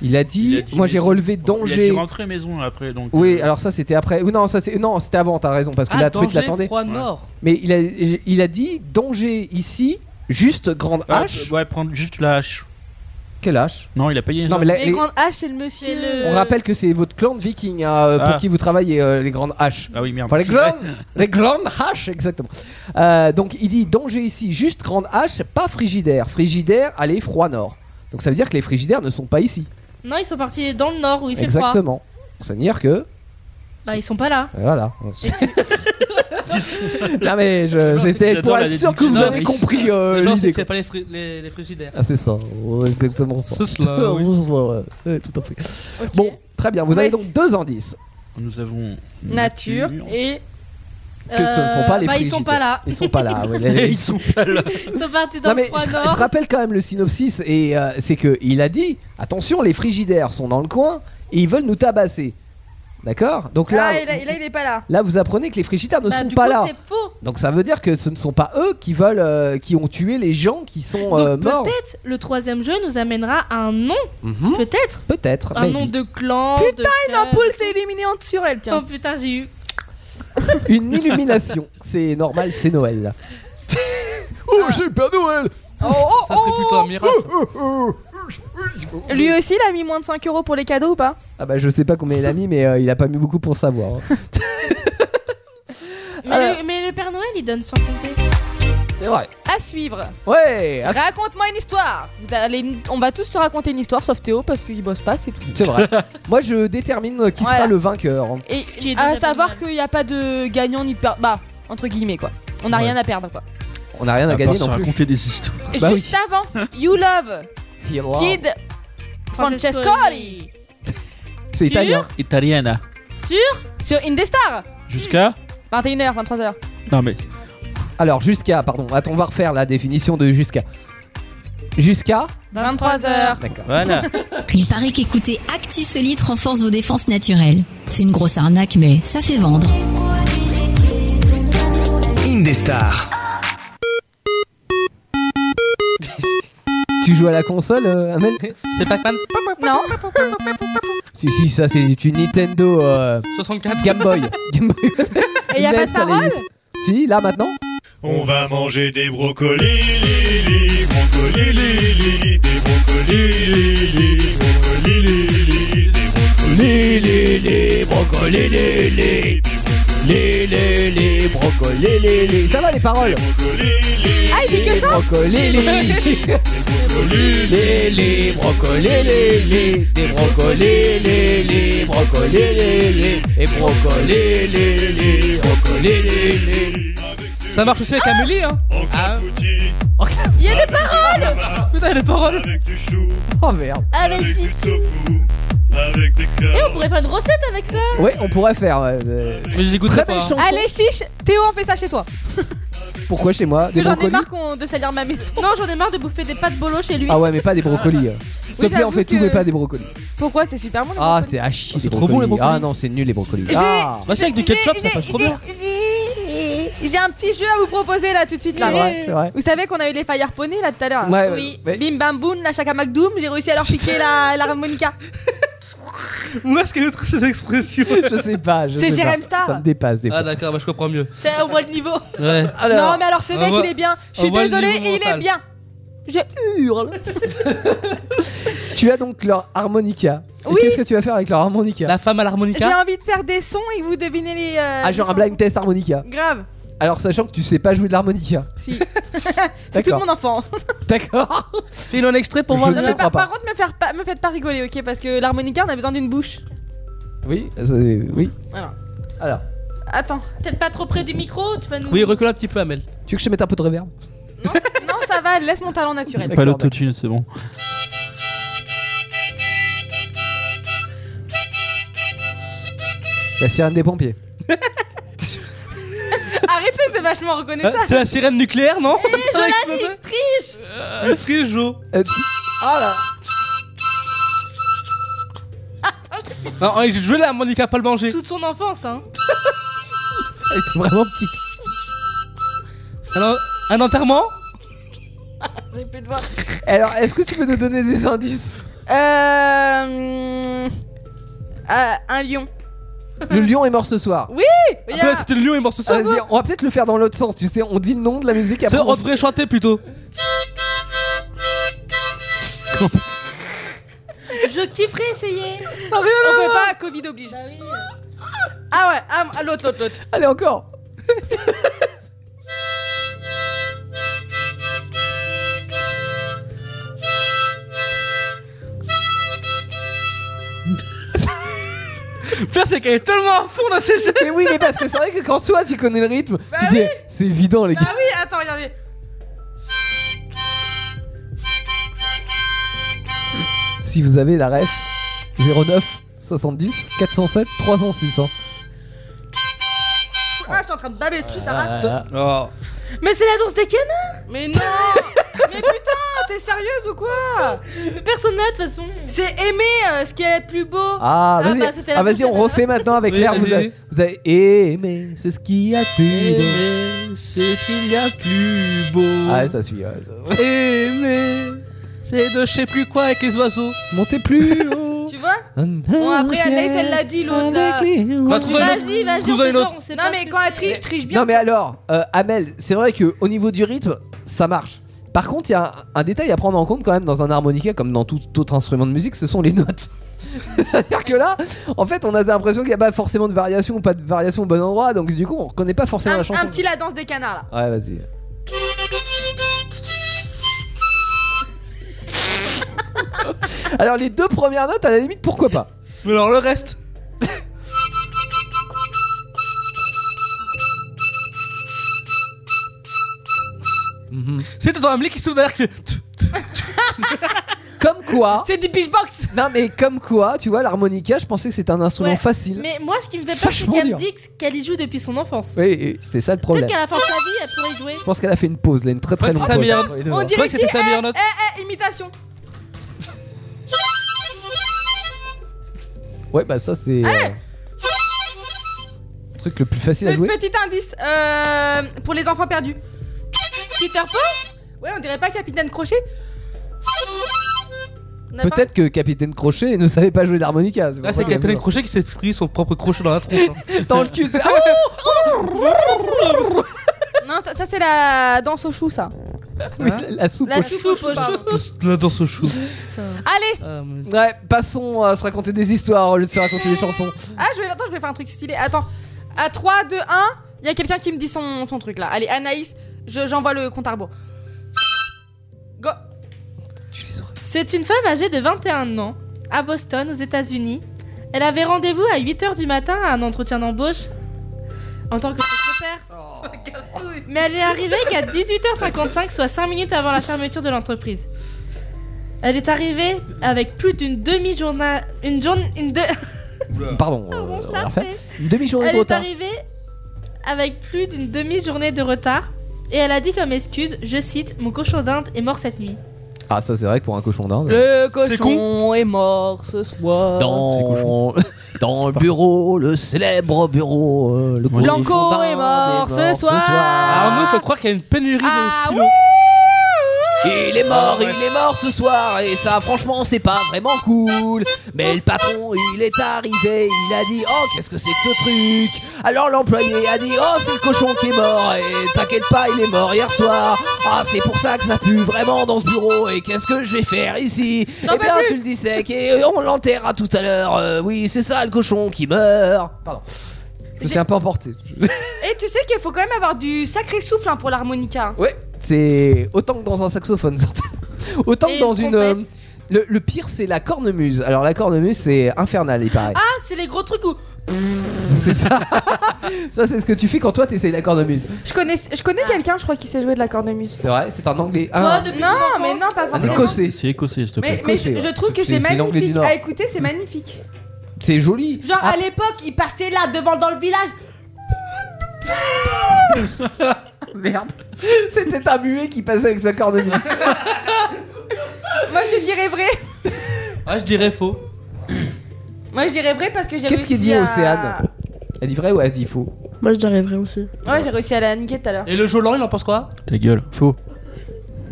E: Il a dit,
F: a dit
E: moi j'ai
F: maison.
E: relevé
F: Il a
E: danger.
F: dit rentrer maison après donc.
E: Oui,
F: euh,
E: alors ça c'était après. Ou Non, ça c'est non, c'était avant. T'as raison parce que
F: Ah,
E: la truite
F: danger,
E: l'attendait.
F: froid nord.
E: Mais il a, il a dit danger ici, juste grande
F: ah, bah.
E: hache.
F: Ouais, prendre juste la hache.
E: Quelle hache
F: Non, il a payé.
E: Non mais, la- les-
D: grandes euh, haches, c'est le monsieur.
E: on rappelle que c'est votre clan de viking hein, euh, pour
F: Ah.
E: qui vous travaillez euh, les grandes haches.
F: Ah oui, merde.
E: Enfin, les
F: C'est
E: grandes,
F: vrai.
E: les grandes haches, exactement. Euh, donc il dit danger ici, juste grande hache, pas frigidaire. Frigidaire, allez froid nord. Donc ça veut dire que les frigidaires ne sont pas ici.
H: Non, ils sont partis dans le nord où il fait froid.
E: Exactement. Ça veut dire que
H: Bah, ils sont pas là.
E: voilà. non mais je,
G: Non, c'est que
E: c'était pour
G: j'adore
E: être
G: la
E: sûr que vous
G: déduction.
E: avez
G: Non,
E: compris euh,
G: Les gens, c'est
E: l'idée.
G: que c'est pas les, fri- les, les frigidaires.
E: quoi. Ah c'est ça, Ouais, exactement ça.
G: C'est cela, oui.
E: C'est cela, ouais. Ouais, tout à fait. Bon, très bien. Vous
D: Ouais,
E: avez donc
D: c'est-
E: deux indices.
F: Nous avons
D: Nature et. euh,
E: Que ce ne sont pas les
H: bah, ils sont
E: frigidaires.
H: pas là.
E: Ils sont pas là. ouais, les-
F: Ils sont pas là.
H: Ils sont partis dans
E: Non
H: le
E: mais
H: froid
E: je,
H: nord.
E: je rappelle quand même le synopsis et euh, c'est que il a dit attention les frigidaires sont dans le coin et ils veulent nous tabasser. D'accord Donc là,
M: Ah, et là, et là, il est pas là.
E: là vous apprenez que les frigidaires ne
M: Bah,
E: sont
M: du
E: pas
M: coup,
E: là.
M: c'est faux.
E: Donc ça veut dire que ce ne sont pas eux qui veulent, euh, qui ont tué les gens qui sont
H: Donc
E: euh, morts.
H: peut-être le troisième jeu nous amènera à un nom.
E: Mhm.
H: Peut-être.
E: Peut-être.
H: Un
E: mais
H: nom de clan.
M: Putain,
H: de
M: une ampoule
H: s'est éliminée en dessous elle, tiens. Oh putain, j'ai eu.
E: Une illumination, c'est normal, c'est Noël. oh, j'ai pas Noël.
D: Oh,
G: Ça serait plutôt un miracle.
D: Lui aussi, il a mis moins de 5 euros pour les cadeaux ou pas
E: Ah bah je sais pas combien il a mis, mais euh, il a pas mis beaucoup pour savoir. hein.
H: Mais,
E: Ah.
H: le, mais le Père Noël, il donne sans compter.
E: C'est vrai.
D: À suivre.
E: Ouais. ah, à-
D: Raconte-moi une histoire. Vous allez, on va tous se raconter une histoire, sauf Théo parce qu'il bosse pas, c'est tout.
E: C'est vrai. Moi je détermine euh, qui
D: Voilà.
E: sera le vainqueur.
D: Et
H: qui est déjà
D: à
H: pas
D: savoir
H: mal.
D: qu'il n'y a pas de gagnant ni de perdant. Bah, entre guillemets quoi. On n'a
E: Ouais.
D: rien à perdre quoi.
E: On a rien à,
F: à part
E: gagner
F: se
E: non plus.
F: raconter des histoires.
D: Et
E: Bah
D: Juste avant, You Love,
E: Kid Rock.
D: Kid Francescoli.
E: C'est italien.
F: Italiana.
D: Sur Sur Indestar.
F: Jusqu'à
D: 21h, 23h.
F: Non mais
E: Alors jusqu'à, pardon, attends, on va refaire la définition de jusqu'à. Jusqu'à.
D: 23h.
E: D'accord.
F: Voilà.
B: Il paraît qu'écouter Actu Solide renforce vos défenses naturelles. C'est une grosse arnaque, mais ça fait vendre.
C: Indestar.
E: tu joues à la console, euh, Amel
G: C'est Pac-Man
D: Non.
E: Si si, ça c'est du Nintendo euh,
G: 64
E: Game Boy. Game Boy.
D: Et y a pas
E: NES,
D: de
E: à la
D: parole
E: limite. Si, là maintenant.
T: On va manger des brocolis, li, li, brocolis, li, li, des brocolis, li, li, brocolis, li, li, des brocolis, li, li, brocolis, li, li,
E: Les les les brocolis les les. Ça va les paroles.
D: Ah, il dit que ça
E: Brocolis les les brocolis les les. Des brocolis les les brocolis les les. Et brocolis les les brocolis les les.
G: Ça marche aussi avec Amélie, hein Ah.
N: Il y a des paroles
G: Putain, les paroles
E: Oh merde
N: Avec du tofu Et on pourrait faire une recette avec ça
E: Ouais, on pourrait faire. ouais, euh, très belle
G: hein.
E: chanson.
D: Allez, chiche, Théo, on fait ça chez toi.
E: Pourquoi chez moi Des
D: J'en ai
E: brocolis
D: marre qu'on- de salir ma maison.
H: Non, j'en ai marre de bouffer des pâtes bolo chez lui.
E: Ah ouais, mais pas des brocolis. euh. S'il te plaît, on
D: j'avoue
E: fait tout,
D: que-
E: mais pas des brocolis.
D: Pourquoi C'est super bon.
E: Ah, c'est à chier. les
G: trop bon, les
E: brocolis. Ah
G: brocolis.
E: non, c'est nul les brocolis.
D: J'ai-
E: Ah
G: Bah, c'est avec du ketchup, ça passe trop bien.
D: J'ai j'ai un petit jeu à vous proposer là tout de suite. Là.
E: C'est vrai, c'est vrai.
D: Vous savez qu'on a eu les Fire Pony là tout à l'heure.
E: Ouais,
D: oui.
E: ouais.
D: Bim Bam Boom, la Chaka McDoom, j'ai réussi à leur piquer la, l'harmonica.
G: Où est-ce qu'elle trouve ces expressions
E: Je sais pas. je
D: C'est
E: sais pas.
D: Jérém Star.
E: Ça me dépasse des
G: Ah
E: fois.
G: d'accord, bah je comprends mieux.
D: C'est- on voit le niveau.
G: Ouais.
D: non mais alors ce
G: on
D: mec
G: voit-
D: il est bien. Je suis
G: on voit le
D: désolée,
G: niveau
D: il est
G: mental.
D: bien. Je hurle.
E: Tu as donc leur harmonica. Et qu'est-ce que tu vas faire avec leur harmonica
G: La femme à
D: j'ai
G: l'harmonica
D: envie de faire des sons et vous devinez les. euh,
E: Ah, genre un blind test harmonica.
D: Grave.
E: Alors, sachant que tu sais pas jouer de l'harmonica.
D: C'est toute
E: D'accord.
D: mon enfance.
E: D'accord.
G: Fais-le en extrait pour
E: Je
G: voir
E: ne
G: le-
E: te crois
D: Par,
E: pas.
D: contre, me, faire pas, me faites pas rigoler, ok Parce que l'harmonica, on a besoin d'une bouche.
E: Oui, c'est- oui.
D: Voilà.
E: Alors,
D: Attends.
H: Peut-être pas trop près du micro, tu vas nous.
G: Oui, recule un petit peu Amel.
E: tu veux que je te mette un peu de reverb
D: Non, ça va, laisse mon talent naturel.
F: Pas l'autotune, c'est bon.
E: La sirène bah, des pompiers.
D: Arrêtez, c'est vachement reconnaissable.
G: Hein, C'est la sirène nucléaire, non
D: Hé,
G: Ça
D: Jonathan,
G: va exploser
D: il triche
G: Euh, Frigo.
E: Euh,
D: Oh là
G: Non, j'ai joué l'harmonica, pas le manger.
H: Toute son enfance, hein.
E: Elle était vraiment petite.
G: Alors, un enterrement
D: J'ai plus de voix.
E: Alors, est-ce que tu peux nous donner des indices
D: Euh. hum, euh, un lion.
E: Le lion est mort ce soir.
D: Oui il y a-
G: C'était le lion et mort ce soir.
E: Vas-y, on va peut-être le faire dans l'autre sens. Tu sais, on dit le nom de la musique
G: Ça,
E: après.
G: On devrait chanter plutôt.
H: Je kifferais essayer.
D: On peut pas, Covid oblige.
H: Bah oui.
D: Ah ouais, ah, ah, l'autre, l'autre, l'autre.
E: Allez, encore.
G: Le pire, c'est qu'elle est tellement à fond dans ses jeux.
E: Mais oui, mais parce que c'est vrai que quand toi tu connais le rythme,
D: Bah
E: tu dis c'est évident, les
D: Bah
E: gars.
D: oui, attends, regardez.
E: Si vous avez la ref 09 70 407 306. hein.
D: Ah, je suis en train de baber dessus, ça
E: Ah.
D: va
G: Oh.
H: Mais c'est la danse des canards
D: Mais non Mais putain, t'es sérieuse ou quoi
H: Personne n'a de toute façon.
D: C'est aimer euh, ce qui est le plus beau.
E: Ah, vas-y,
D: bah, c'était la
E: ah, vas-y, on
D: prochaine.
E: refait maintenant avec
G: Oui,
E: l'air. Vous
G: vas-y.
E: avez, vous avez aimé, c'est ce qu'il y a de plus beau.
G: Aimer, c'est ce qu'il y a de plus beau.
E: Ah, ouais, ça suit. ouais, ça-
G: Aimer, c'est de je sais plus quoi avec les oiseaux.
E: Montez plus haut.
D: Tu vois
E: Bon,
D: après, Anaïs, elle l'a dit, l'autre, là.
G: Bah, trouve-en une autre.
H: Vas-y, vas-y,
G: Trouve-en
H: on fait
G: une autre.
H: genre, on sait
D: Non,
H: pas
D: mais
H: ce que
D: quand elle
H: c'est.
D: triche, je triche bien.
E: Non, mais alors, euh, Amel, c'est vrai que au niveau du rythme, ça marche. Par contre, il y a un, un détail à prendre en compte quand même dans un harmonica, comme dans tout autre instrument de musique, ce sont les notes. C'est-à-dire que là, en fait, on a l'impression qu'il n'y a pas forcément de variation ou pas de variation au bon endroit, donc du coup, on reconnaît pas forcément
D: Un,
E: la chanson.
D: un petit la danse des canards là.
E: Ouais, vas-y. Alors les deux premières notes, à la limite, pourquoi pas
G: Mais alors le reste C'est tout un mec qui s'ouvre derrière qui fait.
E: Comme quoi
D: C'est du pitchbox.
E: Non mais comme quoi, tu vois, l'harmonica, je pensais que c'était un instrument
H: Ouais,
E: facile.
H: Mais moi, ce qui me fait peur, c'est
E: Vachement
H: qu'elle me
E: dur.
H: dit que- qu'elle y joue depuis son enfance.
E: Oui, et c'était ça le
H: Peut-être
E: problème.
H: qu'à la fin de sa vie, elle pourrait y jouer.
E: Je pense qu'elle a fait une pause, là, une très très
G: Ouais, c'est
E: longue
G: sa
E: pause.
G: meilleure-
E: entre les deux,
D: On
E: hein.
G: Je
D: dirait
G: crois que c'était
D: qui
G: sa meilleure note.
D: Eh, eh, imitation.
E: Ouais, bah ça c'est... euh, le truc le plus facile à
D: Pe-
E: jouer.
D: Petit indice euh, pour les enfants perdus. Peter Pan Ouais, on dirait pas Capitaine Crochet On a pas-
E: Peut-être que Capitaine Crochet ne savait pas jouer
M: Ah,
E: d'harmonica.
G: Là c'est
E: pour ça qu'il a
G: Capitaine
E: mis
G: Crochet qui s'est pris son propre crochet dans la tronche. hein.
E: Dans le cul, c'est- Ah,
D: Non, ça, ça, c'est la danse aux choux, ça.
E: oui,
M: Hein
E: c'est la soupe
D: La
E: au
D: soupe
E: chou.
D: aux choux. pardon.
G: Tous là dans ce chou.
D: Allez
G: Ah, mais-
E: Ouais, passons à se raconter des histoires au lieu de se raconter des chansons.
D: Ah, je vais, attends, je vais faire un truc stylé. Attends. À 3, 2, 1, il y a quelqu'un qui me dit son, son truc là. Allez, Anaïs, je- j'envoie le compte à rebours. Go
E: Tu les auras.
H: C'est une femme âgée de 21 ans, à Boston, aux États-Unis. Elle avait rendez-vous à 8h du matin à un entretien d'embauche en tant que secrétaire anniversaire. Mais elle est arrivée qu'à 18h55, soit 5 minutes avant la fermeture de l'entreprise. Elle est arrivée avec plus d'une demi-journée. Une journée. Une de-
M: Ah.
E: Pardon,
H: Ah,
E: euh, on l'a refait. Une demi-journée
H: elle
E: de
H: est
E: retard.
H: arrivée avec plus d'une demi-journée de retard. Et elle a dit comme excuse, je cite, mon cochon d'Inde est mort cette nuit.
E: Ah, ça c'est vrai que pour un cochon d'Inde.
M: Le
E: C'est
M: cochon est mort ce soir.
E: Dans, dans le bureau, le célèbre bureau, euh, le
M: Blanco
E: cochon d'Inde
M: est mort ce soir.
G: Arnaud, Ah, faut croire qu'il y a une pénurie de stylos.
E: Il est mort, il est mort ce soir et ça franchement c'est pas vraiment cool. Mais le patron il est arrivé, il a dit oh qu'est-ce que c'est que ce truc Alors l'employé a dit oh c'est le cochon qui est mort et t'inquiète pas il est mort hier soir. Ah c'est pour ça que ça pue vraiment dans ce bureau et qu'est-ce que je vais faire ici
M: J'en
E: Eh
M: peux
E: bien
M: plus.
E: tu le dissèques et on l'enterra tout à l'heure. Euh, oui c'est ça le cochon qui meurt. Pardon. Je me suis un peu emporté.
D: Et tu sais qu'il faut quand même avoir du sacré souffle hein, pour l'harmonica. hein.
E: Ouais, c'est autant que dans un saxophone, certains. Autant
D: Et
E: que dans
D: une
E: une. euh, le, le pire, c'est la cornemuse. Alors, la cornemuse, c'est infernal, il paraît.
H: Ah, c'est les gros trucs où.
E: C'est ça. ça, c'est ce que tu fais quand toi, t'essayes la cornemuse.
D: Je connais, je connais
E: Ah.
D: quelqu'un, je crois, qui sait jouer de la cornemuse.
E: C'est vrai, c'est un anglais.
D: Toi,
E: Ah,
D: depuis Non, ton mais enfance. non, pas
E: Un
D: forcément.
E: Écossais.
F: C'est écossais, s'il te
D: Mais, mais je, je trouve que c'est
E: l'anglais du
D: magnifique.
E: Nord.
D: À écouter, c'est magnifique.
E: C'est joli.
D: Genre, à l'époque, il passait là devant dans le village.
E: Merde. C'était un muet qui passait avec sa cornemuse.
D: Moi, je dirais vrai.
G: Ah, je dirais faux.
M: Moi je dirais vrai parce que j'ai
E: Qu'est-ce
M: réussi
E: qu'il dit,
M: à...
E: Océane Elle dit vrai ou elle dit faux
U: Moi, je dirais vrai aussi.
M: Ouais, j'ai réussi à la niquer tout à l'heure.
G: Et le Jolan, il en pense quoi
F: Ta gueule, faux.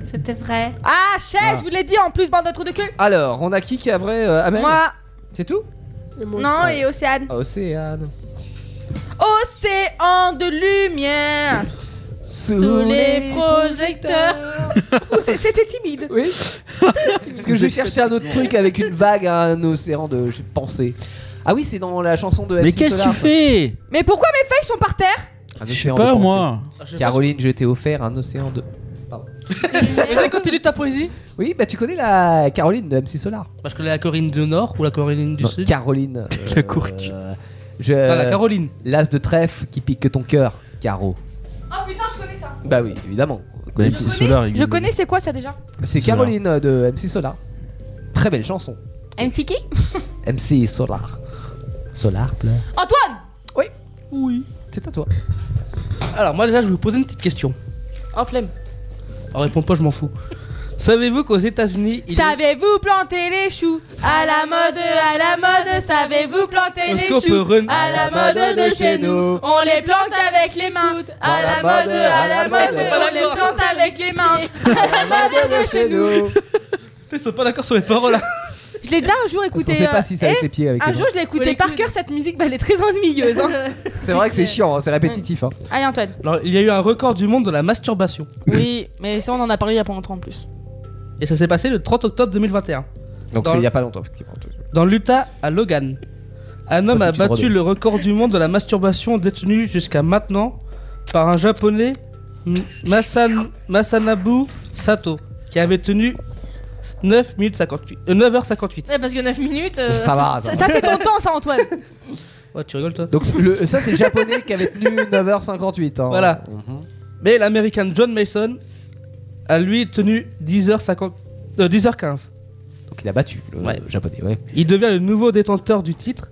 H: C'était vrai.
M: Ah, chef,
E: Ah.
M: je vous l'ai dit en plus, bande de trous de cul.
E: Alors, on a qui qui a vrai euh, Amel
M: Moi.
E: C'est tout
M: Non, et Océane.
E: Ah, Océane.
M: Océan de lumière.
E: Sous
M: les
H: projecteurs.
M: Ouh, c'est- C'était timide.
E: Oui. Parce que je cherchais un autre truc avec une vague, un océan de j'ai pensé. Ah oui, Bah, c'est dans la chanson de
F: Mais
E: MC
F: qu'est-ce que
E: Solar,
F: tu fais
M: Mais pourquoi mes feuilles sont par terre
E: ça. Un océan de
F: pas,
E: pensée.
F: moi.
E: Caroline, je t'ai offert un océan de. Pardon.
G: Vas-y, continue ta poésie.
E: Oui, bah tu connais la Caroline de MC Solar.
G: Parce que la Corinne du Nord ou la Corinne du
E: Non,
G: Sud
E: Caroline. euh,
G: La Corinne.
E: je-
G: Non, la Caroline.
E: L'as de trèfle qui pique ton cœur, Caro.
D: Oh putain, je connais ça.
E: Bah oui, évidemment.
F: Bah, MC Solar, il-
D: Je connais, c'est quoi ça déjà
E: C'est
F: Solar.
E: Caroline de MC Solar. Très belle chanson.
D: MC qui
E: MC Solar. Solar pleure.
M: Antoine
E: Oui.
G: Oui.
E: C'est à toi.
G: Alors, moi déjà, je vais vous poser une petite question.
M: En flemme.
G: Alors, réponds pas, je m'en fous. Savez-vous qu'aux États-Unis, il
M: Savez-vous planter les choux
H: À la mode, à la mode, savez-vous planter
G: Est-ce
H: les
G: qu'on peut
H: choux
G: ren-
H: À
M: Ah.
H: la mode de chez nous, on les plante avec les mains. À la mode, à la mode, on les plante avec les mains. À la mode de chez nous.
G: Ils sont pas d'accord sur les paroles.
D: Je l'ai déjà un jour écouté.
E: Parce qu'on sait pas
D: euh,
E: si c'est avec
D: et
E: les pieds, avec
D: Un
E: les
D: jour,
E: mains.
D: je l'ai écouté par cœur cette musique, bah, elle est très ennuyeuse.
H: Euh,
D: hein.
E: C'est vrai que c'est chiant, hein, c'est répétitif. hein.
D: Allez, Antoine.
G: Alors, il y a eu un record du monde de la masturbation.
M: Oui, mais ça on en a parlé il y a pas longtemps en plus.
G: Et ça s'est passé le 30 octobre 2021.
E: Donc
G: Dans-
E: c'est il y a pas longtemps, effectivement.
G: Dans l'Utah, à Logan, un homme
E: c'est
G: a
E: une
G: battu
E: drogue.
G: le record du monde de la masturbation détenu jusqu'à maintenant par un japonais, M- Masan- Masanabu Sato, qui avait tenu 9 minutes 58, euh, 9h58.
H: Ouais, parce que 9 minutes. euh,
E: Ça va, ça va.
M: Ça c'est ton temps ça Antoine.
G: Ouais, tu rigoles toi
E: Donc le, ça c'est le japonais qui avait tenu 9h58. hein.
G: Voilà.
E: Mhm.
G: Mais l'américain John Mason a lui tenu 10h50, euh, 10h15.
E: Donc il a battu le
G: Ouais.
E: japonais, ouais.
G: Il devient le nouveau détenteur du titre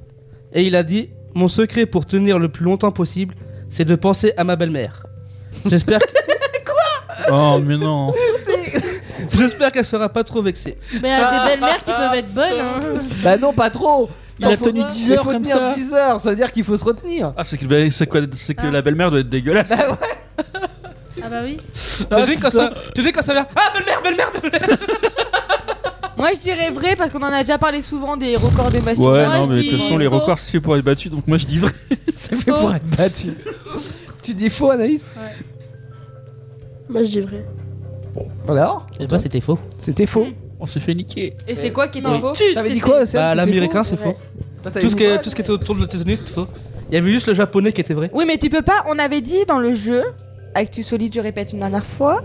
G: et il a dit Mon secret pour tenir le plus longtemps possible, c'est de penser à ma belle-mère. J'espère
F: Oh, mais non.
G: J'espère qu'elle sera pas trop vexée.
H: Mais elle a des belles-mères qui peuvent être bonnes. hein.
E: Bah non, pas trop.
F: Il a
E: Faut-
F: tenu 10 heures
E: Il faut
F: comme
E: tenir
F: ça.
E: 10 heures, ça veut dire qu'il faut se retenir.
F: Ah, c'est que, c'est quoi- c'est
E: Ah.
F: que la belle-mère doit être dégueulasse.
E: Bah,
H: Ah bah oui.
G: T'imagines quand, ça- t'imagines quand ça vient Ah, belle-mère, belle-mère, belle-mère
D: Moi, je dirais vrai parce qu'on en a déjà parlé souvent des records de masturbation.
F: Ouais,
D: Moi,
F: non,
D: je
F: mais de
D: dis
F: toute façon, les
D: faux.
F: records, c'est fait pour être battu, donc moi je dis vrai.
E: C'est fait
M: Oh.
E: pour être battu. tu dis faux, Anaïs
U: Moi, je dis vrai.
E: Alors
G: Et bah, c'était faux.
E: C'était faux.
F: On s'est fait niquer.
D: Et c'est quoi qui était
G: Oui.
M: Oh.
D: faux
E: T'avais dit quoi, Océane
G: Bah,
E: c'était
G: l'américain,
E: faux
G: c'est faux.
E: Toi, t'avais
G: Tout ce,
E: dit
G: qui,
E: faux,
G: tout ce qui était autour de l'États-Unis, c'était faux. Il y avait juste le japonais qui était vrai.
D: Oui, mais tu peux pas. On avait dit dans le jeu, Actu Solide, je répète une dernière fois,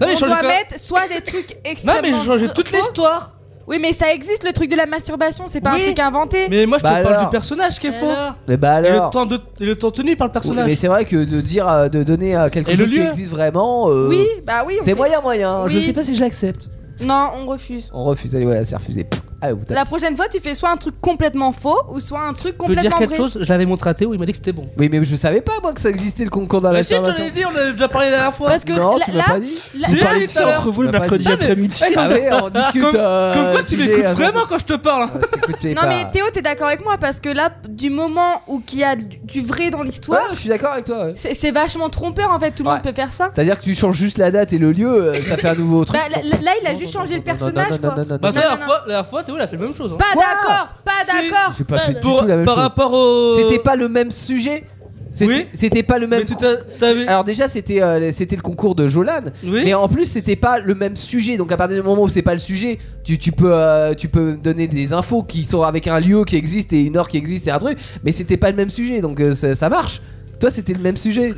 G: Non, mais
D: on
G: change
D: doit
G: quoi
D: mettre soit des trucs
G: Non,
D: extrêmement.
G: mais j'ai changé toute
D: faux,
G: l'histoire
D: Oui, mais ça existe le truc de la masturbation, c'est pas un
G: Oui.
D: truc inventé.
G: Mais moi je te
E: Bah
G: parle
E: alors.
G: du personnage qui est faux.
E: Mais bah
G: Et
E: alors.
G: le temps de- et le temps tenu par le
E: Oui,
G: personnage.
E: mais c'est vrai que de dire, euh, de donner euh, quelque
G: Et le
E: chose qui
G: lieu
E: existe vraiment. euh,
D: Oui, bah oui. on
E: C'est
D: fait-
E: moyen moyen. Je
D: Oui.
E: sais pas si je l'accepte.
D: Non, on refuse.
E: On refuse. Allez voilà, c'est refusé. Pff, Allez, vous tapez.
D: La prochaine fois, tu fais soit un truc complètement faux ou soit un truc
G: Je peux
D: complètement
G: dire quelque
D: vrai.
G: chose, je l'avais montré à Théo, il m'a dit que c'était bon.
E: Oui, mais je savais pas moi que ça existait le concours de la
G: Mais si, je te
E: masturbation.
G: l'ai dit, on avait déjà parlé la dernière fois. Parce que
E: Non, tu m'as pas dit. Vous parlez de ça entre vous le mercredi après-midi. Ah ouais, on discute,
G: Comme,
E: euh,
G: comme quoi tu
E: sujet,
G: m'écoutes
E: euh,
G: vraiment quand je te parle. Bah,
D: Non, mais Théo, t'es d'accord avec moi parce que là, du moment où qu'il y a du du vrai dans l'histoire.
E: je suis d'accord avec toi.
D: C'est c'est vachement trompeur en fait, tout le monde peut faire ça.
E: C'est-à-dire que tu changes juste la date et le lieu, euh, ça fait un nouveau truc.
D: Bah, là, là- là, il a juste changé le personnage.
E: non, non, non, non, non,
G: Bah,
E: non.
G: toi, la dernière fois- la dernière fois, Théo, il a fait la même chose. hein.
D: Pas d'accord, pas d'accord.
E: J'ai pas fait du
G: Pour-
E: tout la même
G: par
E: chose.
G: rapport au-
E: C'était pas le même sujet. C'était c'était pas le même.
G: con-
E: Alors déjà c'était euh, c'était le concours de Jolan. Mais en plus c'était pas le même sujet. Donc à partir du moment où c'est pas le sujet, tu, tu peux euh, tu peux donner des infos qui sont avec un lieu qui existe et une heure qui existe et un truc. Mais c'était pas le même sujet. Donc euh, ça, ça marche. Toi c'était le même sujet.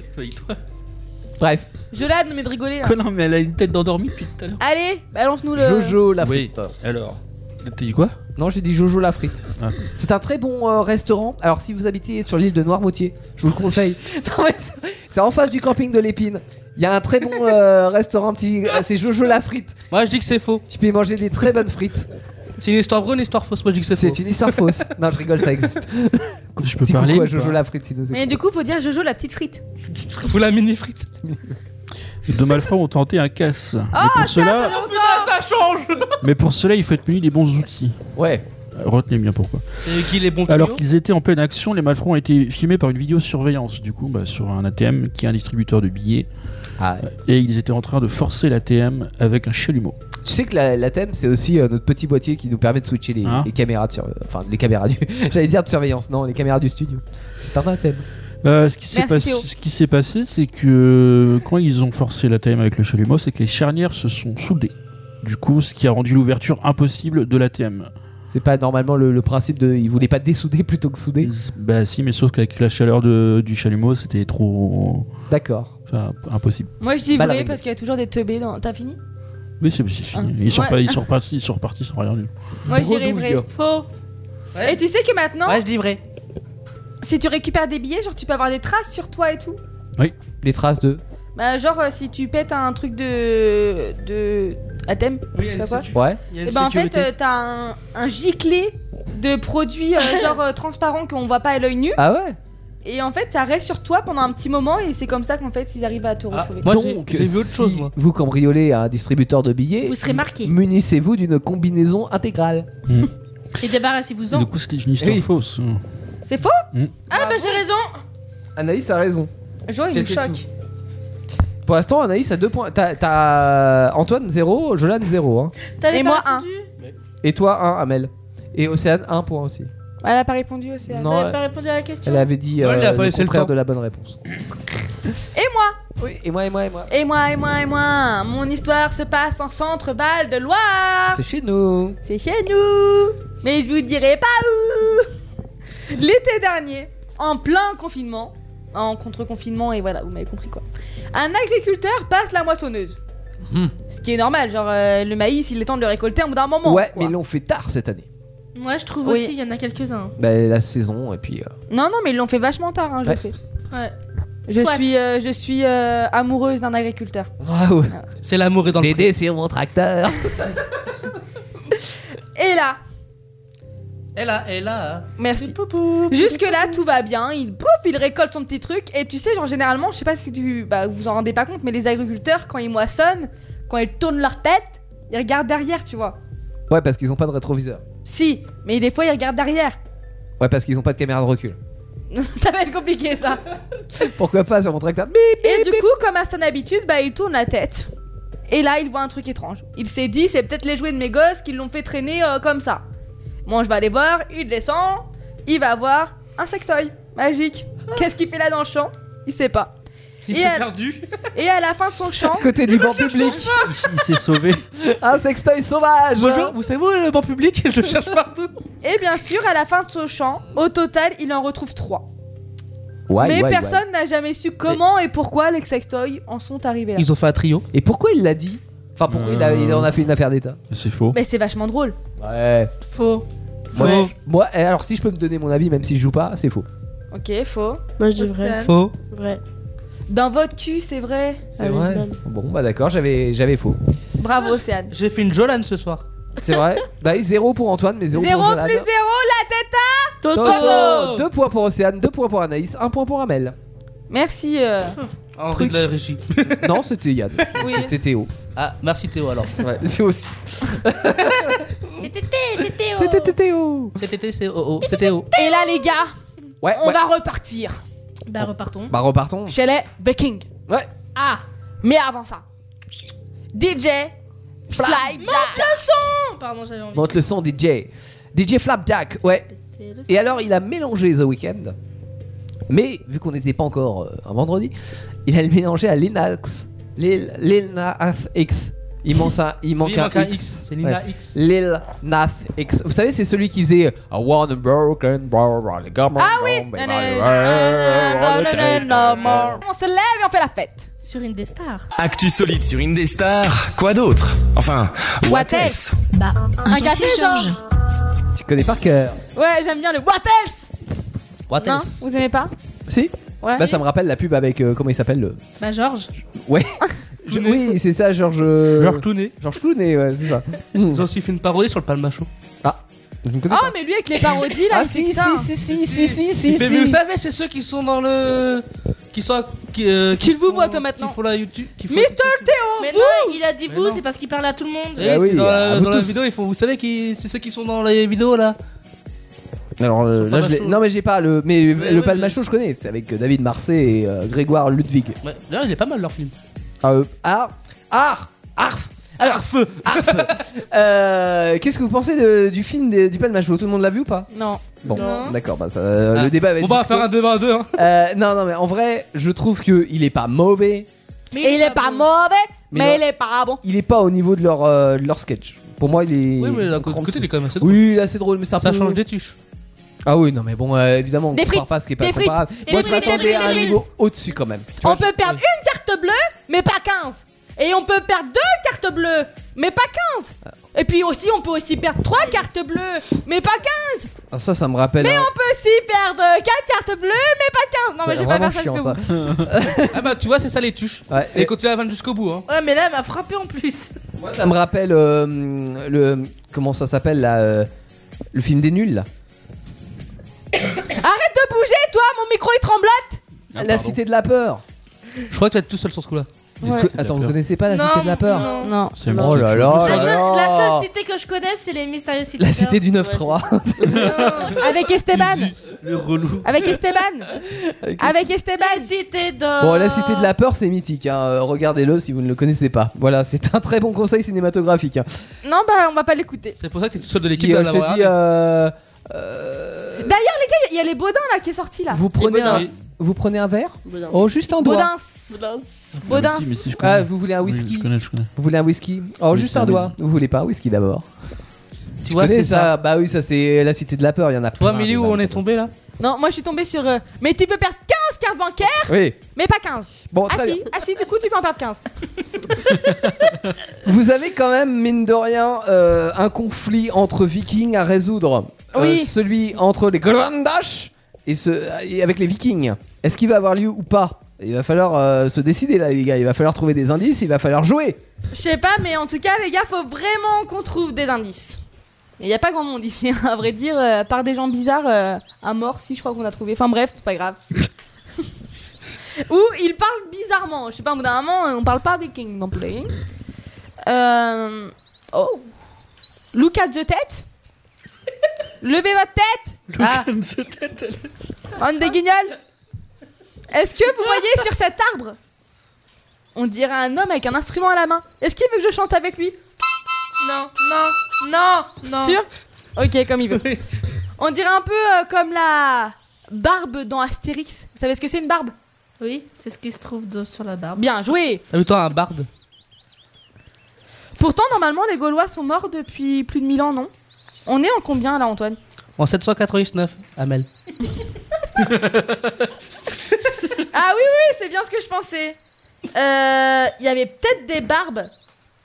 E: Bref.
D: Je l'admets mais de rigoler. là.
F: Conan, mais elle a une tête d'endormie depuis tout à l'heure.
D: Allez, balance-nous le.
G: Euh,
E: Jojo la
F: Oui,
E: frite.
F: alors. T'as dit quoi
E: Non j'ai dit Jojo la frite. C'est un très bon euh, restaurant. Alors si vous habitez sur l'île de Noirmoutier, je vous le conseille. Non, mais c'est- c'est en face du camping de l'épine. Il y a un très bon euh, restaurant, petit, euh, c'est Jojo la frite.
G: Moi, je dis que c'est faux.
E: Tu peux y manger des très bonnes frites.
G: C'est une histoire vraie, une histoire fausse. Moi, je dis que c'est faux.
E: C'est une histoire fausse. Non, je rigole, ça existe.
G: Je peux
E: Petit coucou
G: parler
E: à
G: ou
E: Jojo
G: pas
E: la frite si nous
D: Mais du coup, faut dire Jojo la petite frite.
G: Ou la mini frite.
F: Deux malfrats ont tenté un casse. mais,
D: Ah,
F: pour cela,
D: ça, ça change
F: mais pour cela, il faut être muni des bons outils.
E: Ouais.
F: Retenez bien pourquoi.
G: Et qui les bons
F: Alors
G: tuyaux
F: qu'ils étaient en pleine action, les malfrats ont été filmés par une vidéosurveillance, du coup, bah, sur un ATM qui est un distributeur de billets.
E: Ah,
F: Et ils étaient en train de forcer l'ATM avec un chalumeau.
E: Tu sais que la, la thème, c'est aussi euh, notre petit boîtier qui nous permet de switcher les, les caméras de sur- Enfin, les caméras du. J'allais dire de surveillance, non, les caméras du studio. C'est un vrai thème.
F: Euh, ce qui s'est
E: Merci,
F: passé,
E: Théo.
F: ce qui s'est passé, c'est que quand ils ont forcé l'ATM avec le chalumeau, c'est que les charnières se sont soudées. Du coup, ce qui a rendu l'ouverture impossible de l'ATM.
E: C'est pas normalement le, le principe de. Ils voulaient pas dessouder plutôt que souder.
F: Bah si, mais sauf qu'avec la chaleur de- du chalumeau, c'était trop.
E: D'accord.
F: Enfin, impossible.
D: Moi je dis
F: Mal
D: vrai
F: réglé.
D: parce qu'il y a toujours des teubés dans. T'as fini
F: Oui, c'est c'est fini.
D: Ah.
F: Ils sont
D: Ouais.
F: pas, ils sont repartis, ils sont repartis sans rien du tout.
D: Moi je dirais vrai. Faux. Et tu sais que maintenant.
G: je dis vrai.
D: Si tu récupères des billets, genre tu peux avoir des traces sur toi et tout.
F: Oui.
E: Les traces de.
D: Bah, genre euh, si tu pètes un truc de. de. à thème. Oui,
E: Ouais.
G: Eh
D: Et
G: ben,
D: bah en fait, euh, t'as un, un giclé de produits euh, genre euh, transparents qu'on voit pas à l'œil nu.
E: Ah ouais
D: Et en fait, ça reste sur toi pendant un petit moment et c'est comme ça qu'en fait ils arrivent à te
E: Ah,
D: retrouver.
E: Donc,
G: j'ai vu autre
E: si
G: chose, moi.
E: Vous cambriolez un distributeur de billets.
D: Vous serez marqué.
E: Munissez-vous d'une combinaison intégrale.
H: Et débarrassez-vous-en.
F: Du coup, c'était une histoire
E: Oui.
F: fausse.
D: C'est faux
F: Mm.
H: Ah bah j'ai raison
E: Anaïs a raison.
D: Jo, il me
E: C'était
D: choque.
E: Pour l'instant, Anaïs a 2 points. T'as- T'as Antoine 0, Jolan 0. Hein.
D: Et moi un.
E: Et toi 1, Amel. Et Océane 1 point aussi.
D: Elle a pas répondu aussi.
E: Non, T'avais elle- pas
D: répondu à la question.
E: Elle avait dit
G: Ouais,
E: euh,
G: elle a pas
E: le
G: laissé le
E: contraire
G: temps.
E: de la bonne réponse.
D: Et moi
E: Oui, et moi, et moi, et moi.
D: Et moi, et moi, et moi. Mon histoire se passe en centre Val de Loire.
E: C'est chez nous.
D: C'est chez nous. Mais je vous dirai pas où. L'été dernier, en plein confinement, en contre-confinement, et voilà, vous m'avez compris quoi. Un agriculteur passe la moissonneuse.
E: Hmm.
D: Ce qui est normal, genre euh, le maïs, il est temps de le récolter au bout d'un moment.
E: ouais, mais ils l'ont fait tard cette année.
D: Moi, je trouve
H: aussi, il
D: y en a quelques-uns.
E: Bah, la saison, et puis. euh,
D: Non, non, mais ils l'ont fait vachement tard, hein, je
E: Ouais.
D: sais.
H: Ouais.
D: Je
H: Soit.
D: suis, euh, je suis euh, amoureuse d'un agriculteur.
G: C'est l'amour et Ah dans le
E: Dédé sur mon tracteur.
D: Et là,
G: Et là, et là.
D: Merci. Jusque là, tout va bien. Il pouf, il récolte son petit truc. Et tu sais, genre généralement, je sais pas si tu, bah, vous vous en rendez pas compte, mais les agriculteurs quand ils moissonnent, quand ils tournent leur tête, ils regardent derrière, tu vois.
E: Ouais, parce qu'ils ont pas de rétroviseur.
D: Si, mais des fois ils regardent derrière.
E: Ouais, parce qu'ils ont pas de caméra de recul.
D: ça va être compliqué ça.
E: Pourquoi pas sur mon tracteur Bip
D: Et du coup, comme à son habitude, bah il tourne la tête. Et là, il voit un truc étrange. Il s'est dit, c'est peut-être les jouets de mes gosses qui l'ont fait traîner euh, comme ça. Bon, je vais aller voir. Il descend. Il va voir un sextoy magique. Qu'est-ce qu'il fait là dans le champ Il sait pas.
G: Il
D: Et
G: s'est
D: à-
G: perdu.
D: Et à la fin de son champ,
E: Côté du banc public.
F: Il s'est sauvé.
E: Un sextoy sauvage.
G: Bonjour, vous savez où est le banc public Je le cherche partout.
D: et bien sûr, à la fin de son champ, au total, il en retrouve trois.
E: Ouais,
D: Mais
E: ouais, ouais.
D: personne n'a jamais su comment et pourquoi les sextoys en sont arrivés là.
G: Ils ont fait un trio.
E: Et pourquoi il l'a dit Enfin, pourquoi il, a- il en a fait une affaire d'état
F: C'est faux.
D: Mais c'est vachement drôle.
E: Ouais.
L: Faux.
E: Moi, je- moi, eh, alors si je peux me donner mon avis, même si je joue pas, c'est faux.
M: Ok, faux.
U: Moi, je dis
M: Océane.
U: vrai.
E: Faux.
U: Vrai.
M: Dans votre cul, c'est vrai.
E: Bon, bah d'accord, j'avais, j'avais faux.
M: Bravo, Océane.
G: J'ai fait une Jolane ce soir.
E: C'est vrai. bah oui, zéro pour Antoine, mais zéro,
M: 0
E: pour Jolan.
M: plus 0, la tête à
E: Toto. Deux points pour Océane, deux points pour Anaïs, un point pour Amel.
M: Merci. euh.
G: Henri de la régie.
E: non, c'était Yann.
M: Oui.
E: C'était Théo.
G: Ah, merci Théo alors.
E: Ouais, c'est aussi.
H: C'était Té- c'était Théo.
E: C'était Théo.
G: C'était Théo. oh, C'était Théo.
D: Et là, les gars,
E: Ouais,
D: on
E: ouais.
D: va repartir
H: Bah repartons.
E: Bah repartons.
D: chez les Vikings.
E: Ouais.
D: Ah, mais avant ça, DJ Fly Black.
H: Pardon, j'avais envie.
E: Monte le son DJ. DJ Flapjack, ouais. Et alors il a mélangé The Weeknd, mais vu qu'on n'était pas encore euh, un vendredi, il a le mélangé à Linax. Lil, Lil Nas X. Il manque un, il manque
G: Il
E: un,
G: manque un
E: X.
G: X, Euh, c'est Lil Nas X.
E: Lil Nas X. Vous savez, c'est celui qui faisait I want a broken ball, roll the gum,
M: Ah
E: roll
M: oui.
E: the
M: Non, non,
E: roll the
M: non,
E: gum,
M: non,
E: roll the
M: non.
E: gum.
M: On se lève et on fait la fête.
H: Sur une des stars.
C: Actu solide sur Indestar, quoi d'autre Enfin, what else
B: Bah, un, café,
M: café,
B: Georges.
E: Tu connais par cœur.
M: Ouais, j'aime bien le What else
E: What
M: Non, vous aimez pas
E: Si
M: Ouais.
E: Bah ça me rappelle la pub avec euh, comment il s'appelle le.
H: Bah Georges.
E: Ouais. Je- oui, c'est ça, Georges. Georges Clooney. Georges Clooney, ouais, c'est ça. Ils
G: ont aussi fait une parodie sur le palmachot.
E: Ah, je ne connais
M: Oh, mais lui avec les parodies là,
G: Ah,
M: il fait
G: si,
M: ça.
G: si, Mais vous savez, c'est ceux qui sont dans le. qui sont. qui, euh, qui vous voient toi maintenant. Qui font la YouTube. Qui font...
M: Théo
H: Mais non,
E: Ah
H: il a dit vous, c'est parce qu'il parle à tout le monde.
G: Eh, c'est dans, la- dans la vidéo, ils font. Vous savez, qui... c'est ceux qui sont dans les vidéos là.
E: Alors euh, là, je l'ai. Non, mais j'ai pas le. Mais, le
G: ouais,
E: Palmachot, je connais. C'est avec euh, David Marseille et euh, Grégoire Ludwig.
G: Ouais, D'ailleurs, il est pas mal leur film.
E: Ah, euh, ah, ah, arf, arf, arf. Euh, Qu'est-ce que vous pensez de- du film des- du Palmachot Tout le monde l'a vu ou pas
M: Non.
E: Bon,
M: Non.
E: d'accord, bah ça, euh, le débat va être.
G: Ah, On va
E: vite
G: faire un 2 à 2. Hein.
E: Euh, non, non, mais en vrai, je trouve que il est pas mauvais.
D: Et il est pas mauvais,
E: Mais
D: mais
E: non.
D: il est pas bon.
E: Il est pas au niveau de leur, euh, de leur sketch. Pour moi, il est.
G: Oui, mais d'un
E: Grand-
G: côté, il est quand même assez drôle.
E: Oui, il est assez drôle, mais c'est un
G: Ça
E: peu-
G: change des tuches.
E: Ah oui, non, mais bon, euh, évidemment, on
D: Des
E: compare
D: frites,
E: pas ce qui est pas
D: des frites,
E: comparable.
D: des
E: Moi, je
D: frites, des
E: m'attendais à un
D: frites, des
E: niveau au-dessus quand même. Tu
D: On
E: vois,
D: peut perdre une carte bleue, mais pas 15. Et on peut perdre deux cartes bleues, mais pas 15. Et puis aussi, on peut aussi perdre trois cartes bleues, mais pas 15.
E: Ah, Ça, ça me rappelle.
D: Mais
E: un-
D: on peut aussi perdre euh, quatre cartes bleues, mais pas 15. Non, mais
E: C'est
D: je vais pas
E: vraiment
D: faire ça, je vais
E: chiant,
D: vous.
E: ça.
G: ah bah, tu vois, c'est ça les tuches.
E: Ouais,
G: Et
E: et-
G: continuez la vanne jusqu'au bout. Hein.
H: Ouais, mais là, elle m'a frappé en plus.
E: ça me rappelle euh, le. Comment ça s'appelle là euh, Le film des nuls là
D: Arrête de bouger, toi, mon micro il tremblote.
G: Ah,
E: La cité de la peur
G: Je crois que tu vas être tout seul sur ce coup-là.
E: Ouais. Attends, vous connaissez pas la
H: Non,
E: cité Ah, de la peur
H: non.
D: Non.
G: C'est
E: Oh là là
H: La
E: là
H: seule, la
E: là
H: seule cité que je connais, c'est les hein. mystérieuses cités.
E: La cité du 9-3
D: Avec Esteban.
G: Le relou.
D: Avec Esteban. Avec Esteban.
H: Cité d'or.
E: Bon, la cité de la peur, c'est mythique. hein. Euh, Regardez-le si vous ne le connaissez pas. Voilà, c'est un très bon conseil cinématographique. hein.
D: Non, bah on va pas l'écouter.
G: C'est pour ça que t'es tout seul de l'équipe
E: Si,
G: de
E: euh,
G: la
E: je te dis, euh,
D: D'ailleurs, les gars, il y a les Baudins là qui est sorti là.
E: vous prenez un, vous prenez un verre Oh, juste un doigt.
D: Baudins. Baudins.
F: Mais si, je connais.
E: Ah, vous voulez un whisky
F: Je connais, je connais.
E: Vous voulez un whisky Oh,
F: Oui,
E: juste
F: ça,
E: un
F: oui.
E: doigt. Vous voulez pas un whisky d'abord Tu
G: vois,
E: connais
G: c'est
E: ça, Bah oui, ça c'est la cité de la peur, il y en a
G: Tu vois,
E: plein,
G: Milly,
E: des
G: où on est tombé là
D: Non, moi je suis tombée sur. euh, mais tu peux perdre 15 cartes bancaires,
E: Oui.
D: mais pas 15.
E: Bon,
D: ah
E: Oh, très
D: si,
E: bien.
D: ah si, du coup tu peux en perdre 15.
E: Vous avez quand même, mine de rien, euh, un conflit entre vikings à résoudre. Euh,
D: Oui.
E: celui entre les Grandash et, ce, et avec les vikings. Est-ce qu'il va avoir lieu ou pas Il va falloir euh, se décider là, les gars. Il va falloir trouver des indices, il va falloir jouer.
D: Je sais pas, mais en tout cas, les gars, faut vraiment qu'on trouve des indices. Il y a pas grand monde ici, hein, à vrai dire, euh, par des gens bizarres, euh, un mort, si je crois qu'on a trouvé. Enfin bref, c'est pas grave. Ou ils parlent bizarrement. Je sais pas, au bout d'un moment, on parle pas viking non plus. Euh... Oh. Lucas de tête. Levez votre tête. Ah. Homme des guignols Est-ce que vous voyez sur cet arbre On dirait un homme avec un instrument à la main. Est-ce qu'il veut que je chante avec lui
M: Non, non, non, non.
D: Sûr Ok, comme il veut. On dirait un peu euh, comme la barbe dans Astérix. Vous savez ce que c'est une barbe
H: Oui, c'est ce qui se trouve de- sur la barbe.
D: Bien joué
G: Ah, mais toi, un barde.
D: Pourtant, normalement, les Gaulois sont morts depuis plus de 1000 ans, non On est en combien là, Antoine
G: En 799, Amel.
D: Ah oui, oui, c'est bien ce que je pensais. Euh, Il y avait peut-être des barbes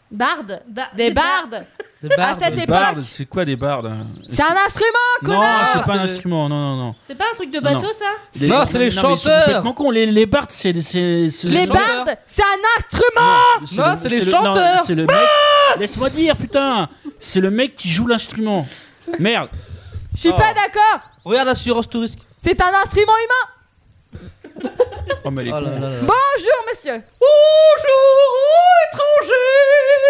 H: Bardes Des bardes
F: Des
H: À
D: Ah,
F: bardes.
H: cette
F: Des
H: époque
F: bardes, c'est quoi des bardes
H: C'est un instrument,
F: Non,
H: connard
F: c'est pas un
H: C'est-
F: instrument, non, non, non.
H: C'est pas un truc de bateau,
F: Non.
H: ça
F: Non, c'est les chanteurs. complètement con. Les, les bardes, c'est c'est- c'est
H: Les bardes, c'est un instrument
F: le- le- non, c'est le mec- Laisse-moi dire, putain. C'est le mec qui joue l'instrument. Merde.
D: Je suis pas d'accord.
F: Regarde l'assurance touriste.
D: C'est un instrument humain.
F: Oh, mais elle est con.
D: Bonjour, monsieur.
E: Bonjour, étrangers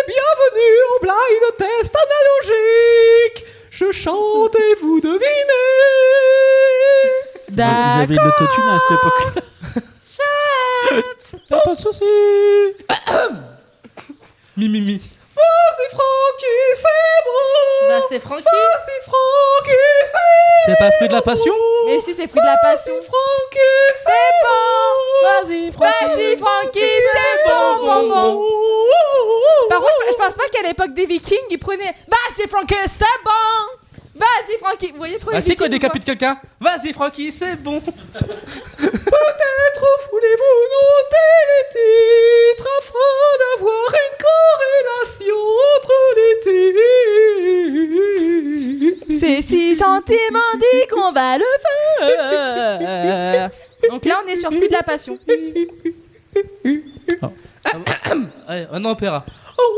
E: Bienvenue au blind test analogique Je chante et vous devinez
F: Ils avaient de l'autotune à cette époque.
E: Chat
G: Y'a pas de soucis Mi mi mi.
E: Oh, c'est Francky, c'est bon
H: Bah, c'est Francky
E: Oh, c'est Francky, c'est
G: C'est pas fruit de la passion
D: Mais si, c'est fruit de la passion.
E: Francky, c'est bon
D: Vas-y, Francky.
E: Vas-y, Francky, c'est
D: Bon, bon, bon. Par
E: bon
D: contre, je pense pas qu'à l'époque des Vikings, ils prenaient. Vas-y, Francky, c'est bon. Vas-y, Francky. Vous voyez trop les
G: Ah, c'est quoi,
D: Vikings, ou
G: décapite quelqu'un Vas-y, Francky, c'est bon
E: Peut-être voulez-vous noter les titres afin d'avoir une corrélation entre les titres.
D: C'est si gentiment dit qu'on va le faire. Donc là, on est sur plus de la passion.
G: Allez, un opéra.
E: Oh, wonder,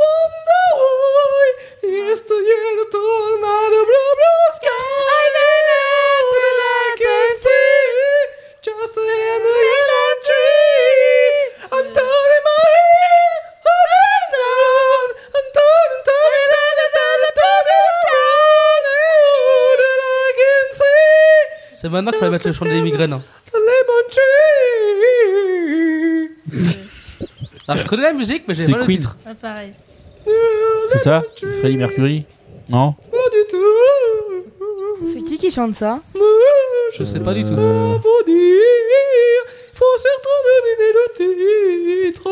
E: wonder, why is the yellow tornado blue, blue sky? I can see just a yellow, yellow tree. I'm turning my head upside down. I'm turning, turning, turning, turning, turning around. And all I can see
G: C'est maintenant qu'il faut mettre le chant des migraines. hein.
E: is a lemon tree.
G: Alors, je connais la musique, mais j'ai
F: C'est
G: pas le
F: Queen.
G: titre.
H: Ah, pareil.
F: C'est ça Freddie Mercury Non
E: Pas du tout.
D: C'est qui qui chante ça
G: Je sais pas du tout.
E: Faut dire, faut surtout deviner le titre.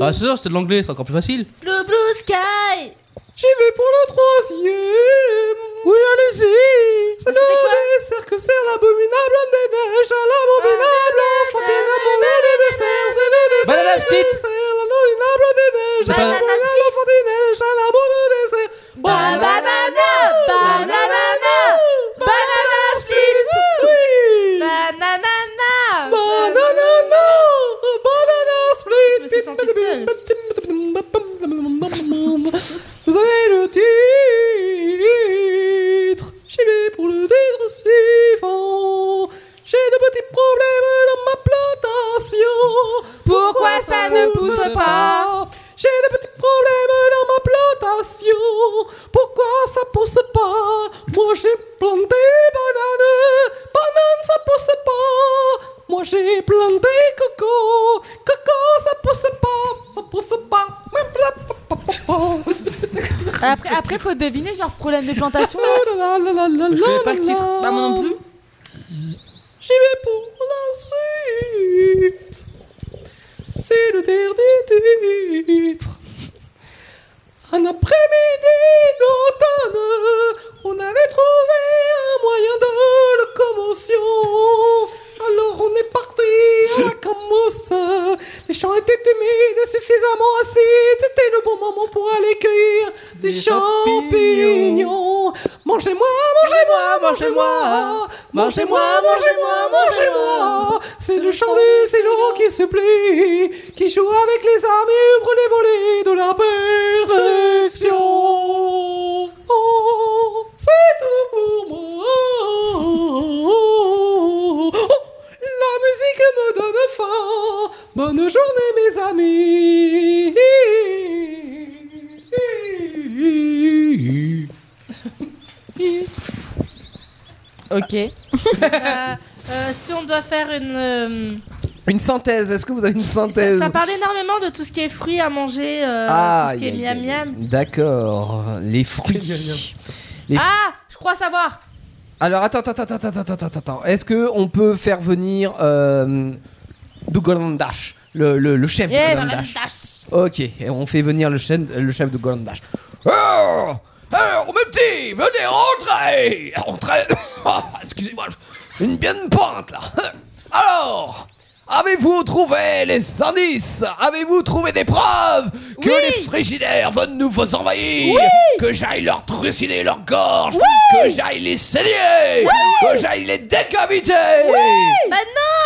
G: Ah, c'est sûr, c'est de l'anglais, c'est encore plus facile.
H: Blue Blue Sky
E: J'y vais pour le troisième. Oui, allez-y. C'est le dessert que sert l'abominable homme des neiges à l'abominable enfant des abonnés des desserts. C'est le dessert
G: Banana split.
E: que sert l'abominable homme des neiges
G: C'est
E: à
G: pas-
E: l'abominable enfant des neiges à l'abominable dessert.
H: Banana, banana,
E: banana split. Oui.
H: Bananana
E: Banana, banana split. Vous avez le titre. J'y vais pour le titre suivant. J'ai de petits problèmes dans ma plantation.
D: Pourquoi ça ne pousse pas
E: J'ai de petits problèmes dans ma plantation. Pourquoi ça pousse pas Moi j'ai planté des bananes. Bananes ça pousse pas. Moi j'ai planté coco. Coco ça pousse pas. Ça pousse pas.
D: Après, après, faut deviner, genre problème de plantation.
E: Je
D: connais pas le titre. Bah, moi non plus.
E: J'y vais pour la suite. C'est le dernier titre. Un après-midi d'automne, on avait trouvé un moyen de locomotion. Alors on est parti à la camousse. Les champs étaient humides et suffisamment acides. C'était le bon moment pour aller cueillir des, champignons. Mangez-moi, mangez-moi, mangez-moi. Mangez-moi, mangez-moi, mangez-moi. C'est le chant du Cylon qui supplie, qui joue avec les armes et ouvre les volets de la perfection. Oh, C'est tout pour moi. Oh, La musique me donne faim. Bonne journée, mes amis.
D: Ok.
H: Euh, euh, Si on doit faire une... euh,
O: Une synthèse, est-ce que vous avez une
H: Ça,
O: synthèse Ah,
H: ça parle énormément de tout ce qui est fruits à manger, euh, tout ce qui est
O: aïe, aïe,
H: miam
O: aïe.
H: miam.
O: D'accord, les fruits. Les fruits.
D: Ah, je crois savoir.
O: Alors attends, attends, attends, attends, attends, attends, attends. Est-ce que on peut faire venir euh, Dugolan Dash, le, le, le chef de Golan Dash Ok, et on fait venir le chef, le chef de Golan Dash. Oh Alors, mes petits, venez rentrer Entrez Excusez-moi, je- une bien de pointe là Alors
E: Avez-vous trouvé les indices Avez-vous trouvé des preuves que les frigidaires veulent nous vous envahir Que j'aille leur trucider leur gorge Que j'aille les saigner
N: Oui.
E: Que j'aille les décapiter
N: Bah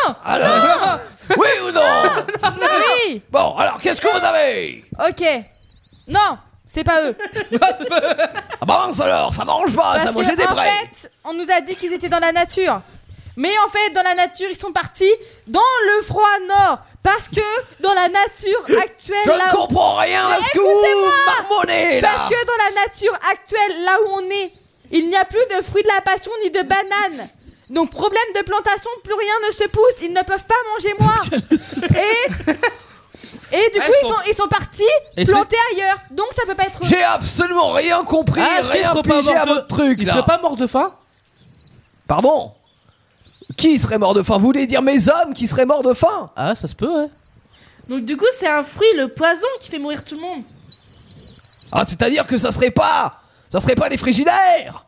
N: non
E: Alors, oui ou non
D: Non Oui
E: Bon, alors qu'est-ce que vous avez
D: Ok. Non, c'est pas eux.
E: Ah bah mince alors, ça m'arrange pas,
D: Parce
E: Ah, ça moi
D: que,
E: j'ai des
D: en
E: prêts
D: fait, on nous a dit qu'ils étaient dans la nature. Mais en fait, dans la nature, ils sont partis dans le froid nord. Parce que dans la nature actuelle.
N: Je
D: là
N: ne
D: où-
N: comprends rien à
D: Mais
N: ce que vous
D: écoutez-moi
N: marmonnez, là.
D: Parce que dans la nature actuelle, là où on est, il n'y a plus de fruits de la passion ni de bananes. Donc, problème de plantation, plus rien ne se pousse. Ils ne peuvent pas manger moi. et. Et du
E: Ah,
D: coup,
E: ils
D: ils
E: sont-
D: sont, ils sont partis
E: Est-ce que-
D: planter ailleurs. Donc, ça peut pas être. eux.
E: J'ai absolument rien compris,
D: Ah, est-ce qu'ils
E: rien
D: seraient pas
E: pigé
D: morts
E: à
D: de-
E: votre truc
D: ils
E: là
D: seraient
G: pas morts de faim
E: Pardon Qui serait mort de faim Vous voulez dire mes hommes qui seraient morts de faim
G: Ah, ça se peut, ouais.
H: Donc du coup, c'est un fruit, le poison, qui fait mourir tout le monde.
E: Ah, c'est-à-dire que ça serait pas Ça serait pas les frigidaires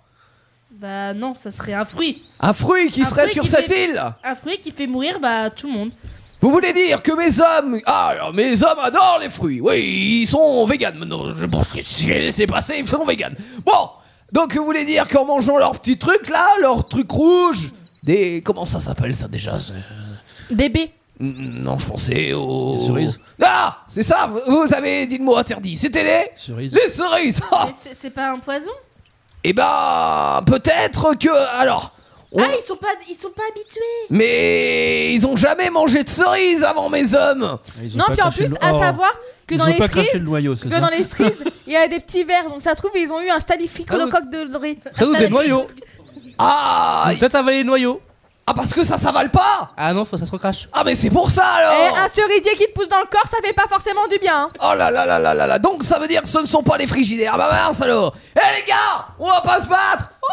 H: Bah non, ça serait un fruit.
E: Un fruit qui
H: Un
E: serait
H: fruit
E: sur
H: qui
E: cette
H: fait-
E: île
H: Un fruit qui fait mourir bah tout le monde.
E: Vous voulez dire que mes hommes. Ah, alors mes hommes adorent les fruits. Oui, ils sont véganes. Non, je pense que si je les laissé passer, ils sont véganes. Bon, donc vous voulez dire qu'en mangeant leurs petits trucs là, leurs trucs rouges. Des. Comment ça s'appelle ça déjà c'est-
H: Des baies.
E: Mm, Non, je pensais aux.
G: Des cerises.
E: Ah, c'est ça, vous- vous avez dit le mot interdit. C'était les.
G: Cerises.
E: Les cerises Ah,
H: Mais c'est- c'est pas un poison
E: Et bah, peut-être que. Alors. on-
H: Ah, ils sont pas ils sont pas habitués.
E: Mais ils ont jamais mangé de cerises avant mes hommes.
D: Non, puis en plus,
F: Oh.
D: à savoir que dans les cerises,
F: noyau,
D: que dans les cerises, il y a des petits verres. Donc, ça se trouve, ils ont eu un staphylocoque de riz.
G: Ça nous des noyaux.
E: Ah
G: Peut-être avaler les noyaux.
E: Ah, parce que ça s'avale pas
G: Ah non, faut- ça se recrache.
E: Ah, mais c'est pour ça alors
D: Eh, un cerisier qui te pousse dans le corps, ça fait pas forcément du bien. hein.
E: Oh là là là là là là Donc ça veut dire que ce ne sont pas les frigidaires. Ah bah mince alors Eh les gars On va pas se battre Oh,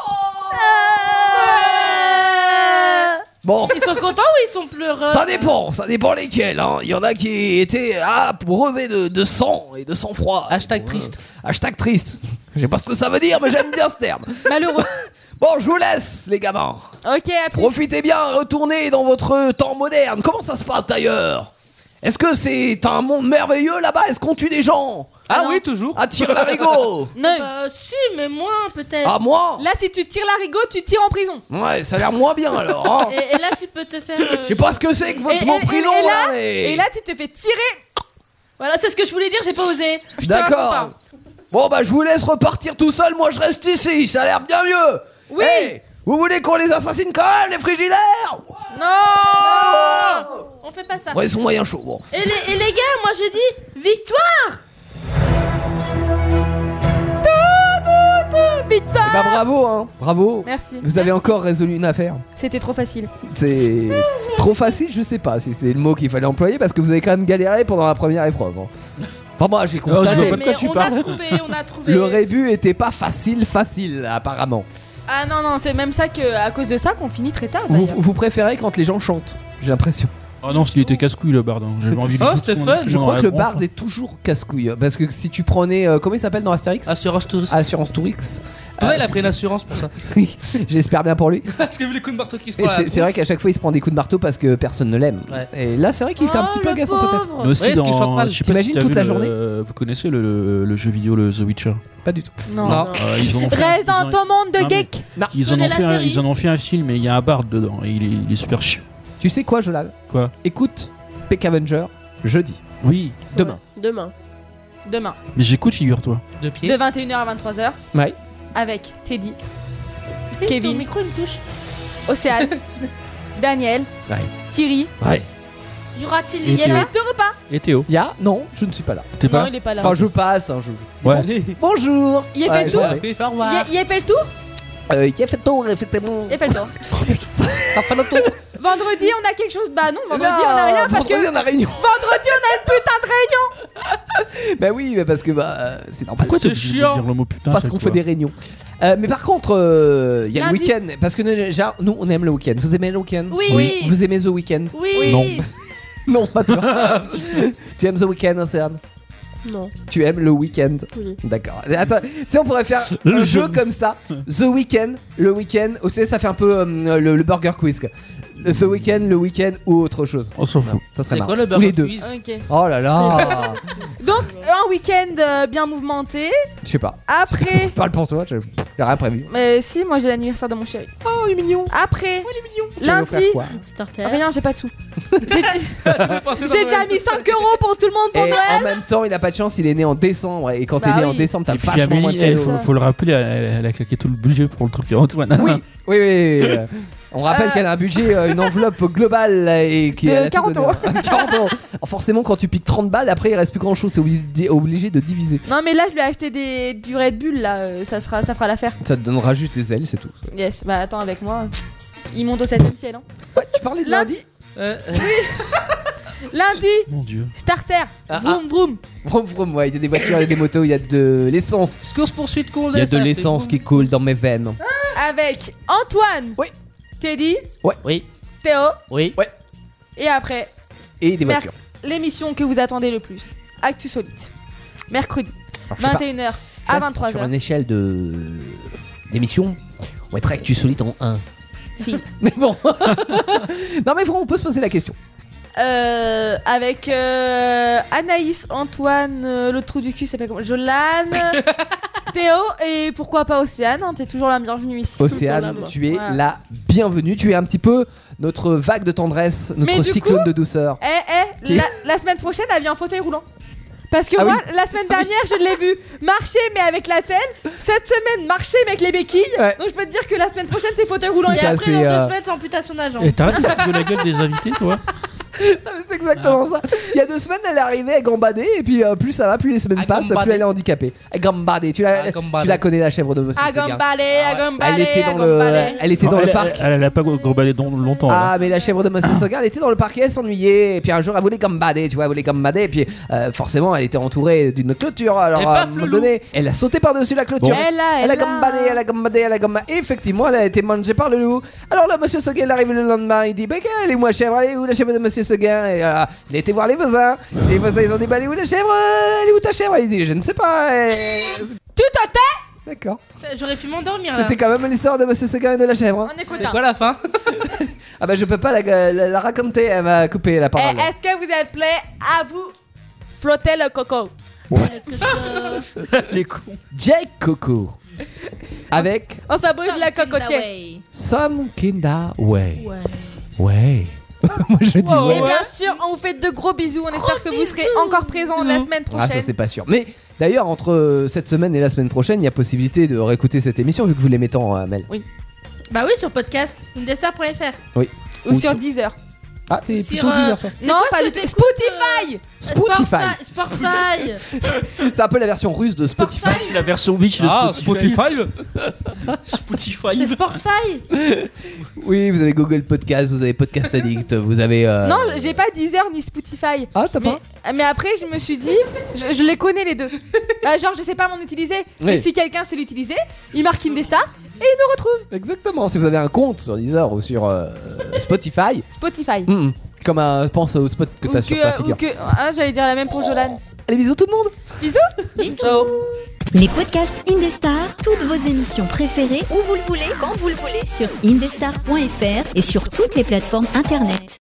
E: Euh. Bon,
H: Euh, Ils sont contents ou ils sont pleureux
E: ça dépend, ça dépend lesquels. hein. Il y en a qui étaient ah, brevets de, de sang et de sang-froid. Hashtag triste. Hashtag triste. Je sais pas ce que ça veut dire, mais j'aime bien ce terme.
D: Malheureux.
E: Bon, je vous laisse, les gamins.
D: Ok, à plus.
E: Profitez bien, retournez dans votre temps moderne. Comment ça se passe d'ailleurs Est-ce que c'est un monde merveilleux là-bas Est-ce qu'on tue des gens
G: Ah oui, toujours.
E: Attire l'arigot
D: Non.
H: Bah si, mais moins peut-être.
E: Ah, moins
D: Là, si tu tires l'arigot, tu tires en prison.
E: Ouais, ça a l'air moins bien alors. hein.
H: Et, et là tu peux te faire euh,
E: Je sais pas ce que c'est que votre
D: Et-
E: mon
D: et- et-
E: prénom
D: et là,
E: mais-
D: et là, tu te fais tirer.
H: Voilà, c'est ce que je voulais dire, j'ai pas osé. Je te raconte
E: D'accord.
H: pas.
E: Bon bah je vous laisse repartir tout seul, moi je reste ici, ça a l'air bien mieux. Oui. vous voulez qu'on les assassine quand même, les frigidaires
D: Non
H: On fait pas ça.
E: Ouais, ils sont moyens chauds. Bon.
H: Et les, et les gars, moi je dis victoire
E: Eh Bah bravo, hein, bravo.
D: Merci.
E: Vous avez encore résolu une affaire.
D: C'était trop facile.
E: C'est trop facile, je sais pas si c'est le mot qu'il fallait employer parce que vous avez quand même galéré pendant la première épreuve. hein. Enfin moi j'ai
F: vois
E: constaté.
F: pas de quoi
H: Mais
F: tu
H: on
F: parles.
H: a trouvé, on a trouvé.
E: Le rébut était pas facile, facile apparemment.
D: Ah non, non, c'est même ça que, à cause de ça qu'on finit très tard.
E: Vous,
D: d'ailleurs.
E: vous préférez quand les gens chantent, j'ai l'impression.
F: Ah non, s'il était casse-couille le bard, hein. j'avais envie de
G: Oh,
F: foutre
G: Stéphane,
F: son instrument
E: Je crois
F: à
E: que
F: la
E: le
F: branche,
E: barde
F: hein.
E: est toujours casse-couille. hein, Parce que si tu prenais. euh, comment il s'appelle dans Astérix
G: Assurance Tourix.
E: Assurance Tourix.
G: Pour ça, il a pris une assurance pour ça.
E: Oui, J'espère bien pour lui.
G: Parce qu'il a vu les coups de marteau qui se
E: Et
G: prend à la
E: c'est c'est vrai qu'à chaque fois il se prend des coups de marteau parce que personne ne l'aime. Et là c'est vrai qu'il était
D: Oh,
H: Oh,
E: un petit peu agaçant peut-être.
F: Mais aussi
G: Ouais, ce qui chante
F: dans,
G: mal.
F: je sais pas
E: T'imagines
F: si t'as
E: toute
F: vu
E: la
F: le-
E: journée
F: euh, Vous connaissez le, le- le jeu vidéo le The Witcher
E: Pas du tout.
D: Non.
G: Non.
F: Ah, ils en ont fait-
D: Reste dans
F: ils en-
D: ton monde de
F: Non, mais-
D: geek.
F: Ils en, ont
D: Connais la
F: fait un,
D: série.
F: ils en ont fait un film et il y a un bard dedans et il est, il est super chiant.
E: Tu sais quoi, Jolal
F: Quoi
E: Écoute Peck Avenger jeudi.
F: Oui,
E: Demain.
D: Demain. Demain.
F: mais j'écoute, figure-toi.
G: De
D: De 21h à 23h.
E: Ouais.
D: Avec Teddy. Kevin.
H: Ton micro il me touche.
D: Océane. Daniel.
E: Ouais.
D: Thierry.
E: Ouais.
H: Y aura-t-il
F: Et
H: il y a
F: Théo.
H: là
D: Deux repas.
F: Et Théo
E: Y'a Non, je ne suis pas là.
F: T'es pas
D: Non, il est pas là.
E: Enfin, je passe. hein, je...
F: Ouais.
E: Bonjour
D: Il a
E: Ouais,
D: fait le tour
E: j'en ai.
D: Il a- Il a fait le tour
E: Euh, il a fait le tour, il a fait mon.
D: Il a fait le tour.
E: T'as fait le tour
D: Vendredi, on a quelque chose. Bah non, vendredi,
E: Non,
D: on a rien parce que.
E: vendredi, on a réunion.
D: Vendredi, on a une putain de réunion.
E: Bah oui, mais parce que bah, euh, c'est normal.
F: Pourquoi t'es obligé de dire le mot putain
E: Parce
F: chaque
E: qu'on fait
F: fois
E: des réunions. Euh, mais par contre, euh, il y a
F: Lundi.
E: le week-end. Parce que nous, déjà, nous, on aime le week-end. Vous aimez le week-end
H: Oui. Oui.
E: Vous aimez The Weeknd
H: Oui.
E: Non, pas toi. tu aimes The Weeknd, Océane
U: Non.
E: Tu aimes le week-end
U: Oui.
E: D'accord. Attends, tu sais, on pourrait faire
F: Le
E: un jeu
F: jeu.
E: comme ça The Weekend, le week-end. Oh, tu sais, ça fait un peu euh, le, le burger quiz. quoi. le- ce week-end, le week-end ou autre chose. On s'en fout. Ça serait
G: C'est
E: marrant.
G: quoi le
E: Ou
G: burger
E: les deux.
G: quiz
D: Ok.
E: Oh là là.
D: Donc, un week-end euh, bien mouvementé.
E: Je sais pas.
D: Après.
E: Je parle pour toi. je- J'ai rien prévu.
D: Mais si, moi j'ai l'anniversaire de mon chéri. Oh, il est mignon. Après.
E: Tu vas lui offrir
D: Lundi.
E: quoi
D: Rien, j'ai pas de sous. J'ai j'ai déjà mis 5 euros pour tout le monde
E: Et
D: pour Noël.
E: en même temps, il a pas de chance, il est né en décembre. Et quand
D: Bah
E: t'es né en
D: oui.
E: décembre, t'as
F: Et puis
E: vachement moins de
F: Amélie, elle,
E: cadeaux.
F: eh, faut, faut le rappeler, elle, elle a claqué tout le budget pour le truc de Antoine. Oui,
E: Oui, oui, oui, oui, euh, On rappelle qu'elle a un budget, euh, une enveloppe globale euh, et qui
D: De
E: elle a tout
D: 40
E: donné.
D: euros.
E: 40 euros. Alors Forcément, quand tu piques 30 balles, après il reste plus grand chose, c'est obligé, obligé de diviser.
D: Non, mais là, je lui ai acheté des, du Red Bull, là. euh, Ça, sera, ça fera l'affaire.
E: Ça te donnera juste des ailes, c'est tout.
D: Yes, bah attends avec moi. Il monte au 7ème ciel, hein.
E: Ouais, tu parlais de lundi
G: Euh,
D: Lundi,
E: Mon dieu.
D: starter.
E: Ah,
D: vroom, vroom.
E: Vroom, vroom, ouais, il y a des voitures, il y a des motos, il y a de l'essence. Course poursuite cool. Il y a
G: ça,
E: de
G: c'est
E: l'essence
G: bon.
E: qui coule dans mes veines.
D: Avec Antoine.
E: Oui.
D: Teddy,
E: Ouais. Oui.
D: Théo.
E: Oui. Ouais.
D: Et après,
E: Et des
D: merc-
E: voitures.
D: l'émission que vous attendez le plus. Actu Solide. Mercredi,
E: Alors, je sais pas.
D: 21h à
E: Là, Sur une
D: 23h.
E: échelle de. d'émission, Euh, on va être actu solide en 1.
D: Si.
E: Mais bon. non, mais vraiment, on peut se poser la question.
D: Euh, avec euh, Anaïs, Antoine, euh, le trou du cul, ça fait comment Jolane, Théo et pourquoi pas Océane. hein, T'es toujours la bienvenue ici.
E: Océane,
D: Toujours là,
E: tu es
D: voilà.
E: la bienvenue. Tu es un petit peu notre vague de tendresse,
D: Mais
E: notre
D: du
E: cyclone
D: coup,
E: de douceur.
D: Eh, eh,
E: Qui
D: la, la semaine prochaine, elle vient en fauteuil roulant. Parce que
E: Ah
D: moi,
E: oui.
D: la semaine dernière, je l'ai vu marcher, mais avec la telle. Cette semaine, marcher, mais avec les béquilles. Donc, je peux te dire que la semaine prochaine, c'est fauteuil roulant.
F: C'est ça,
D: après,
F: c'est,
D: dans deux
F: euh,
D: semaines, c'est amputation de la jambe.
F: Et t'arrêtes de foutre de la gueule des invités, toi
E: C'est exactement ça. Il y a deux semaines, elle est arrivée à gambader, et puis euh, plus ça va, plus les semaines passent, plus elle est handicapée. À gambader, tu la, tu la connais, la chèvre de Monsieur
D: Ah,
E: Segar.
D: Agambale, agambale,
E: Ah Elle était dans le,
D: agambale.
E: elle était
F: Non,
E: dans le
F: elle-
E: parc.
F: Elle, elle a pas gambadé dans- longtemps.
E: Ah, mais la chèvre de Monsieur Segar, elle était dans le parc et elle s'ennuyait. Et puis un jour, elle voulait gambader, tu vois, elle voulait gambader. Et puis euh, forcément, elle était entourée d'une clôture. Alors,
G: Et
E: à un
G: paf, le
E: moment donné, elle a sauté par-dessus la clôture.
G: Bon. Elle a-
E: elle a
G: elle a-
E: gambadé, elle a gambadé, elle a gambadé. Et effectivement, elle a été mangée par le loup. Alors là, Monsieur Segar, il arrive le lendemain. Il dit Bah, elle est où la chèvre Elle est où la chèvre de Monsieur Segar Et euh, il a été voir les voisins. Les voisins, ils ont dit Bah, elle est où la chèvre Elle est où ta chèvre Il dit Je ne sais pas. Et-
D: Tu t'attends
E: D'accord.
H: J'aurais pu m'endormir là.
E: C'était quand même l'histoire de Monsieur Segar et de la chèvre.
D: On est
H: content. C'est
E: quoi la fin Ah bah je peux pas la, la- la raconter, elle m'a coupé la parole.
D: Eh, Est-ce que vous êtes prêts à vous frotter le coco
E: Les cons. Jake Coco. Avec
D: On s'abonne de la cocotier.
E: Some Kinda Way. Ouais. Moi je dis Ah, ouais.
D: Et bien sûr, on vous fait de gros bisous. On espère que vous serez encore présents la semaine
E: Ah
D: prochaine.
E: ça c'est pas sûr. Mais d'ailleurs entre euh, cette semaine et la semaine prochaine, il y a possibilité de réécouter cette émission vu que vous les mettez en euh, mail.
D: Oui.
H: Bah oui, sur podcast, indestar.fr.
E: Oui.
D: Ou sur Deezer.
E: Ah t'es
H: Sur,
E: plutôt
H: euh,
E: 10 heures toi.
H: C'est
D: Non,
H: quoi
D: pas
H: ce
D: du tout.
H: découpe,
D: Spotify
E: Spotify.
H: Spotify.
E: C'est un peu la version russe de Spotify.
F: La version bitch de
G: Ah,
H: C'est
D: euh,
F: Spotify
H: Spotify.
E: Oui, vous avez Google Podcast, vous avez Podcast Addict, vous avez. euh,
D: Non, j'ai pas Deezer ni Spotify.
E: Ah, t'as
D: mais, Mais après, je me suis dit, je, je les connais les deux. Bah, genre, je sais pas m'en utiliser. Mais
E: Oui.
D: si quelqu'un sait l'utiliser, il marque Indestar et il nous retrouve.
E: Exactement, si vous avez un compte sur Deezer ou sur euh, Spotify.
D: Spotify.
E: Mm, mm. Comme un, pense au spot que
D: Ou
E: t'as sur
D: que-
E: ta
D: ou
E: figure.
D: que- ah, j'allais dire la même pour Jolan.
E: Allez, bisous tout le monde.
D: Bisous.
E: Ciao.
B: Les podcasts Indestar, toutes vos émissions préférées, où vous le voulez, quand vous le voulez, sur indestar.fr et sur toutes les plateformes internet.